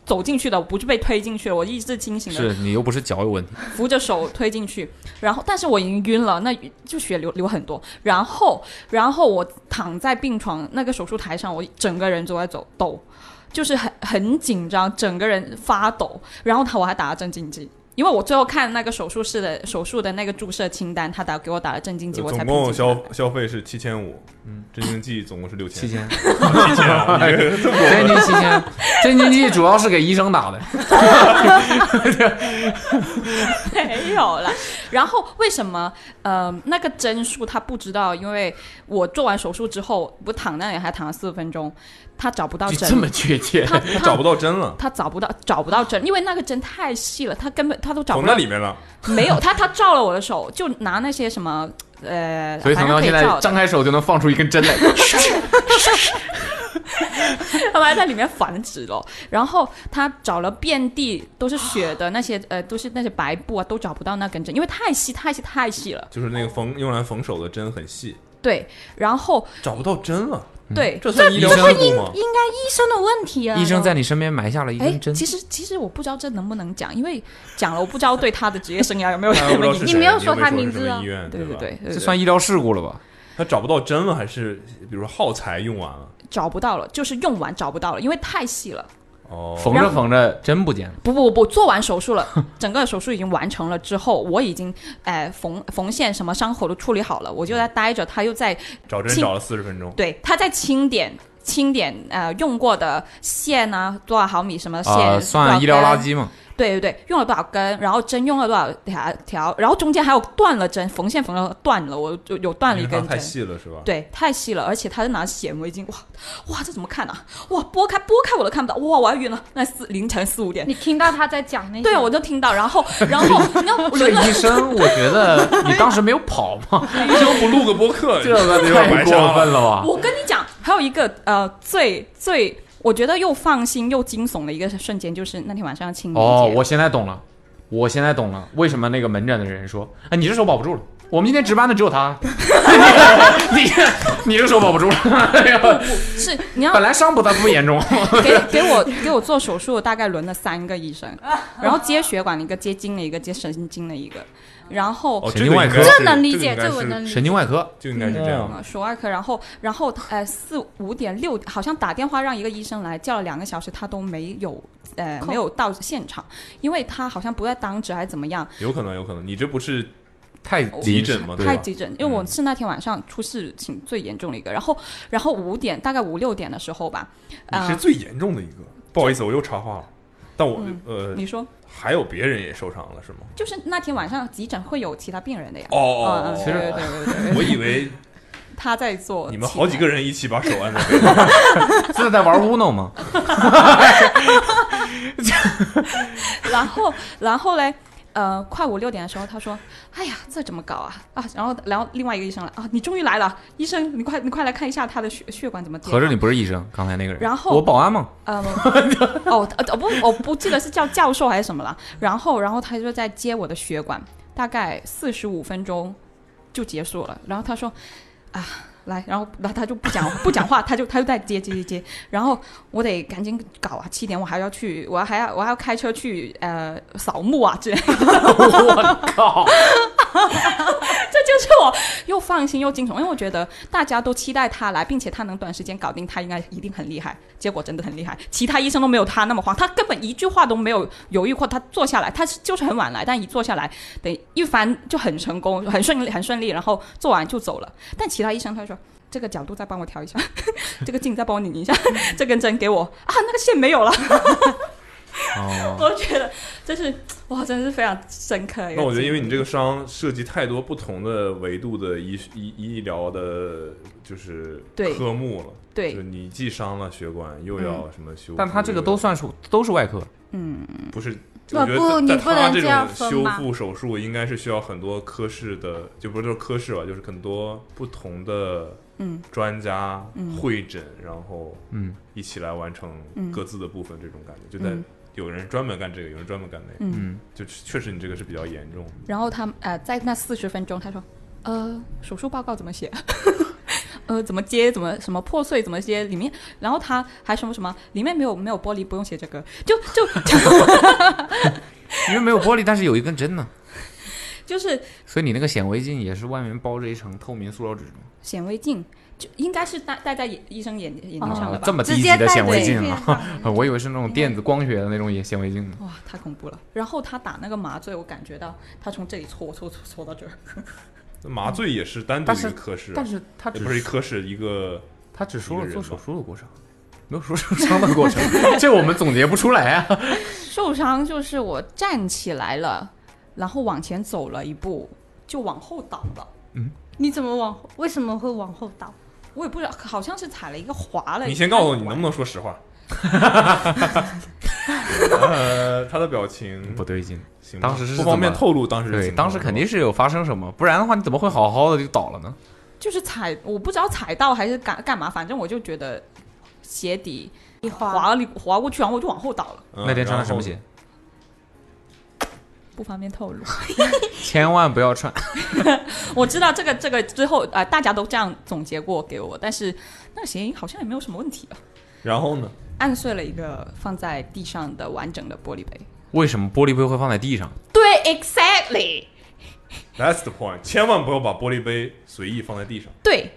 Speaker 5: 走进去的，我不是被推进去了，我意志清醒
Speaker 8: 是
Speaker 5: 的
Speaker 8: 你又不是脚有问 题，
Speaker 5: 扶着手推进去，然后但是我已经晕了，那就血流流很多。然后，然后我躺在病床那个手术台上，我整个人都在走抖。就是很很紧张，整个人发抖，然后他我还打了镇静剂，因为我最后看那个手术室的手术的那个注射清单，他打给我打了镇静剂，我才
Speaker 2: 呃总
Speaker 5: 平静
Speaker 2: 共消消费是七千五，嗯，镇静剂总共是六千，七 千，
Speaker 8: 哎
Speaker 2: 七千啊，你这个这么多
Speaker 13: 真菌七千， 真菌剂主要是给医生打的。
Speaker 5: 没有了。然后为什么呃那个针数他不知道？因为我做完手术之后，不躺那里还躺了四十分钟，他找不到针，
Speaker 13: 确切
Speaker 5: 他他找不
Speaker 2: 到针了，
Speaker 5: 他找不到找不到针，因为那个针太细了，他根本他都找
Speaker 2: 跑
Speaker 5: 不到
Speaker 2: 那里面了。
Speaker 5: 没有 他他照了我的手，就拿那些什么呃，
Speaker 13: 所以
Speaker 5: 反
Speaker 13: 腾
Speaker 5: 正
Speaker 13: 腾
Speaker 5: 可
Speaker 13: 现在
Speaker 5: 照的 啊
Speaker 13: 张开手就能放出一根针来。
Speaker 5: 他们还在里面繁殖了。然后他找了遍地都是血的那些呃，都是那些白布啊，都找不到那根针，因为太细太细太细了。
Speaker 2: 就是那个缝用来缝手的针很细，
Speaker 5: 对，然后
Speaker 2: 找不到针了。
Speaker 5: 对，
Speaker 2: 嗯这
Speaker 5: 这
Speaker 2: 算医疗事故吗？
Speaker 11: 应该医生的问题啊。
Speaker 8: 医生在你身边埋下了一
Speaker 5: 哎
Speaker 8: 根，针。
Speaker 5: 其实其实我不知道这能不能讲，因为讲了我不知道对他的职业生涯有 没有
Speaker 2: 大
Speaker 5: 什
Speaker 2: 家不
Speaker 5: 么
Speaker 2: 知
Speaker 5: 影
Speaker 2: 道是
Speaker 5: 响。啊
Speaker 2: 谁是什么医院
Speaker 5: 对
Speaker 2: 吧？
Speaker 5: 对对，
Speaker 8: 这算医疗事故了吧？
Speaker 2: 他找不到针了，还是比如说耗材用完了？
Speaker 5: 找不到了，就是用完找不到了，因为太细了。
Speaker 2: 哦，
Speaker 8: 缝着缝着针不见了。
Speaker 5: 不不不，做完手 术了，整个手术已经完成了之后，我已经呃缝缝线什么伤口都处理好了，我就在待着，他又在
Speaker 2: 找针
Speaker 5: 清
Speaker 2: 找了四十分钟，
Speaker 5: 对，他在清点清点呃用过的线啊，多少毫米什么线，
Speaker 8: 啊，
Speaker 5: 多少
Speaker 8: 算
Speaker 5: 根
Speaker 8: 医疗垃圾嘛。
Speaker 5: 对对对，用了多少根，然后针用了多少条条，然后中间还有断了针，缝线缝了断了，我就有断了一
Speaker 2: 因为
Speaker 5: 根
Speaker 2: 它
Speaker 5: 针。
Speaker 2: 太细了是吧？，
Speaker 5: 对，太细了，而且他是拿显微镜，哇哇，这怎么看啊？哇，拨开拨开我都看不到，哇，我要晕了。那四凌晨四五点
Speaker 11: 你，听到他在讲那些，
Speaker 5: 对，我就听到，然后然后你 知
Speaker 13: 这
Speaker 5: 道轮
Speaker 13: 个
Speaker 5: 了
Speaker 13: 医生，我觉得你当时没有跑吗？
Speaker 2: 医生不录个播客，
Speaker 13: 这个
Speaker 2: 有点
Speaker 13: 太
Speaker 2: 白
Speaker 13: 过
Speaker 2: 瞎
Speaker 13: 分了吧？
Speaker 5: 我跟你讲，还有一个呃，最最我觉得又放心又惊悚的一个瞬间，就是那天晚上清明节。
Speaker 8: 哦，我现在懂了，我现在懂了，为什么那个门诊的人说，哎，你这手保不住了。我们今天值班的只有 他，你你这手保不住了。哎呀
Speaker 5: 是你要
Speaker 8: 本来伤不但不严重，
Speaker 5: 给给我给我做手术，大概轮了三个 医生，然后接血管的一个，接筋的一个，接神经的一个，然后、
Speaker 8: 哦神经外科这个应该是这能理解这个应该这我是能理解嗯神经外科
Speaker 2: 就应该是这样。
Speaker 5: 手外科，然后然后呃四五点六好像打电话让一个医生来，叫了两个小时，他都没有呃
Speaker 2: 空
Speaker 5: 没有到现场，因为他好像不在当值还是怎么样，
Speaker 2: 有可能，有可能，你这不是
Speaker 8: 太
Speaker 2: 急诊吗？对啊嗯吧
Speaker 5: 太急啊诊，因为我是那天晚上出事情最严重的一个，然后然后五点大概五六点的时候吧，
Speaker 2: 你
Speaker 5: 啊、
Speaker 2: 是最严重的一个。不好意思，我又插话了，但我
Speaker 5: 嗯
Speaker 2: 呃，
Speaker 5: 你说
Speaker 2: 还有别人也受伤了是吗？
Speaker 5: 就是那天晚上急诊会有其他病人的呀，
Speaker 2: 哦
Speaker 5: 嗯，嗯
Speaker 2: 其实
Speaker 5: 对对对对对，
Speaker 2: 我以为
Speaker 5: 他在做
Speaker 2: 你们好几个人一起把手按在 背上，
Speaker 8: 这是在玩 Uno 吗？
Speaker 5: 然后，然后嘞，呃，快五六点的时候，他说：“哎呀，这怎么搞啊啊！”然后，然后另外一个医生来啊，你终于来了，医生，你快你快来看一下他的血血管怎么结。
Speaker 8: 合着你不是医生，刚才那个人。
Speaker 5: 然后
Speaker 8: 我保安嘛，
Speaker 5: 嗯，哦，呃不，我不记得是叫教授还是什么了。然后，然后他就在接我的血管，大概四十五分钟就结束了。然后他说：“啊，来。”然后，然后他就不讲不讲话，他就他就在接接接接。然后我得赶紧搞啊，七点我还要去，我还要我还要开车去呃扫墓啊之类的。
Speaker 13: 我靠！
Speaker 5: 这就是我又放心又惊悚，因为我觉得大家都期待他来，并且他能短时间搞定，他应该一定很厉害。结果真的很厉害，其他医生都没有他那么慌，他根本一句话都没有犹豫过。他坐下来，他是就是很晚来，但一坐下来，等一番就很成功，很顺利，很顺利，然后做完就走了。但其他医生他就说。这个角度再帮我调一下， 这个镜再帮我拧一下，这根针给我啊，那个线没有了。
Speaker 2: 哦，
Speaker 5: 我觉得这是哇，真的是非常深刻的一个经历。
Speaker 2: 那我觉得，因为你这个伤涉及太多不同的维度的医医医疗的，就是
Speaker 5: 对
Speaker 2: 科目了。
Speaker 5: 对
Speaker 2: 就是你既伤了血管，又要什么修复，
Speaker 8: 但他这个都
Speaker 2: 又
Speaker 8: 算数，都是外科。
Speaker 5: 嗯，
Speaker 2: 不是。
Speaker 11: 不
Speaker 2: 我觉
Speaker 11: 不
Speaker 2: 得
Speaker 11: 你
Speaker 2: 在
Speaker 11: 不
Speaker 2: 他
Speaker 11: 能
Speaker 2: 这
Speaker 11: 这样
Speaker 2: 种
Speaker 11: 分
Speaker 2: 修
Speaker 11: 吧
Speaker 2: 复手术应该是需要很多科室的，就不是说科室吧，就是很多不同的
Speaker 5: 嗯
Speaker 2: 专家
Speaker 5: 嗯
Speaker 2: 会诊，然后
Speaker 8: 嗯
Speaker 2: 一起来完成
Speaker 5: 嗯
Speaker 2: 各自的部分，这种感觉就在
Speaker 5: 嗯
Speaker 2: 有人专门干这个，有人专门干那个，
Speaker 5: 嗯，
Speaker 2: 就确实你这个是比较严重的。
Speaker 5: 然后他呃，在那四十分钟，他说，呃，手术报告怎么写？ 呃，怎么接？怎么什么破碎？怎么接？里面，然后他还什么什么？里面没有没有玻璃，不用写这个。就就就
Speaker 8: 因为没有玻璃，但是有一根针呢。
Speaker 5: 就是
Speaker 8: 所以你那个显微镜也是外面包着一层透明塑料纸吗？
Speaker 5: 显微镜，就应该是戴戴在医医生眼眼睛哦上的
Speaker 8: 啊
Speaker 5: 吧？
Speaker 8: 这么低级的显微镜 啊！我以为是那种电子光学的那种也显微镜呢。
Speaker 5: 哇，太恐怖了！然后他打那个麻醉，我感觉到他从这里戳戳戳戳到这儿。
Speaker 2: 麻醉
Speaker 8: 嗯
Speaker 2: 也是单独
Speaker 5: 但
Speaker 2: 一
Speaker 5: 是
Speaker 2: 个科室，
Speaker 5: 但是
Speaker 2: 它
Speaker 5: 它
Speaker 2: 不
Speaker 5: 只
Speaker 2: 是一科室，一个
Speaker 8: 他只说
Speaker 2: 一
Speaker 8: 了
Speaker 2: 个
Speaker 8: 做
Speaker 2: 人
Speaker 8: 手
Speaker 2: 吧
Speaker 8: 术的过程，没 有说受伤的过程，这我们总结不出来啊。
Speaker 5: 受伤就是我站起来了，然后往前走了一步，就往后倒了。
Speaker 2: 嗯
Speaker 11: 你怎么往后？为什么会往后倒？
Speaker 5: 我也不知道，好像是踩了一个滑了。
Speaker 2: 你先告诉我，你能不能说实话？呃，他的表 情
Speaker 8: 不对劲，
Speaker 2: 行吧，
Speaker 8: 当时是
Speaker 2: 不方便
Speaker 8: 怎么
Speaker 2: 透露当时的
Speaker 8: 对，
Speaker 2: 情
Speaker 8: 当
Speaker 2: 况
Speaker 8: 时肯定是有发生什么，不然的话你怎么会好好的就倒了呢？
Speaker 5: 就是踩，我不知道踩到还是干干嘛，反正我就觉得鞋底一滑里滑过去，然后我就往后倒了，
Speaker 2: 嗯
Speaker 8: 那天穿的什么鞋？
Speaker 5: 不方便透露。
Speaker 8: 千万不要穿。
Speaker 5: 我知道这个这个之后，呃，大家都这样总结过给我，但是那个鞋印好像也没有什么问题啊，
Speaker 2: 然后呢？
Speaker 5: 按碎了一个放在地上的完整的玻璃杯。
Speaker 8: 为什么玻璃杯会放在地上？
Speaker 5: 对，exactly，
Speaker 2: That's the point，千万不要把玻璃杯随意放在地上。
Speaker 5: 对，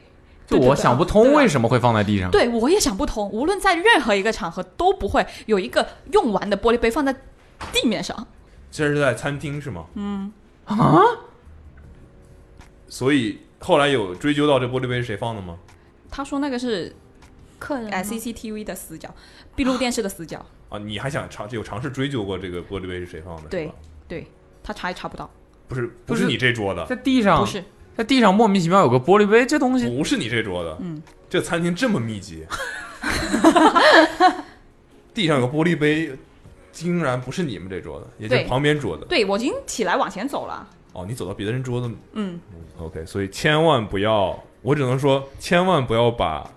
Speaker 8: 就
Speaker 5: 对对
Speaker 8: 我
Speaker 5: 对啊
Speaker 8: 想不通为什么会放在地上。
Speaker 5: 对我也想不通，无论在任何一个场合都不会有一个用完的玻璃杯放在地面上。
Speaker 2: 这是在餐厅是吗？
Speaker 5: 嗯，
Speaker 2: 啊？所以后来有追究到这玻璃杯是谁放的吗？
Speaker 5: 他说那个是
Speaker 11: 客人
Speaker 5: CCTV 的死角，闭路电视的死角。
Speaker 2: 啊，你还想尝有尝试追究过这个玻璃杯是谁放的？
Speaker 5: 对对，他查也查不到。
Speaker 2: 不是不是你这桌的，
Speaker 8: 在地上
Speaker 5: 不是
Speaker 8: 在地上莫名其妙有个玻璃杯，这东西
Speaker 2: 不是你这桌的。
Speaker 5: 嗯，
Speaker 2: 这餐厅这么密集， 地上有个玻璃杯，竟然不是你们这桌的，也就是
Speaker 5: 对
Speaker 2: 旁边桌的。
Speaker 5: 对我已经起来往前走了。
Speaker 2: 哦，你走到别的人桌子
Speaker 5: 嗯，
Speaker 2: OK，所以千万不要，我只能说千万不要把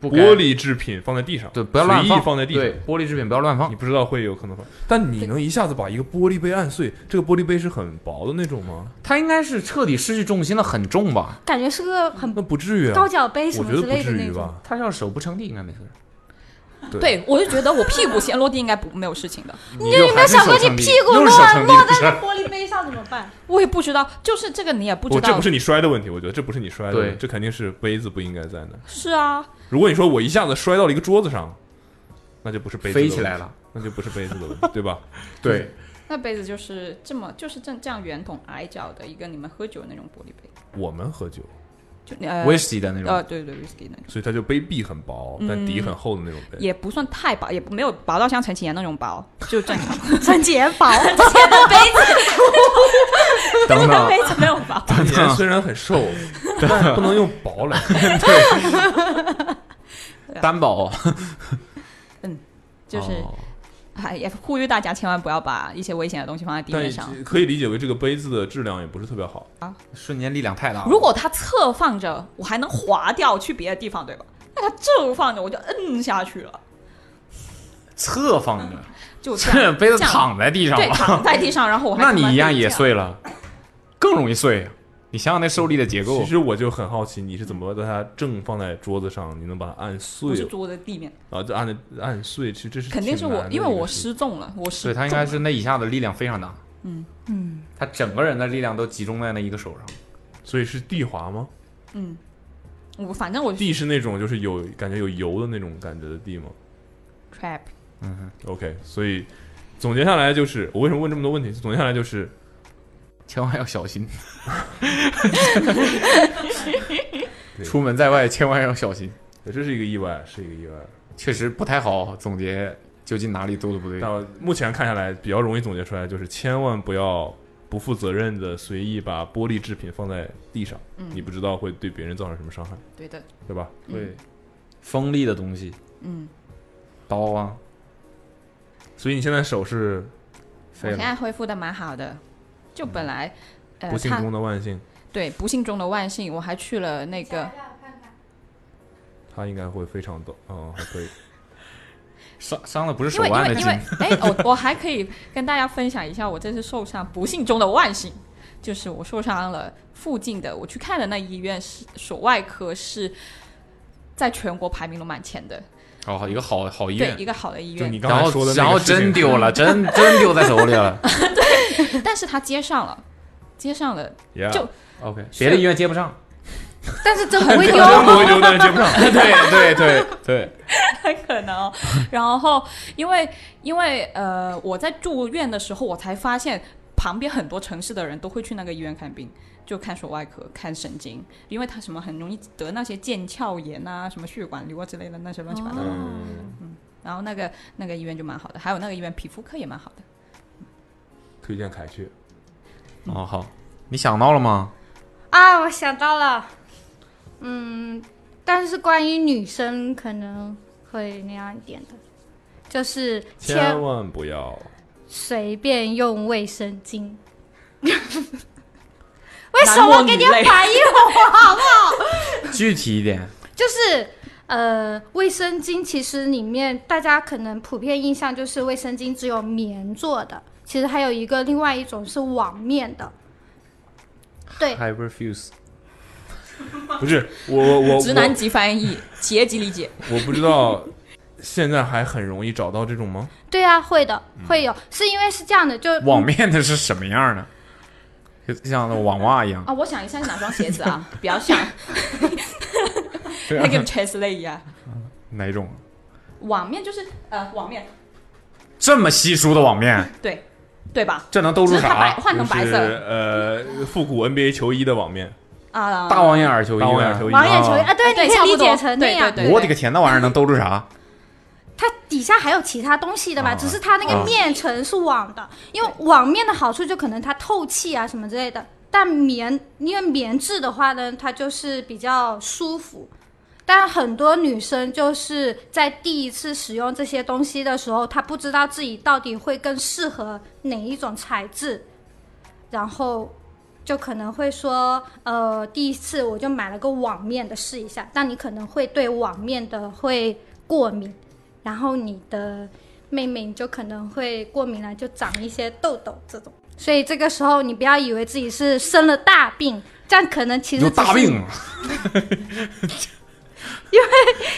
Speaker 8: 不该
Speaker 2: 玻璃制品放在地上，对，
Speaker 8: 不要乱
Speaker 2: 随意
Speaker 8: 放
Speaker 2: 放在地上。
Speaker 8: 对玻璃制品不要乱放，
Speaker 2: 你不知道会有可能放。但你能一下子把一个玻璃杯按碎，这个玻璃杯是很薄的那种吗？
Speaker 8: 它应该是彻底失去重心了，很重吧？
Speaker 11: 感觉是个很
Speaker 2: 不至于啊，
Speaker 11: 高脚杯什么之类的那种。
Speaker 2: 吧？
Speaker 8: 他要是手不撑地，应该没事。
Speaker 2: 对
Speaker 5: 对我就觉得我屁股先落地应该不没有事情 的。
Speaker 8: 你就
Speaker 11: 有没有想过你屁股落
Speaker 8: 又是手撑地
Speaker 11: 落
Speaker 8: 的事
Speaker 11: 在
Speaker 8: 儿
Speaker 11: 那玻璃杯上怎么办？
Speaker 5: 我也不知道，就是这个你也不知
Speaker 2: 我
Speaker 5: 道。
Speaker 2: 哦这不是你摔的问题，我觉得这不是你摔的，问题，
Speaker 8: 对
Speaker 2: 这肯定是杯子不应该在那儿。
Speaker 5: 是啊，
Speaker 2: 如果你说我一下子摔到了一个桌子上，那就不是杯子的
Speaker 8: 飞
Speaker 2: 问题
Speaker 8: 起来了，
Speaker 2: 那就不是杯子的问题， 对吧？
Speaker 8: 对，
Speaker 5: 那杯子就是这么就是这这样圆筒矮脚的一个你们喝酒的那种玻璃杯，
Speaker 2: 我们喝酒，
Speaker 5: 就呃
Speaker 2: Whisky 的那种
Speaker 5: 呃对对 whisky 那种，嗯
Speaker 2: 所以它就杯壁很薄，但底很厚的那种杯。
Speaker 5: 也不算太薄，也不没有薄到像陈启言那种薄，就正常。
Speaker 11: 陈启言薄，
Speaker 5: 陈启言的杯子，
Speaker 2: 等等
Speaker 5: 杯子没有薄。
Speaker 2: 陈启言 虽然很瘦，但是不能用薄 来。
Speaker 5: 对啊
Speaker 8: 单薄，
Speaker 5: 嗯，就是
Speaker 8: 哦
Speaker 5: 哎也呼吁大家千万不要把一些危险的东西放在地面上。
Speaker 2: 但可以理解为这个杯子的质量也不是特别好
Speaker 5: 啊，
Speaker 8: 瞬间力量太大
Speaker 5: 如果它侧放着，我还能滑掉去别的地方，对吧？那它正放着，我就摁下去了，
Speaker 8: 侧放着，
Speaker 5: 就这
Speaker 8: 这
Speaker 5: 样。
Speaker 8: 杯子
Speaker 5: 这样
Speaker 8: 躺在地上
Speaker 5: 对，
Speaker 8: 吧，
Speaker 5: 躺在地上，然后我还
Speaker 8: 那
Speaker 5: 慢慢
Speaker 8: 你一样也
Speaker 5: 这
Speaker 8: 碎了，更容易碎。啊你想想那受力的结构，
Speaker 2: 其实我就很好奇，你是怎么把它正放在桌子上，你能把它按碎？
Speaker 5: 不是桌的地面，
Speaker 2: 啊，就按的按碎，其实这是
Speaker 5: 肯定是
Speaker 2: 挺
Speaker 5: 我
Speaker 2: 难，的
Speaker 5: 因为
Speaker 2: 一个
Speaker 5: 我
Speaker 2: 事
Speaker 5: 失重了，我失
Speaker 8: 对他应该是那一下子力量非常大，
Speaker 5: 嗯嗯
Speaker 8: 他整个人的力量都集中在那一个手上，
Speaker 2: 所以是地滑吗？
Speaker 5: 嗯，我反正我
Speaker 2: 地是那种就是有感觉有油的那种感觉的地吗
Speaker 5: trap，
Speaker 2: 嗯，OK，所以总结下来就是，我为什么问这么多问题？总结下来就是，
Speaker 8: 千万要小心，
Speaker 2: 对
Speaker 8: 出门在外千万要小心。
Speaker 2: 对这是一个意外，是一个意外，
Speaker 8: 确实不太好哦总结究竟哪里做的不对。
Speaker 2: 到目前看下来比较容易总结出来就是，千万不要不负责任的随意把玻璃制品放在地上，
Speaker 5: 嗯
Speaker 2: 你不知道会对别人造成什么伤害，
Speaker 5: 对的，
Speaker 2: 对吧？
Speaker 5: 嗯对，
Speaker 8: 锋利的东西，
Speaker 5: 嗯，
Speaker 8: 刀啊，
Speaker 2: 所以你现在手是
Speaker 5: 我
Speaker 2: 废
Speaker 5: 现
Speaker 2: 了，
Speaker 5: 在恢复的蛮好的，就
Speaker 8: 嗯
Speaker 5: 本来呃，
Speaker 2: 不幸
Speaker 5: 他
Speaker 2: 中的万幸，
Speaker 5: 对不幸中的万幸，我还去了那个
Speaker 2: 他应该会非常的，嗯，还可以。
Speaker 8: 伤伤的不是
Speaker 5: 因为因为因为哎，我我还可以跟大家分享一下我这次受伤不幸中的万幸，就是我受伤了，附近的我去看的那医院是手外科是在全国排名都蛮前的，
Speaker 8: 哦，一个好好医
Speaker 5: 对
Speaker 8: 院
Speaker 5: 一，个好的医院。
Speaker 2: 你刚
Speaker 8: 然
Speaker 2: 才
Speaker 8: 后
Speaker 2: 说的那个
Speaker 8: 然后
Speaker 2: 事情
Speaker 8: 真
Speaker 2: 是
Speaker 8: 丢了，真真丢在手里了。
Speaker 5: 但是他接上了，接上了
Speaker 8: Yeah
Speaker 5: 就
Speaker 8: OK，
Speaker 5: 是
Speaker 8: 别的医院接不上，
Speaker 5: 但是 真
Speaker 8: 真不会流，但是 接不上。 对对对对，
Speaker 5: 很 可能哦。然后因为因为呃，我在住院的时候，我才发现旁边很多城市的人都会去那个医院看病，就看手外科、看神经，因为他什么很容易得那些腱鞘炎啊、什么血管瘤啊之类的那些乱七八糟的。嗯，然后那个那个医院就蛮好的，还有那个医院皮肤科也蛮好的。
Speaker 2: 推荐凯去。
Speaker 8: 哦好，你想到了吗？
Speaker 11: 啊，我想到了，嗯，但是关于女生可能会那样一点的，就是
Speaker 2: 千万不要
Speaker 11: 随便用卫生 巾。为什么给你
Speaker 8: 男莫女
Speaker 11: 反应我好不好？
Speaker 8: 具体一点，
Speaker 11: 就是呃，卫生巾其实里面大家可能普遍印象就是卫生巾只有棉做的，其实还有一个另外一种是网面的。对
Speaker 8: h y p e r f u s e
Speaker 2: 不是我我 我
Speaker 5: 直男级翻译，企业级理解。
Speaker 2: 我不知道，现在还很容易找到这种吗？
Speaker 11: 对啊，会的，
Speaker 5: 嗯
Speaker 11: 会有，是因为是这样的，就
Speaker 8: 网面的是什么样呢？就像那网袜一
Speaker 11: 嗯
Speaker 8: 样。
Speaker 11: 哦
Speaker 5: 啊，我想一下是哪双鞋子啊？比较像
Speaker 8: 对啊
Speaker 5: 那个 Chesley 一样，
Speaker 8: 哪一种？啊
Speaker 5: 网面就是呃网面，
Speaker 8: 这么稀疏的网面，
Speaker 5: 对对吧？
Speaker 2: 这能
Speaker 5: 兜住只是它啥白换成白色
Speaker 2: 就是呃，复古 NBA 球衣的网面，
Speaker 5: 啊，
Speaker 8: 王眼耳球衣
Speaker 2: 大王眼球衣，
Speaker 11: 网眼球衣啊，对，
Speaker 5: 哎对
Speaker 11: 你可以
Speaker 5: 差不
Speaker 11: 理
Speaker 5: 多
Speaker 11: 解成那样。
Speaker 8: 我的个天，那玩意儿能兜住啥？
Speaker 11: 它底下还有其他东西的嘛，只是它那
Speaker 8: 啊
Speaker 11: 个面层是网的，因为网面的好处就可能它透气啊什么之类的。但棉，因为棉质的话呢，它就是比较舒服。但很多女生就是在第一次使用这些东西的时候，她不知道自己到底会更适合哪一种材质，然后就可能会说，呃，第一次我就买了个网面的试一下，但你可能会对网面的会过敏，然后你的妹妹你就可能会过敏了，就长一些痘痘这种。所以这个时候你不要以为自己是生了大病，这样可能其实
Speaker 8: 有
Speaker 11: 只是
Speaker 8: 大病，
Speaker 11: 因为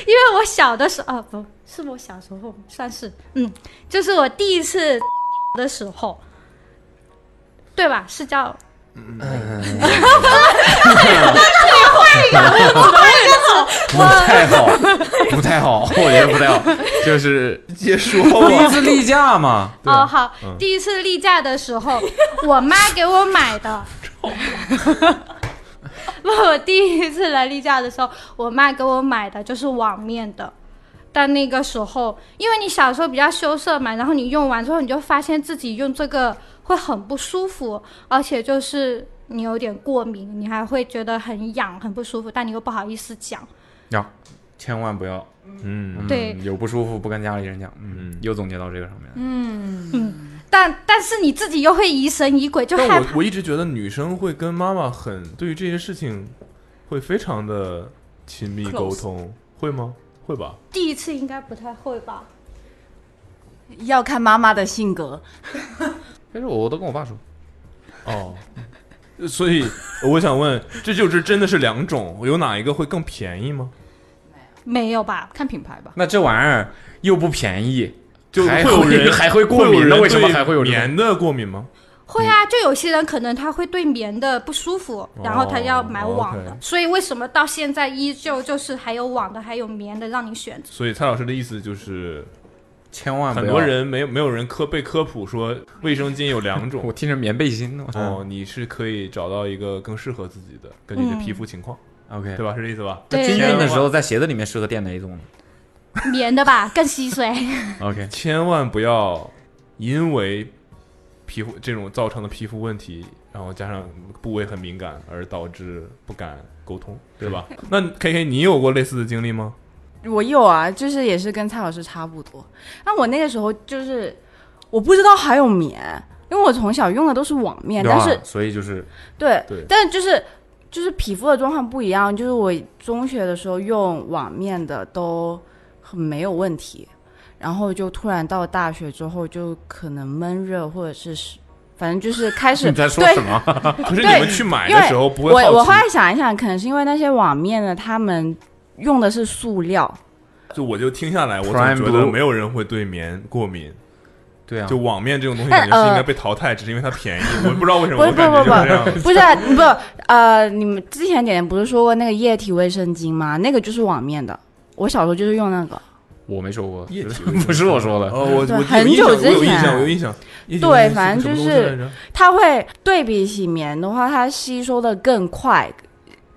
Speaker 11: 因为我小的时候啊，不是我小时候，算是嗯，就是我第一次的时候，对吧？是叫
Speaker 5: 换一个，
Speaker 8: 不太 好，不太 好，我觉得不太好，就是
Speaker 2: 结束
Speaker 8: 第一次例假嘛。
Speaker 11: 哦好，
Speaker 8: 嗯
Speaker 11: 第一次例假的时候， 我妈给我买的。不，我第一次来例假的时候，我妈给我买的就是网面的。但那个时候，因为你小时候比较羞涩嘛，然后你用完之后，你就发现自己用这个会很不舒服，而且就是你有点过敏，你还会觉得很痒、很不舒服，但你又不好意思讲。
Speaker 8: 呀，千万不要，嗯
Speaker 11: 对
Speaker 8: 有不舒服不跟家里人讲，嗯，又总结到这个上面。
Speaker 11: 嗯但但是你自己又会疑神疑鬼，就害
Speaker 2: 但
Speaker 11: 怕
Speaker 2: 我我一直觉得女生会跟妈妈很对于这些事情会非常的亲密
Speaker 11: Close
Speaker 2: 沟通，会吗？会吧？
Speaker 11: 第一次应该不太会吧？
Speaker 4: 要看妈妈的性格。
Speaker 8: 但是我都跟我爸说，
Speaker 2: 哦，所以我想问，这就是真的是两种，有哪一个会更便宜吗？
Speaker 11: 没有吧？
Speaker 5: 看品牌吧。
Speaker 8: 那这玩意儿又不便宜，
Speaker 2: 就
Speaker 8: 还
Speaker 2: 会有 人
Speaker 8: 还会过敏，那为什么还会有这种
Speaker 2: 棉的过敏吗？
Speaker 11: 会
Speaker 2: 嗯
Speaker 11: 啊，就有些人可能他会对棉的不舒服，然后他要买网的，
Speaker 2: 哦 OK
Speaker 11: 所以为什么到现在依旧就是还有网的，还有棉的让你选择？
Speaker 2: 所以蔡老师的意思就是，
Speaker 8: 千万不要
Speaker 2: 很多人没有没有人科被科普说卫生巾有两种。
Speaker 8: 我听着棉背心呢。
Speaker 2: 哦，你是可以找到一个更适合自己的，根据你的皮肤情况。
Speaker 8: OK，
Speaker 2: 对吧？是这意思吧？
Speaker 8: 那
Speaker 11: 嗯对
Speaker 8: 军
Speaker 11: 对
Speaker 8: 训的
Speaker 11: 对
Speaker 8: 时候在鞋子里面适合垫哪一种呢
Speaker 11: 棉的吧，更吸水。
Speaker 8: ？OK，
Speaker 2: 千万不要因为皮肤这种造成的皮肤问题，然后加上部位很敏感而导致不敢沟通，对吧？ 那 K K，你有过类似的经历吗？
Speaker 4: 我有啊，就是也是跟蔡老师差不多。那我那个时候就是我不知道还有棉，因为我从小用的都是网面，
Speaker 8: 对
Speaker 4: 但
Speaker 8: 吧
Speaker 4: 是？
Speaker 8: 所以就是
Speaker 4: 对，
Speaker 8: 对
Speaker 4: 但就是就是皮肤的状况不一样，就是我中学的时候用网面的都很没有问题，然后就突然到大学之后就可能闷热或者是是。反正就是开始
Speaker 2: 你在说
Speaker 4: 对
Speaker 2: 什么 可是你
Speaker 4: 对
Speaker 2: 们去买的时候不会
Speaker 4: 因为
Speaker 2: 好
Speaker 4: 我我
Speaker 2: 奇
Speaker 4: 后来想一想，可能是因为那些网面的他们用的是塑料，
Speaker 2: 就我就听下来，我总
Speaker 8: Prime
Speaker 2: 觉得
Speaker 8: Blue
Speaker 2: 没有人会对棉过敏，
Speaker 8: 对啊
Speaker 2: 就网面这种东西
Speaker 4: 但
Speaker 2: 感觉是应该
Speaker 4: 呃
Speaker 2: 被淘汰，只是因为它便宜。我不知道为什
Speaker 4: 不
Speaker 2: 么，
Speaker 4: 是
Speaker 2: 我
Speaker 4: 不
Speaker 2: 感
Speaker 4: 是不是
Speaker 2: 觉就是这样
Speaker 4: 不是不是不是呃，你们之前点点不是说过那个液体卫生巾吗？那个就是网面的，我小时候就是用那个。
Speaker 8: 我没说过，不是我说的。
Speaker 2: 哦，我
Speaker 4: 对我很有久印象之我有印前象我有
Speaker 2: 印象
Speaker 4: 对，反正就是它会对比洗棉的话，它吸收的更快，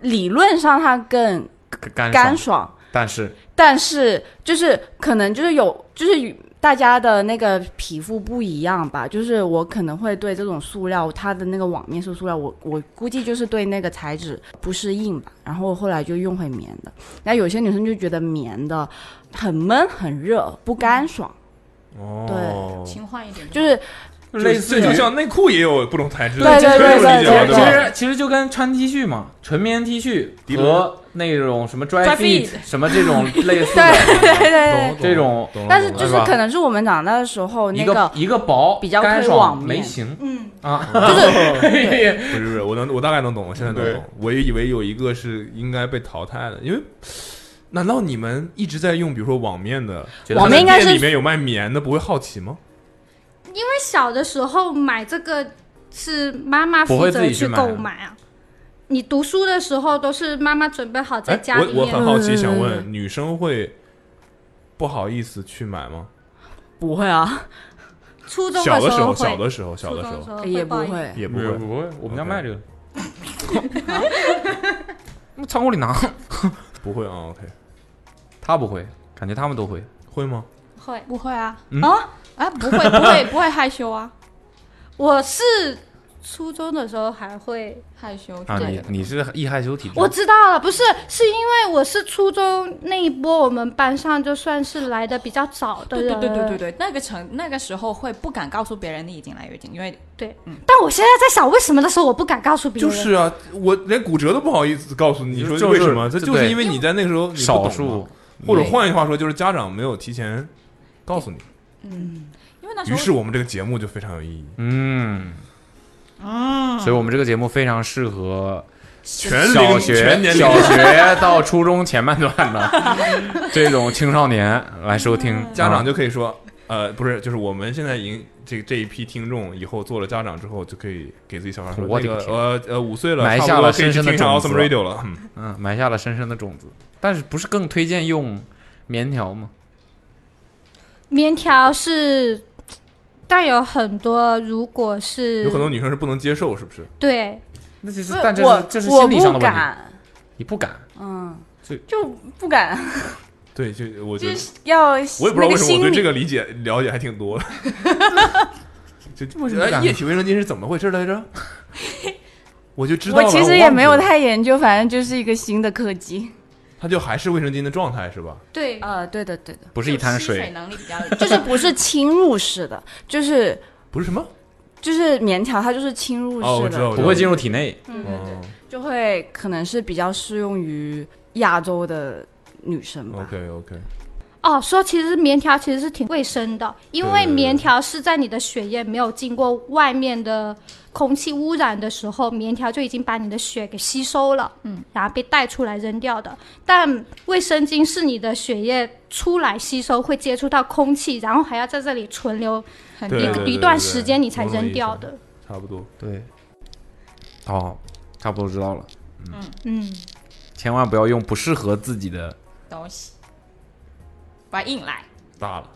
Speaker 4: 理论上它更
Speaker 8: 干
Speaker 4: 干爽，
Speaker 8: 但是
Speaker 4: 但是就是可能就是有就是大家的那个皮肤不一样吧，就是我可能会对这种塑料，它的那个网面是塑料，我我估计就是对那个材质不适应吧，然后后来就用回棉的。那有些女生就觉得棉的很闷很热，不干爽，
Speaker 2: 哦，
Speaker 5: 换一点
Speaker 4: 就是。
Speaker 2: 类似就像内裤也有不同材质，
Speaker 4: 对对对
Speaker 2: 这个我理解了
Speaker 8: 其
Speaker 2: 吧
Speaker 8: 实其实就跟穿 T 恤嘛，纯棉 T 恤
Speaker 2: 涤纶
Speaker 8: 和那种什么 dry
Speaker 4: Dry
Speaker 8: fit
Speaker 4: fit
Speaker 8: 什么这种类似的，
Speaker 4: 对对对
Speaker 8: 这种，
Speaker 4: 但是就是
Speaker 8: 吧
Speaker 4: 可能是我们长大的时候那
Speaker 8: 一个一个薄
Speaker 4: 比较
Speaker 8: 干
Speaker 4: 推
Speaker 8: 爽
Speaker 4: 网
Speaker 8: 没
Speaker 4: 面，
Speaker 8: 型，
Speaker 4: 嗯
Speaker 8: 啊，
Speaker 2: 哦 不是不是，我能我大概能懂，我现在能
Speaker 8: 对
Speaker 2: 懂。我也以为有一个是应该被淘汰的，因为难道你们一直在用，比如说网面的，
Speaker 4: 网面应该是
Speaker 2: 店里面有卖棉的，不会好奇吗？
Speaker 11: 因为小的时候买这个是妈妈
Speaker 2: 不
Speaker 11: 负
Speaker 2: 会自
Speaker 11: 责
Speaker 2: 己去买
Speaker 11: 购买啊。你读书的时候都是妈妈准备好在
Speaker 2: 哎，
Speaker 11: 家里面。嗯
Speaker 2: 我我很好奇，想问女生会不好意思去买吗？
Speaker 4: 不会啊，
Speaker 11: 初中
Speaker 2: 小
Speaker 11: 的
Speaker 2: 的时候，
Speaker 11: 会
Speaker 2: 小的时候，小的时
Speaker 11: 初中的
Speaker 4: 呃
Speaker 2: 候
Speaker 11: 时候也不会不好意
Speaker 2: 也不
Speaker 8: 没有
Speaker 2: 会，
Speaker 8: 不会，我们家卖这个，
Speaker 13: 仓库里拿。
Speaker 2: 不会啊，OK，
Speaker 8: 他不会，感觉他们都会，
Speaker 2: 会吗？
Speaker 11: 会
Speaker 5: 不会啊？
Speaker 8: 嗯
Speaker 11: 啊
Speaker 5: 啊，不 会不会不会害羞啊，
Speaker 11: 我是初中的时候还会
Speaker 5: 害羞
Speaker 8: 啊，
Speaker 11: 对
Speaker 8: 你你是易害羞体质，
Speaker 11: 我知道了，不是，是因为我是初中那一波，我们班上就算是来的比较早的
Speaker 5: 对对
Speaker 11: 人。
Speaker 5: 对对对对，那个成那个时候会不敢告诉别人你已经来嗯月经，因为
Speaker 11: 对，但我现在在想，为什么那时候我不敢告诉别
Speaker 2: 就
Speaker 11: 人？
Speaker 2: 是啊，我连骨折都不好意思告诉你说
Speaker 8: 就是
Speaker 2: 为什么，这
Speaker 8: 对
Speaker 2: 就是因为你在那个时候你不懂嘛
Speaker 8: 少数
Speaker 2: 或者换句话说，就是家长没有提前告诉你，
Speaker 5: 嗯，因为那时
Speaker 2: 于
Speaker 5: 候
Speaker 2: 是我们这个节目就非常有意义。
Speaker 8: 嗯，
Speaker 5: 啊，
Speaker 8: 所以我们这个节目非常适合。
Speaker 2: 全龄
Speaker 8: 小学、
Speaker 2: 全年龄
Speaker 8: 小学到初中前半段的这种青少年来收听，
Speaker 2: 家长
Speaker 8: 啊
Speaker 2: 就可以说，呃，不是，就是我们现在赢这这一批听众，以后做了家长之后，就可以给自己小孩说，
Speaker 8: 我
Speaker 2: 这
Speaker 8: 的
Speaker 2: 个
Speaker 8: 天
Speaker 2: 呃呃五岁了，
Speaker 8: 埋
Speaker 2: 差
Speaker 8: 下
Speaker 2: 不多
Speaker 8: 了
Speaker 2: 可以
Speaker 8: 深
Speaker 2: 去
Speaker 8: 深的
Speaker 2: 听上
Speaker 8: 种子啊
Speaker 2: Awesome Radio 了。嗯
Speaker 8: 嗯，埋下了深深的种子。但是不是更推荐用棉条吗？
Speaker 11: 棉条是带有很多，如果是
Speaker 2: 有很多女生是不能接受，是不是？
Speaker 11: 对，
Speaker 8: 那
Speaker 4: 不
Speaker 8: 就是但这
Speaker 4: 我
Speaker 8: 是这是
Speaker 4: 我
Speaker 8: 心理上
Speaker 4: 不
Speaker 8: 的问题，
Speaker 4: 敢，
Speaker 8: 你不敢，
Speaker 4: 嗯
Speaker 8: 所以，
Speaker 4: 就不敢，
Speaker 2: 对，就我觉
Speaker 4: 就
Speaker 2: 得，
Speaker 4: 是要我也
Speaker 2: 我也不知道为什么我对这
Speaker 4: 个
Speaker 2: 个理解了解还挺 多的。就
Speaker 4: 为什么不敢
Speaker 2: 哎液体卫生巾是怎么回事 来着？我就知道
Speaker 4: 我
Speaker 2: 了，
Speaker 4: 其实
Speaker 2: 忘
Speaker 4: 也
Speaker 2: 记
Speaker 4: 没有
Speaker 2: 了，
Speaker 4: 太研究，反正就是一个新的科技。
Speaker 2: 它就还是卫生巾的状态是吧？
Speaker 11: 对，
Speaker 4: 呃，对的，对的，
Speaker 8: 不是一滩
Speaker 5: 吸水
Speaker 8: 水，
Speaker 5: 能力比较，
Speaker 4: 就是不是侵入式的，就是
Speaker 2: 不是什么
Speaker 4: 就是棉条，它就是侵入
Speaker 8: 哦我
Speaker 4: 式
Speaker 8: 知
Speaker 4: 的，
Speaker 8: 道我知道不会进入体内
Speaker 4: 嗯，对对，就会可能是比较适用于亚洲的女生吧。
Speaker 2: OK OK，
Speaker 11: 哦，说其实棉条其实是挺卫生的，因
Speaker 2: 对
Speaker 11: 为
Speaker 2: 对对
Speaker 11: 棉条是在你的血液没有经过外面的空气污染的时候，棉条就已经把你的血给吸收了，嗯，然后被带出来扔掉的。但卫生巾是你的血液出来吸收，会接触到空气，然后还要在这里存留
Speaker 2: 很哦对对对
Speaker 11: 一一
Speaker 2: 对
Speaker 11: 段
Speaker 2: 对
Speaker 11: 时间，你才
Speaker 2: 某种意
Speaker 11: 扔
Speaker 2: 义
Speaker 11: 掉
Speaker 2: 上
Speaker 11: 的。
Speaker 2: 差不多。
Speaker 8: 对，哦，差不多知道了，
Speaker 11: 嗯，
Speaker 8: 千万不要用不适合自己的。
Speaker 5: 东西，把硬来，
Speaker 2: 大了，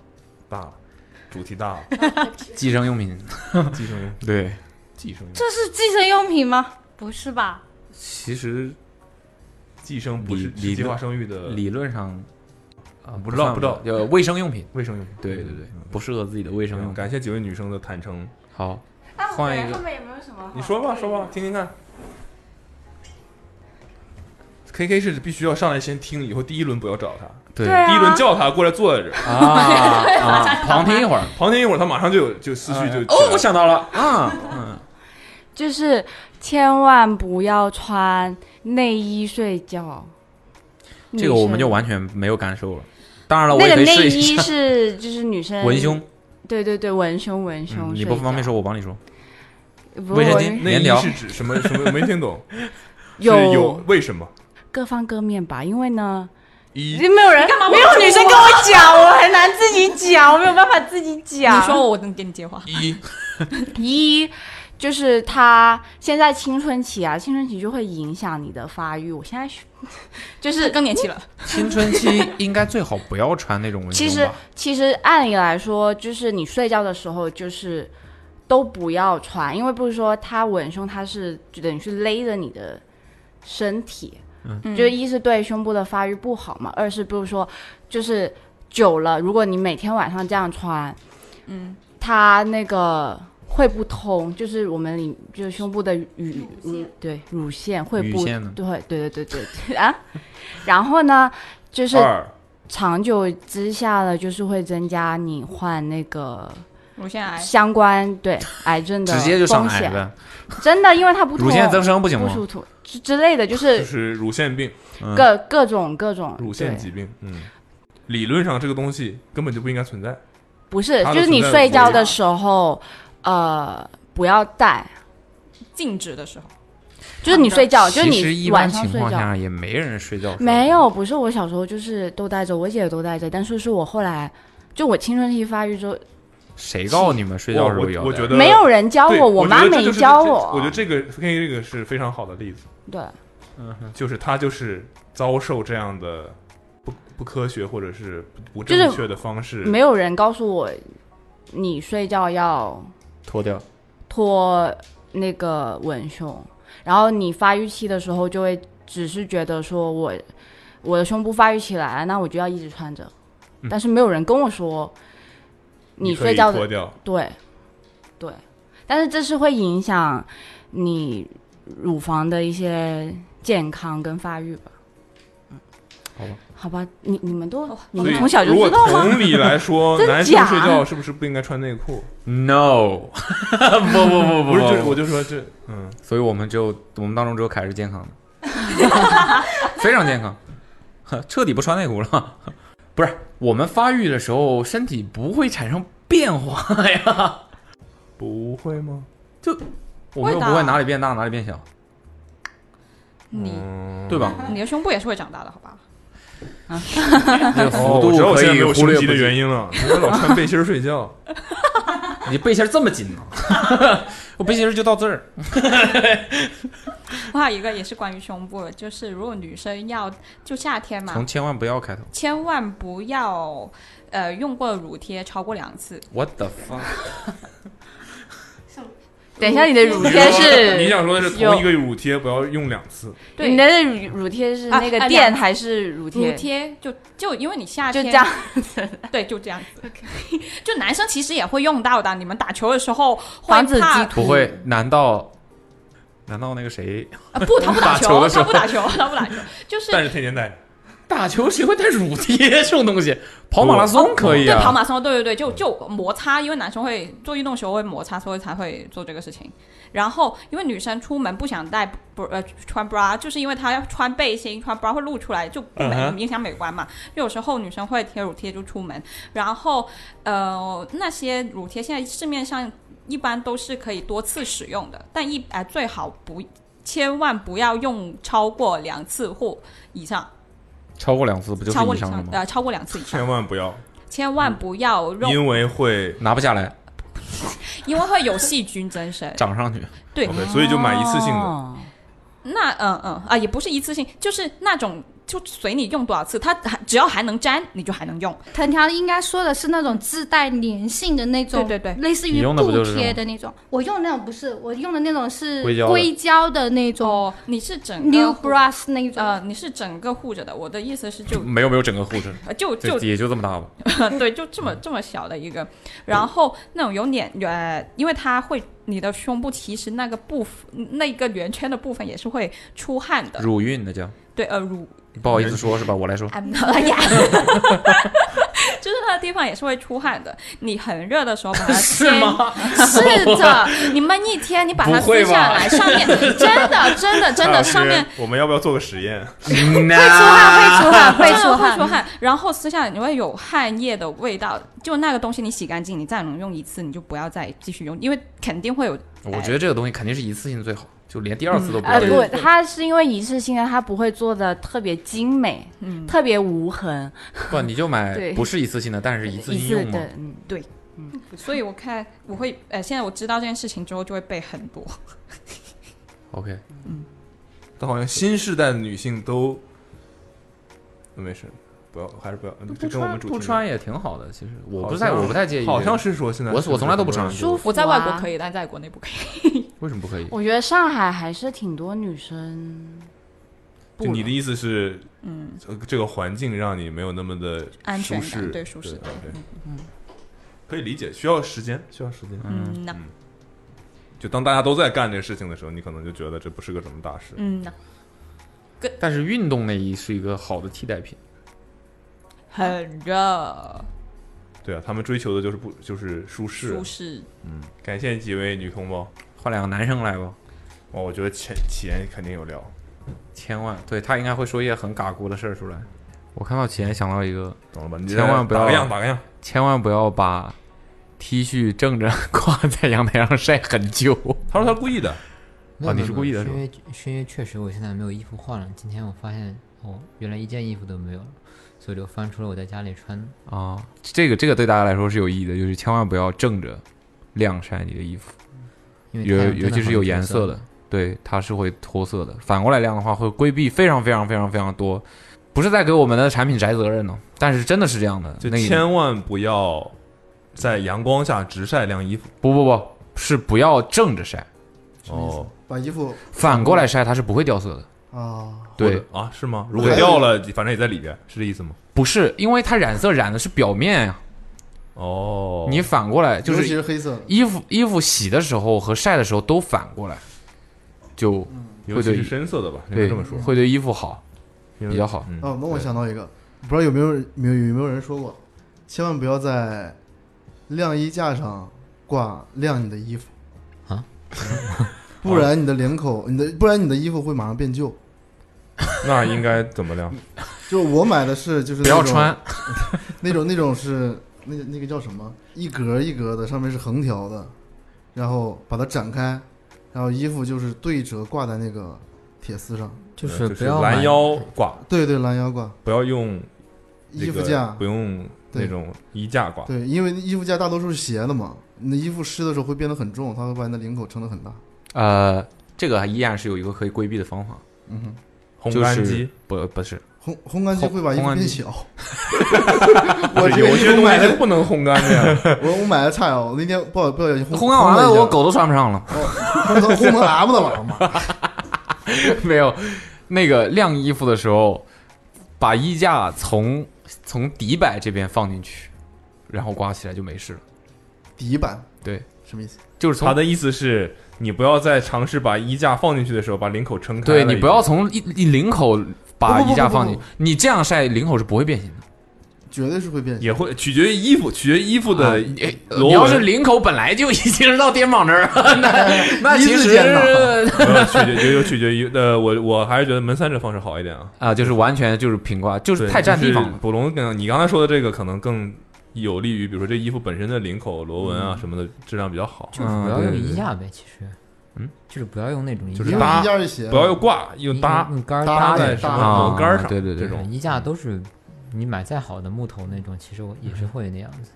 Speaker 2: 大了，主题大了，
Speaker 8: 寄生用品，
Speaker 2: 寄生用，
Speaker 8: 对，
Speaker 2: 寄生用，
Speaker 11: 这是寄生用品吗？不是吧？
Speaker 8: 其实
Speaker 2: 寄生不
Speaker 8: 理
Speaker 2: 是
Speaker 8: 理
Speaker 2: 是计划
Speaker 8: 论
Speaker 2: 生育的
Speaker 8: 理论上啊，
Speaker 2: 不知道
Speaker 8: 算
Speaker 2: 不知道
Speaker 8: 呃，卫生用品，
Speaker 2: 卫生用品，嗯
Speaker 8: 对对对，不适合自己的卫生用品。
Speaker 2: 感谢几位女生的坦诚。
Speaker 8: 好，换一个，
Speaker 4: 面也没有什么
Speaker 2: 你说吧，说吧，听听看。K K 是必须要上来先听，以后第一轮不要找他，
Speaker 8: 对
Speaker 4: 对啊
Speaker 2: 第一轮叫他过来坐在这儿
Speaker 8: 啊 啊旁听一会儿，
Speaker 2: 旁听一会儿，他马上就有就思绪就
Speaker 8: 哦，我想到了，
Speaker 2: 啊，
Speaker 4: 就是千万不要穿内衣睡觉。
Speaker 8: 这个我们就
Speaker 4: 女生
Speaker 8: 完全没有感受了。当然了，我
Speaker 4: 那个
Speaker 8: 也可以
Speaker 4: 内
Speaker 8: 试
Speaker 4: 衣
Speaker 8: 一 下。
Speaker 4: 是就是女生
Speaker 8: 文胸，
Speaker 4: 对对对，文胸文胸睡
Speaker 8: 嗯
Speaker 4: 觉、
Speaker 8: 你不方便说，我帮你说。
Speaker 4: 不
Speaker 8: 卫生
Speaker 4: 我
Speaker 8: 巾
Speaker 2: 内
Speaker 8: 棉
Speaker 2: 衣
Speaker 8: 条
Speaker 2: 是指什么什么？没听懂，是
Speaker 4: 有
Speaker 2: 有为什么？
Speaker 4: 各方各面吧，因为呢，
Speaker 2: 一
Speaker 4: 就没有人
Speaker 5: 你干嘛
Speaker 4: 没有女生跟我讲，我很难自己讲，我没有办法自己讲。
Speaker 5: 你说我能给你接话？
Speaker 2: 一
Speaker 4: 一就是他现在青春期啊，青春期就会影响你的发育。我现在学 就是
Speaker 5: 更年期了，
Speaker 8: 青春期应该最好不要穿那种文胸
Speaker 4: 其实
Speaker 8: 吧
Speaker 4: 其实按理来说，就是你睡觉的时候就是都不要穿，因为不是说它文胸，它是就等于是勒着你的身体，
Speaker 14: 嗯
Speaker 4: 就一是对胸部的发育不好嘛，二是不是说就是久了，如果你每天晚上这样穿，
Speaker 5: 嗯，
Speaker 4: 它那个。会不通，就是我们里就是胸部的乳，嗯对，乳腺会
Speaker 8: 乳
Speaker 4: 不
Speaker 8: 腺呢
Speaker 4: 对，对对对对对啊，然后呢，就是
Speaker 8: 二
Speaker 4: 长久之下呢，就是会增加你患那个
Speaker 5: 乳腺癌
Speaker 4: 相关对癌症的
Speaker 8: 直接就上
Speaker 4: 风
Speaker 8: 癌
Speaker 4: 险。
Speaker 8: 呗，
Speaker 4: 真的，因为它不
Speaker 8: 乳腺增生不行吗
Speaker 4: 不舒服之之类的，就是
Speaker 2: 就是乳腺病，嗯
Speaker 4: 各、各种各种
Speaker 2: 乳
Speaker 4: 啊
Speaker 2: 腺
Speaker 4: 对
Speaker 2: 疾病，嗯，理论上这个东西根本就不应该存在。
Speaker 4: 不是，
Speaker 2: 它
Speaker 4: 就是你
Speaker 2: 存在
Speaker 4: 睡
Speaker 2: 的逻
Speaker 4: 觉
Speaker 2: 辑
Speaker 4: 的时候，呃，不要戴，
Speaker 5: 静止的时候，
Speaker 4: 就是你睡觉，就是
Speaker 8: 其实一
Speaker 4: 你晚
Speaker 8: 般
Speaker 4: 上
Speaker 8: 情
Speaker 4: 睡
Speaker 8: 况
Speaker 4: 觉。
Speaker 8: 下也没人睡觉。
Speaker 4: 没有，不是我小时候就是都戴着，我姐也都戴着，但是是我后来就我青春期发育之后，
Speaker 8: 谁告诉你们睡觉时候不要戴？
Speaker 2: 我我觉得
Speaker 4: 没有人教
Speaker 2: 对
Speaker 4: 我
Speaker 2: 我
Speaker 4: 我妈
Speaker 2: 觉得这
Speaker 4: 没
Speaker 2: 就是
Speaker 4: 教
Speaker 2: 这
Speaker 4: 我
Speaker 2: 我觉得这个跟这个是非常好的例子。
Speaker 4: 对，
Speaker 2: 嗯，就是他就是遭受这样的不不科学或者是不不
Speaker 4: 就是
Speaker 2: 正确的方式，
Speaker 4: 没有人告诉我你睡觉要
Speaker 8: 脱掉。
Speaker 4: 脱那个文胸，然后你发育期的时候就会只是觉得说我我的胸部发育起来了，那我就要一直穿着，
Speaker 2: 嗯
Speaker 4: 但是没有人跟我说
Speaker 2: 你可以
Speaker 4: 睡觉的
Speaker 2: 脱掉
Speaker 4: 对对，但是这是会影响你乳房的一些健康跟发育吧。嗯
Speaker 2: 好吧。
Speaker 4: 好吧，你你们都、你
Speaker 2: 所
Speaker 4: 们
Speaker 2: 以
Speaker 4: 从小就
Speaker 2: 如果
Speaker 4: 知道吗？
Speaker 2: 同 理来说，
Speaker 4: 真
Speaker 2: 男生
Speaker 4: 假
Speaker 2: 睡觉是不是不应该穿内裤？
Speaker 8: No，不不不不，
Speaker 2: 不是就是我就说这，嗯，
Speaker 8: 所以我们只有我们当中只有凯是健康的，非常健康，呵彻底不穿内裤了。不是，我们发育的时候身体不会产生变化呀，
Speaker 2: 不会吗？
Speaker 8: 我们
Speaker 5: 会
Speaker 8: 又
Speaker 5: 的
Speaker 8: 不会哪里变大哪里变小，嗯
Speaker 5: 你
Speaker 2: 嗯
Speaker 8: 对吧？
Speaker 5: 你的胸部也是会长大的，好吧？
Speaker 8: 这个
Speaker 2: 哦
Speaker 8: 幅
Speaker 2: 我知道
Speaker 8: 度
Speaker 2: 我
Speaker 8: 可
Speaker 2: 现在没
Speaker 8: 以
Speaker 2: 有
Speaker 8: 忽
Speaker 2: 胸
Speaker 8: 略
Speaker 2: 肌的原因了，因为老穿背心儿睡觉。
Speaker 8: 你背心儿这么紧呢？我背心儿就到这儿。
Speaker 5: 我还有一个也是关于胸部的，就是如果女生要就夏天嘛
Speaker 8: 从，千万不要开头。
Speaker 5: 千万不要呃用过乳贴超过两次。
Speaker 8: What the fuck？
Speaker 4: 等一下，你的乳贴是
Speaker 2: 你想说的是
Speaker 4: 有
Speaker 2: 同一个乳贴不要用两次，
Speaker 5: 对
Speaker 4: 你的乳乳贴是
Speaker 5: 啊
Speaker 4: 那个
Speaker 5: 啊
Speaker 4: 垫
Speaker 5: 两
Speaker 4: 还是乳贴？
Speaker 5: 乳贴就就因为你夏
Speaker 4: 就
Speaker 5: 天
Speaker 4: 这样，
Speaker 5: 对，就这样子。就男生其实也会用到的，你们打球的时候会
Speaker 4: 防止
Speaker 5: 怕
Speaker 4: 激
Speaker 8: 不会？难道难道那个谁？
Speaker 5: 啊不，他不 打
Speaker 8: 球的时
Speaker 5: 他
Speaker 8: 候
Speaker 5: 不打球，他不打球， 就是
Speaker 2: 但是天天戴。
Speaker 8: 打球谁会带乳贴这种东西？跑马拉松可以
Speaker 5: 对
Speaker 8: 啊，
Speaker 5: 跑马拉松，对对对，就就摩擦，因为男生会做运动的时候会摩擦，所以才会做这个事情。然后因为女生出门不想带不呃穿 bra，就是因为她要穿背心穿 bra 会露出来，就不美、
Speaker 15: 嗯哼
Speaker 5: 影响美观嘛。有时候女生会贴乳贴就出门，然后呃那些乳贴现在市面上一般都是可以多次使用的，但一呃最好不千万不要用超过两次或以上，
Speaker 8: 超过两次不就是
Speaker 5: 超过
Speaker 8: 以上了
Speaker 5: 两
Speaker 8: 吗？啊
Speaker 5: 呃超过两次以上，
Speaker 2: 千万不要，
Speaker 5: 千万不要用
Speaker 2: 因为会
Speaker 8: 拿不下来，
Speaker 5: 因为会有细菌增 生。
Speaker 8: 涨上去。
Speaker 5: 对哦
Speaker 2: OK，所以就买一次性的。
Speaker 5: 那嗯嗯啊，也不是一次性，就是那种就随你用多少次，它还只要还能粘，你就还能用。
Speaker 11: 藤条应该说的是那种自带粘性的那种，
Speaker 5: 对对对
Speaker 11: 类似
Speaker 5: 你
Speaker 11: 于
Speaker 5: 用的不
Speaker 11: 布
Speaker 5: 就是这
Speaker 11: 贴
Speaker 5: 种
Speaker 11: 的那种。我用的那种不是，我用的那种是
Speaker 5: 硅胶的
Speaker 11: 硅胶的那种。
Speaker 5: 哦，你是整
Speaker 11: New
Speaker 5: Brass 那种？呃，你是整个护着的。我的意思是就
Speaker 8: 没有没有整个护着
Speaker 5: 呃，就就
Speaker 8: 也就这么大吧。
Speaker 2: 嗯
Speaker 5: 对，就这么这么小的一个，然后那种有点呃，因为它会你的胸部其实那个部分那一个圆圈的部分也是会出汗的。
Speaker 8: 乳晕那叫
Speaker 5: 对呃乳
Speaker 8: 不好意思说是吧？我来说，
Speaker 5: I'm not yeah，就是那个地方也是会出汗的。你很热的时候把 它
Speaker 8: 是吗
Speaker 5: 掀是 的，你闷一天，你把它
Speaker 2: 不会
Speaker 5: 撕
Speaker 2: 吧
Speaker 5: 下来，上面真的真的真
Speaker 2: 蔡老
Speaker 5: 的
Speaker 2: 师
Speaker 5: 上面。
Speaker 2: 我们要不要做个实验？
Speaker 8: 嗯
Speaker 5: 会出汗，
Speaker 2: 会
Speaker 5: 真的
Speaker 2: 出汗
Speaker 5: 会出汗。然后撕下来你会有汗液的味道，就那个东西你洗干净，你再能用一次，你就不要再继续用，因为肯定会有。哎
Speaker 8: 我觉得这个东西肯定是一次性最好。就连第二次都不
Speaker 4: 呃
Speaker 8: 要
Speaker 5: 嗯
Speaker 4: 不
Speaker 8: 用。，
Speaker 4: 它是因为一次性的，它不会做的特别精美，
Speaker 5: 嗯，
Speaker 4: 特别无痕，
Speaker 8: 不，你就买
Speaker 4: 对
Speaker 8: 不是一次性的，但是一次
Speaker 4: 一
Speaker 8: 性
Speaker 4: 次
Speaker 8: 用嘛
Speaker 4: 的。，嗯，
Speaker 5: 对，所以我看我会，呃，现在我知道这件事情之后就会背很多。
Speaker 8: OK，
Speaker 5: 嗯，
Speaker 2: 但好像新时代的女性都，没事，不要，还是不要，这跟我们主题
Speaker 8: 不穿也挺好的。其实我不
Speaker 2: 好
Speaker 8: 太
Speaker 2: 像
Speaker 8: 我不太介意这个，
Speaker 2: 好像是说现在
Speaker 8: 我
Speaker 2: 是
Speaker 8: 我从来都不
Speaker 2: 很多
Speaker 8: 穿，
Speaker 2: 人
Speaker 4: 舒服
Speaker 5: 我在外国
Speaker 4: 啊
Speaker 5: 可以，但在国内不可以。
Speaker 8: 为什么不可以？
Speaker 4: 我觉得上海还是挺多女生不
Speaker 2: 就你的意思是，呃
Speaker 5: 嗯，
Speaker 2: 这个环境让你没有那么的
Speaker 5: 安全
Speaker 2: 舒
Speaker 5: 感
Speaker 2: 适，
Speaker 5: 对舒适感
Speaker 2: OK
Speaker 5: 嗯
Speaker 2: 可以理解，需要时间，需要时间。
Speaker 5: 嗯呐，
Speaker 2: 就当大家都在干这个事情的时候，你可能就觉得这不是个什么大事。
Speaker 5: 嗯呐，
Speaker 8: 但是运动内衣是一个好的替代品。
Speaker 5: 很热。
Speaker 2: 对啊，他们追求的就是不就是舒适，
Speaker 5: 舒适。
Speaker 2: 嗯，感谢几位女同胞，
Speaker 8: 换两个男生来吧。
Speaker 2: 哦，我觉得钱钱肯定有料。
Speaker 8: 千万，对他应该会说一些很嘎咕的事儿出来。我看到钱想到一个，
Speaker 2: 懂了吧？你
Speaker 8: 千万不要
Speaker 2: 打个样打个样，
Speaker 8: 千万不要把 T 恤正着挂在阳台上晒很久。
Speaker 2: 他说他故意的，
Speaker 6: 没
Speaker 8: 啊，
Speaker 6: 有没
Speaker 8: 你
Speaker 6: 有
Speaker 8: 是故意的
Speaker 6: 没
Speaker 8: 是
Speaker 6: 有
Speaker 8: 吧
Speaker 6: 是？因为是因为确实我现在没有衣服换了，今天我发现哦，原来一件衣服都没有了，所以我就翻出了我在家里穿的。
Speaker 8: 啊，这个这个对大家来说是有意义的，就是千万不要正着晾晒你的衣服，
Speaker 6: 因为
Speaker 8: 尤
Speaker 6: 太阳真的
Speaker 8: 尤其是有颜色
Speaker 6: 很脱
Speaker 8: 的
Speaker 6: 色，
Speaker 8: 对，它是会脱色的。反过来晾的话，会规避非常非常非常非常多，不是在给我们的产品摘责任呢，但是真的是这样的。
Speaker 2: 就
Speaker 8: 那个
Speaker 2: 千万不要在阳光下直晒晾衣服。
Speaker 8: 不不不是不要正着晒，
Speaker 2: 哦，
Speaker 7: 把衣服
Speaker 8: 反过来晒它是不会掉色的。
Speaker 7: 啊，
Speaker 8: 对
Speaker 2: 或者啊，是吗？如果掉了，反正也在里边，是这意思吗？
Speaker 8: 不是，因为它染色染的是表面呀、
Speaker 2: 哦，
Speaker 8: 你反过来就
Speaker 7: 尤
Speaker 8: 是
Speaker 7: 其是黑色的
Speaker 8: 衣服，衣服洗的时候和晒的时候都反过来，就
Speaker 2: 嗯尤
Speaker 8: 会
Speaker 2: 其
Speaker 8: 对
Speaker 2: 是深色的吧应该
Speaker 8: 对，
Speaker 2: 这么说
Speaker 8: 会对衣服好，
Speaker 2: 因为嗯
Speaker 8: 比较好。
Speaker 7: 哦，那我想到一个，不知道有没有人有有没有人说过，千万不要在晾衣架上挂晾你的衣服
Speaker 6: 啊，
Speaker 7: 不然你的领口，你的不然你的衣服会马上变旧。
Speaker 2: 那应该怎么晾？
Speaker 7: 就我买的是就是
Speaker 8: 不要
Speaker 7: 那种
Speaker 8: 穿，
Speaker 7: 那种那种是那个那个叫什么？一格一格的，上面是横条的，然后把它展开，然后衣服就是对折挂在那个铁丝上，
Speaker 6: 就是
Speaker 2: 就
Speaker 6: 不
Speaker 2: 是
Speaker 6: 要
Speaker 2: 拦
Speaker 6: 买
Speaker 2: 腰挂，
Speaker 7: 对对，拦腰挂。
Speaker 2: 不要用那
Speaker 7: 衣服
Speaker 2: 个
Speaker 7: 架
Speaker 2: 不用那
Speaker 7: 对
Speaker 2: 种衣架挂。
Speaker 7: 对，因为衣服架大多数是斜的嘛，你的衣服湿的时候会变得很重，它会把你的领口撑得很大。
Speaker 8: 呃，这个依然是有一个可以规避的方法。
Speaker 7: 嗯
Speaker 2: 哼
Speaker 8: 就是
Speaker 2: 烘干机
Speaker 8: 不不是
Speaker 7: 烘烘干机会把衣
Speaker 8: 烘
Speaker 7: 服
Speaker 8: 干
Speaker 7: 变
Speaker 8: 机
Speaker 7: 小。
Speaker 8: 不
Speaker 7: 我
Speaker 8: 是
Speaker 7: 这个
Speaker 8: 有
Speaker 7: 衣
Speaker 8: 些
Speaker 7: 服
Speaker 8: 东西
Speaker 7: 买
Speaker 8: 是
Speaker 7: 的
Speaker 8: 不能烘干的 呀
Speaker 7: 我我买的菜哦，我那天不好不小心烘
Speaker 8: 烘干完
Speaker 7: 了
Speaker 8: 了，
Speaker 7: 一下
Speaker 8: 我狗都穿不上了。
Speaker 7: 烘成 烘成 M 的了嘛。
Speaker 8: 没有，那个晾衣服的时候，把衣架从从底摆这边放进去，然后挂起来就没事了。
Speaker 7: 底板
Speaker 8: 对，
Speaker 7: 什么意思？
Speaker 8: 就是从
Speaker 2: 他的意思是，你不要在尝试把衣架放进去的时候把领口撑开。
Speaker 8: 对你不要从一一领口把
Speaker 2: 不不不
Speaker 8: 衣架
Speaker 2: 不
Speaker 8: 放
Speaker 2: 不
Speaker 8: 进去，你这样晒领口是不会变形的。
Speaker 7: 绝对是会变，
Speaker 2: 也会取决于衣服，取决于衣服的
Speaker 8: 啊呃你要 是领口本来就已经是到肩膀这儿了，那那其
Speaker 2: 一字
Speaker 8: 实
Speaker 2: 肩膀没呃有取决有取决于呃，我我还是觉得门三这方式好一点啊。
Speaker 8: 啊，就是完全就是平挂，就是
Speaker 2: 对
Speaker 8: 太占地方了。。
Speaker 2: 捕龙跟你刚才说的这个可能更有利于，比如说这衣服本身的领口、螺纹啊
Speaker 6: 嗯
Speaker 2: 什么的质量比较好。
Speaker 6: 就是
Speaker 8: 啊
Speaker 6: 不要用衣架呗，其实，
Speaker 2: 嗯，
Speaker 6: 就是不要用那种衣
Speaker 2: 就是
Speaker 6: 架
Speaker 2: 搭不要用挂，用搭
Speaker 6: 用杆儿
Speaker 2: 搭在什么某杆儿上，
Speaker 8: 对对对
Speaker 2: 这种
Speaker 6: 衣架都是你买再好的木头那种，其实我
Speaker 2: 嗯
Speaker 6: 也是会那样子，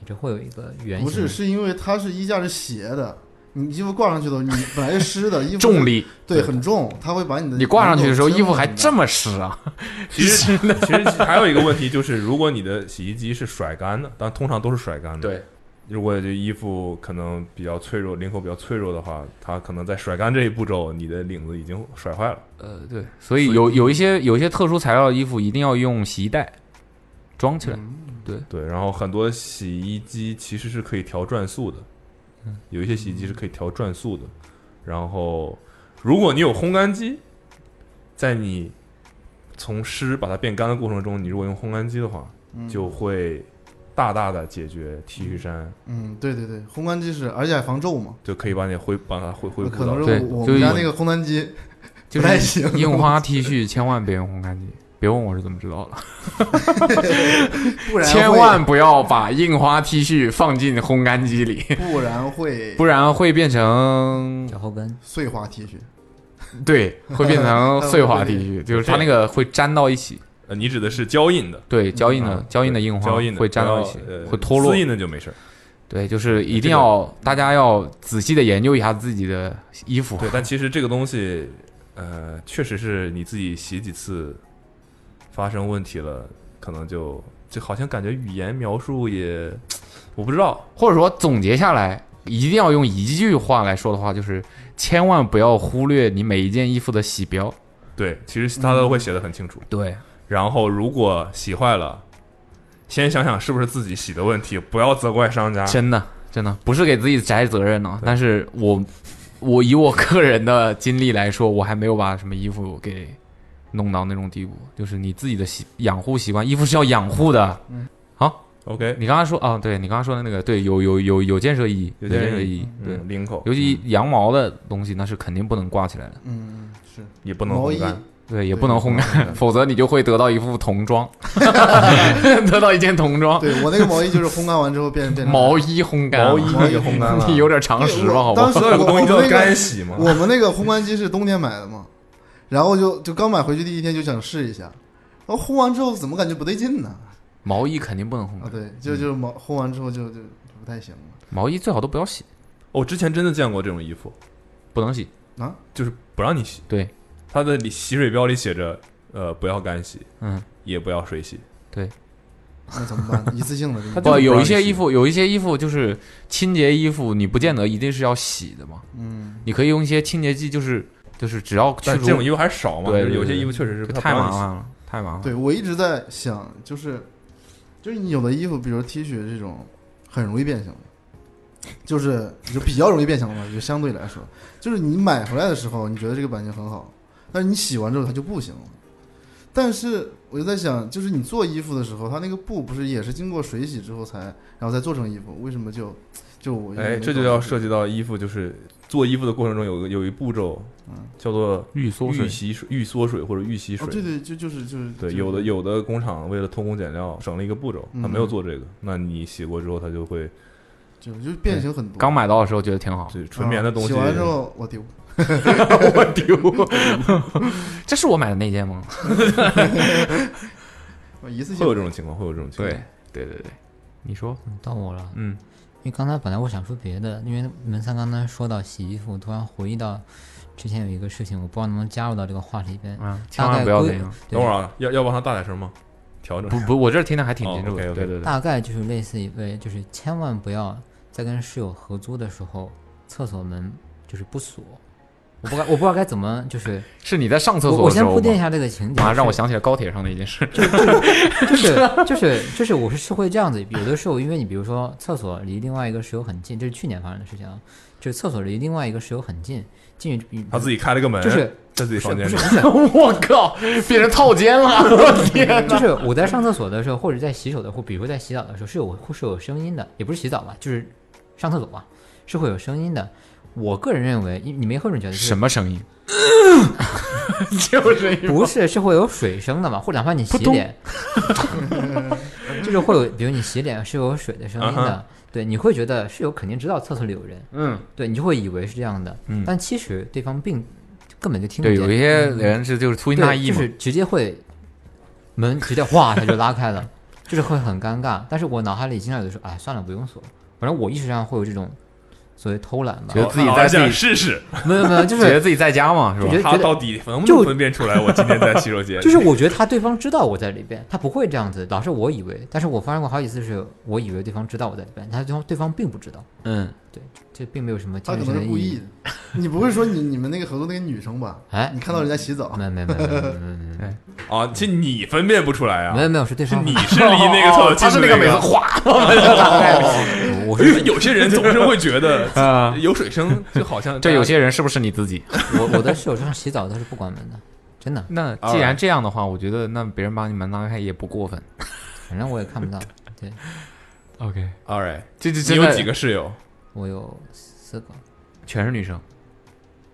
Speaker 6: 也是会有一个圆形。
Speaker 7: 不是，是因为它是衣架是斜的，你衣服挂上去的，你本来是湿的，衣服
Speaker 8: 重力
Speaker 7: 对很重，它会把你的
Speaker 8: 你挂上去的时候，
Speaker 7: 领
Speaker 8: 衣
Speaker 7: 口
Speaker 8: 服还 这么湿 啊！
Speaker 2: 其实其实还有一个问题就是，如果你的洗衣机是甩干的，但通常都是甩干的。
Speaker 8: 对，
Speaker 2: 如果这衣服可能比较脆弱，领口比较脆弱的话，它可能在甩干这一步骤，你的领子已经甩坏了。
Speaker 8: 呃，对，所以有有一些有一些特殊材料的衣服一定要用洗衣袋装起来。
Speaker 2: 嗯
Speaker 8: 对
Speaker 2: 对，然后很多洗衣机其实是可以调转速的，
Speaker 7: 嗯
Speaker 2: 有一些洗衣机是可以调转速的。然后，如果你有烘干机，在你从湿把它变干的过程中，你如果用烘干机的话，
Speaker 7: 嗯
Speaker 2: 就会大大的解决 T 恤衫
Speaker 7: 嗯，对对对，烘干机是，而且还防皱嘛。
Speaker 2: 就可以把你恢把它恢恢复
Speaker 7: 可
Speaker 2: 到
Speaker 7: 能是我我们家那个烘干机
Speaker 8: 就
Speaker 7: 不太
Speaker 8: 是
Speaker 7: 行，
Speaker 8: 印花 T 恤千万别用烘干机，别问我是怎么知道
Speaker 7: 不然
Speaker 8: 的，
Speaker 7: 会
Speaker 8: 千万不要把印花 T 恤放进烘干机里，
Speaker 7: 不然会
Speaker 8: 不然会变成
Speaker 6: 脚后跟
Speaker 7: 碎花 T 恤。
Speaker 8: 对，会变 成碎滑地区，就是它那个会粘到一起。
Speaker 2: 呃，你指的是胶印的，嗯
Speaker 8: 对，胶印的胶印的硬化
Speaker 2: 胶印的
Speaker 8: 会粘到一起，会脱落。
Speaker 2: 丝印的就没事儿。
Speaker 8: 对，就是一定要大家要仔细的研究一下自己的衣服。
Speaker 2: 对，但其实这个东西，呃，确实是你自己洗几次发生问题了，可能就就好像感觉语言描述也，我不知道，
Speaker 8: 或者说总结下来，一定要用一句话来说的话，就是千万不要忽略你每一件衣服的洗标。
Speaker 2: 对，其实他都会写的很清楚。
Speaker 8: 嗯对，
Speaker 2: 然后如果洗坏了，先想想是不是自己洗的问题，不要责怪商家。
Speaker 8: 真的，真的不是给自己摘责任呢、但是我，我以我个人的经历来说，我还没有把什么衣服给弄到那种地步。就是你自己的习养护习惯，衣服是要养护的。
Speaker 2: 嗯，
Speaker 8: 好
Speaker 2: ，OK。
Speaker 8: 你刚刚说啊，对你刚刚说的那个，对，有有有有建设意义，
Speaker 2: 有
Speaker 8: 有
Speaker 2: 建设
Speaker 8: 设
Speaker 2: 意义
Speaker 8: 意义。对
Speaker 2: 嗯，领口
Speaker 8: 尤其羊毛的东西，那是肯定不能挂起来的。
Speaker 7: 嗯，是
Speaker 2: 也不能
Speaker 7: 毛
Speaker 2: 烘
Speaker 7: 衣
Speaker 2: 干。
Speaker 8: 对，也不能烘
Speaker 7: 不能烘
Speaker 8: 干，否则你就会得到一副童 装， 得到一件童装。
Speaker 7: 对我那个毛衣就是烘干完之后变变成
Speaker 8: 毛衣烘干，
Speaker 7: 毛衣也烘干了
Speaker 8: 你 有点常识吧？好吧，
Speaker 7: 当时我我们那个我们那个烘干机是冬天买的嘛，然后就就刚买回去第一天就想试一下，然后烘完之后怎么感觉不对劲呢？
Speaker 8: 毛衣肯定不能烘
Speaker 7: 啊，
Speaker 8: 干，嗯
Speaker 7: 对，就就是毛烘完之后就就就不太行了。
Speaker 8: 毛衣最好都不要洗。
Speaker 2: 哦我、之前真的见过这种衣服，
Speaker 8: 不能洗
Speaker 7: 啊，
Speaker 2: 就是不让你洗。
Speaker 8: 对，
Speaker 2: 它的里洗水标里写着，呃，不要干洗，
Speaker 8: 嗯，
Speaker 2: 也不要水洗。
Speaker 8: 对，
Speaker 7: 那怎么办？一次性的这个
Speaker 8: 不，有一些衣服，有一些衣服就是清洁衣服，你不见得一定是要洗的嘛。
Speaker 7: 嗯，
Speaker 8: 你可以用一些清洁剂，就是就是只要去
Speaker 2: 但
Speaker 8: 除
Speaker 2: 这种衣服还是少嘛
Speaker 8: 对，
Speaker 2: 就是
Speaker 8: 对
Speaker 2: 有些
Speaker 8: 对
Speaker 2: 衣服确实是
Speaker 8: 就
Speaker 2: 它不
Speaker 8: 太
Speaker 2: 让
Speaker 8: 麻
Speaker 2: 你洗
Speaker 8: 烦了，太麻烦了。
Speaker 7: 对我一直在想，就是就是你有的衣服，比如 T 恤这种，很容易变形的，就是就比较容易变形了，就相对来说，就是你买回来的时候，你觉得这个版型很好，但是你洗完之后它就不行了。但是我就在想，就是你做衣服的时候，它那个布不是也是经过水洗之后才，然后再做成衣服，为什么就就我
Speaker 2: 哎，这就要涉及到衣服，就是做衣服的过程中有个有一步骤，叫做
Speaker 8: 预缩水
Speaker 2: 预洗水、预缩水或者预洗
Speaker 7: 嗯
Speaker 2: 水。
Speaker 7: 哦对对就就是就是就
Speaker 2: 对，
Speaker 7: 是
Speaker 2: 有的有的工厂为了偷工减料，省了一个步骤，他没有做这个，那你洗过之后，它就会
Speaker 7: 嗯就就变形很多。
Speaker 8: 刚买到的时候觉得挺好，，
Speaker 2: 对纯棉的东西
Speaker 7: 洗完之后我 丢
Speaker 8: 我丢，这是我买的那件吗？
Speaker 7: 我一次性
Speaker 2: 会有这种情况，会有这种情况。
Speaker 8: 对对对对，你说
Speaker 6: 到我了，
Speaker 2: 嗯，
Speaker 6: 因为刚才本来我想说别的，因为门三刚才说到洗衣服，我突然回忆到之前有一个事情，我不知道能不能加入到这个话题里边。
Speaker 8: 嗯千
Speaker 6: 大
Speaker 8: 万
Speaker 6: 概
Speaker 8: 不要
Speaker 6: 归
Speaker 8: 这样
Speaker 6: 对
Speaker 2: 等会儿啊，要要帮他大点声吗？调整一
Speaker 8: 不
Speaker 2: 下
Speaker 8: 不，我这听的还挺清楚
Speaker 2: 哦
Speaker 8: 的。
Speaker 2: ，OK，OK
Speaker 8: 对对对，
Speaker 6: 大概就是类似一位，就是千万不要在跟室友合租的时候，厕所门就是不锁。我不该，我不知道该怎么，就是
Speaker 8: 是你在上厕所的时候
Speaker 6: 我我先
Speaker 8: 吗
Speaker 6: 铺垫一下这个情节，
Speaker 8: 马上让我
Speaker 6: 是
Speaker 8: 想起了高铁上的一件 事。
Speaker 6: 就是 就是就是，我是是会这样子。有的时候，因为你比如说厕所离另外一个室友很近，这是去年发生的事情啊。就是厕所离另外一个室友很近，进去比
Speaker 2: 他自己开了个门
Speaker 6: 就是
Speaker 2: 在自己房间里
Speaker 6: 不是 不是
Speaker 8: 我 靠，变成套间了！ 我天哪，
Speaker 6: 就是我在上厕所的时候，或者在洗手的，或比如说在洗澡的时候，是有会是有声音的，也不是洗澡吧，就是上厕所吧，是会有声音的。我个人认为，你你没会不会觉得
Speaker 8: 什 么声音？就是
Speaker 6: 不是是会有水声的嘛？或者哪怕你洗脸，就是会有，比如你洗脸是有水的声音
Speaker 8: 啊
Speaker 6: 的
Speaker 8: 哈，
Speaker 6: 对，你会觉得室友肯定知道厕所里有人，
Speaker 8: 嗯，
Speaker 6: 对你就会以为是这样的，
Speaker 8: 嗯
Speaker 6: 但其实对方并根本就听不
Speaker 8: 对，
Speaker 6: 见。嗯
Speaker 8: 有一些人是就是粗心大
Speaker 6: 对
Speaker 8: 意
Speaker 6: 就
Speaker 8: 嘛
Speaker 6: 是，直接会门 直接哗他就拉开了，就是会很尴尬。但是我脑海里经常有的时候，哎，算了，不用锁。反正我意识上会有这种所谓偷懒吧，
Speaker 8: 觉得自己在自己
Speaker 6: 没有没有，就是
Speaker 8: 觉得自己在家嘛，是
Speaker 6: 就觉得
Speaker 8: 吧？
Speaker 2: 他
Speaker 6: 觉得
Speaker 2: 到底能不
Speaker 6: 就
Speaker 2: 能分辨出来我今天在洗手间？
Speaker 6: 就是我觉得他对方知道我在里边，他不会这样子，老是我以为。但是我发生过好几次是，我以为对方知道我在里边，但是对方对方并不知道。
Speaker 8: 嗯，
Speaker 6: 对，这并没有什么
Speaker 7: 他
Speaker 6: 精
Speaker 7: 可
Speaker 6: 神上
Speaker 7: 能
Speaker 6: 的
Speaker 7: 是故
Speaker 6: 意
Speaker 7: 意
Speaker 6: 义
Speaker 7: 的。。你不会说你你们那个合作那个女生吧？
Speaker 6: 哎
Speaker 7: 你看到人家洗澡？
Speaker 6: 没没没没没没没没。
Speaker 2: 啊，是你分辨不出来啊？
Speaker 6: 嗯没有没有，是对方
Speaker 2: 是你是离那个厕所近的、
Speaker 8: 哦他是那个每次哗
Speaker 2: 哦
Speaker 8: 我是
Speaker 2: 有些人总是会 觉得
Speaker 8: 啊
Speaker 2: 有水声，就好 像
Speaker 8: 这有些人是不是你自己？
Speaker 6: 我我的室友上洗澡都是不关门的，真的。
Speaker 8: 那既然这样的话，我觉得那别人把你门拉开也不过分。
Speaker 6: 反正我也看不到，对。
Speaker 8: OK，
Speaker 2: All right，
Speaker 8: 这这
Speaker 2: 你
Speaker 8: 真的
Speaker 2: 有几个室友？
Speaker 6: 我有四个，
Speaker 8: 全是女生，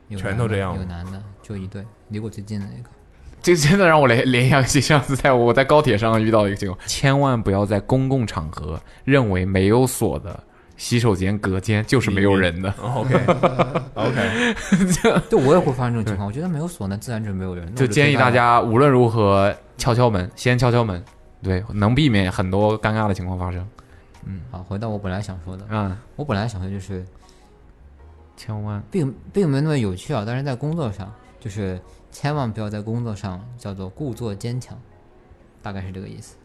Speaker 6: 有
Speaker 8: 全
Speaker 6: 男
Speaker 8: 都
Speaker 6: 的
Speaker 8: 这样
Speaker 6: 有
Speaker 8: 吗
Speaker 6: 男的就一对，离我最近的那个。
Speaker 8: 这真的让我联联想起上次在我在高铁上遇到一个情况，千万不要在公共场合认为没有锁的
Speaker 13: 洗手间、隔间就是没有人的。
Speaker 2: OK OK，
Speaker 6: 对我也会发生这种情况，我觉得没有锁呢，自然就没有人。
Speaker 13: 就建议大家无论如何敲敲门，先敲敲门，对，能避免很多尴尬的情况发生。
Speaker 6: 嗯，好，回到我本来想说的，
Speaker 13: 嗯，
Speaker 6: 我本来想说就是，
Speaker 13: 千万
Speaker 6: 并并没那么有趣啊，但是在工作上，就是千万不要在工作上叫做故作坚强，大概是这个意思。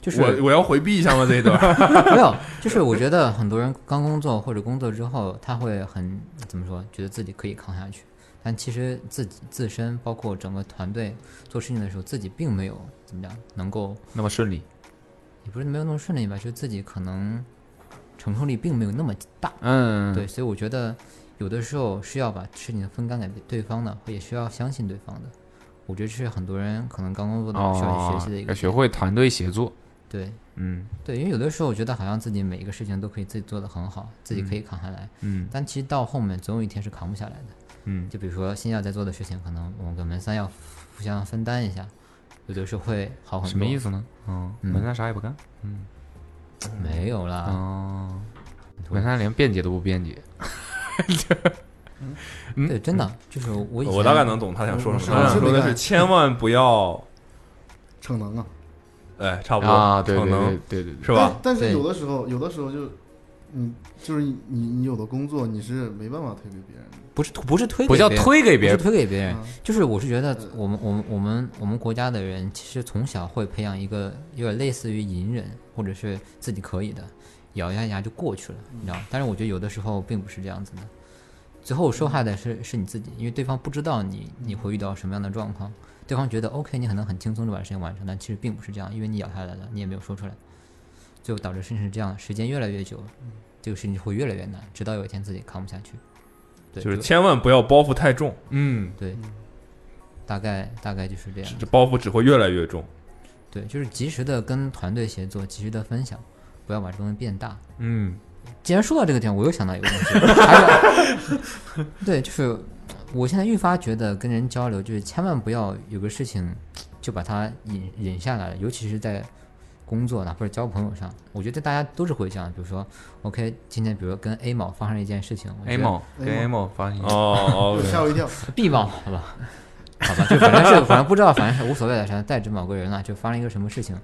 Speaker 6: 就是
Speaker 2: 我我要回避一下吗？这一段
Speaker 6: 没有，就是我觉得很多人刚工作或者工作之后，他会很怎么说，觉得自己可以扛下去，但其实自己自身包括整个团队做事情的时候，自己并没有怎么讲能够
Speaker 13: 那么顺利，
Speaker 6: 也不是没有那么顺利吧，就是自己可能承受力并没有那么大。
Speaker 13: 嗯
Speaker 6: 对，所以我觉得有的时候是要把事情分担给对方的，也需要相信对方的。我觉得这是很多人可能刚工作的时候需要去学习的一
Speaker 13: 哦要
Speaker 6: 个
Speaker 13: 学会团队协作。
Speaker 6: 对，
Speaker 13: 嗯，
Speaker 6: 对，因为有的时候我觉得好像自己每一个事情都可以自己做得很好，自己可以扛下来，
Speaker 13: 嗯嗯
Speaker 6: 但其实到后面总有一天是扛不下来的，
Speaker 13: 嗯
Speaker 6: 就比如说新耀在做的事情，可能我跟门三要互相分担一下，有的时候会好很多。
Speaker 13: 什么意思呢？嗯，
Speaker 6: 嗯
Speaker 13: 门三啥也不干，嗯，
Speaker 6: 没有啦。
Speaker 13: 哦，门三连辩解都不辩解。
Speaker 6: 对，真的就是我以前
Speaker 2: 嗯我大概能懂他想说什
Speaker 8: 嗯
Speaker 2: 么。他想说的是，千万不要
Speaker 7: 逞能啊，
Speaker 2: 哎，差不多
Speaker 13: 啊对对
Speaker 2: 可能
Speaker 13: 对对对
Speaker 2: 是吧？
Speaker 7: 但是有的时候，有的时候就你就是你你有的工作你是没办法推给别人的。
Speaker 6: 不是不是推
Speaker 13: 不叫
Speaker 6: 别人
Speaker 13: 推给别人
Speaker 6: 不是推给别人，就是我是觉得我们我们我们我们国家的人其实从小会培养一个有点类似于隐忍，或者是自己可以的，咬一下牙就过去了，你知道吗？但是我觉得有的时候并不是这样子的，最后受害的是是你自己，因为对方不知道你你会遇到什么样的状况，对方觉得 OK，你可能很轻松就把事情完成，但其实并不是这样，因为你咬下来了，你也没有说出来，最后导致事情是这样，时间越来越久，这个事情会越来越难，直到有一天自己扛不下去。对，
Speaker 2: 就是千万不要包袱太重，
Speaker 13: 嗯，
Speaker 6: 对，大概大概就是这样。
Speaker 2: 这包袱只会越来越重。
Speaker 6: 对，就是及时的跟团队协作，及时的分享，不要把这东西变大。
Speaker 13: 嗯，
Speaker 6: 既然说到这个点，我又想到一个东西，还 有，对，就是我现在愈发觉得跟人交流，就是千万不要有个事情就把它引引下来了，尤其是在工作哪怕是交朋友上，我觉得大家都是会这样。比如说，OK，今天比如说跟 A 某发生了一件事情我觉
Speaker 13: A
Speaker 6: 得
Speaker 13: 某跟 A 某发生一件
Speaker 2: 哦哦
Speaker 7: 吓我一跳
Speaker 6: ，B 某好吧。好吧，就反正是反正不知道，反正是无所谓的，反正代指某个人啊了，就发生一个什么事情，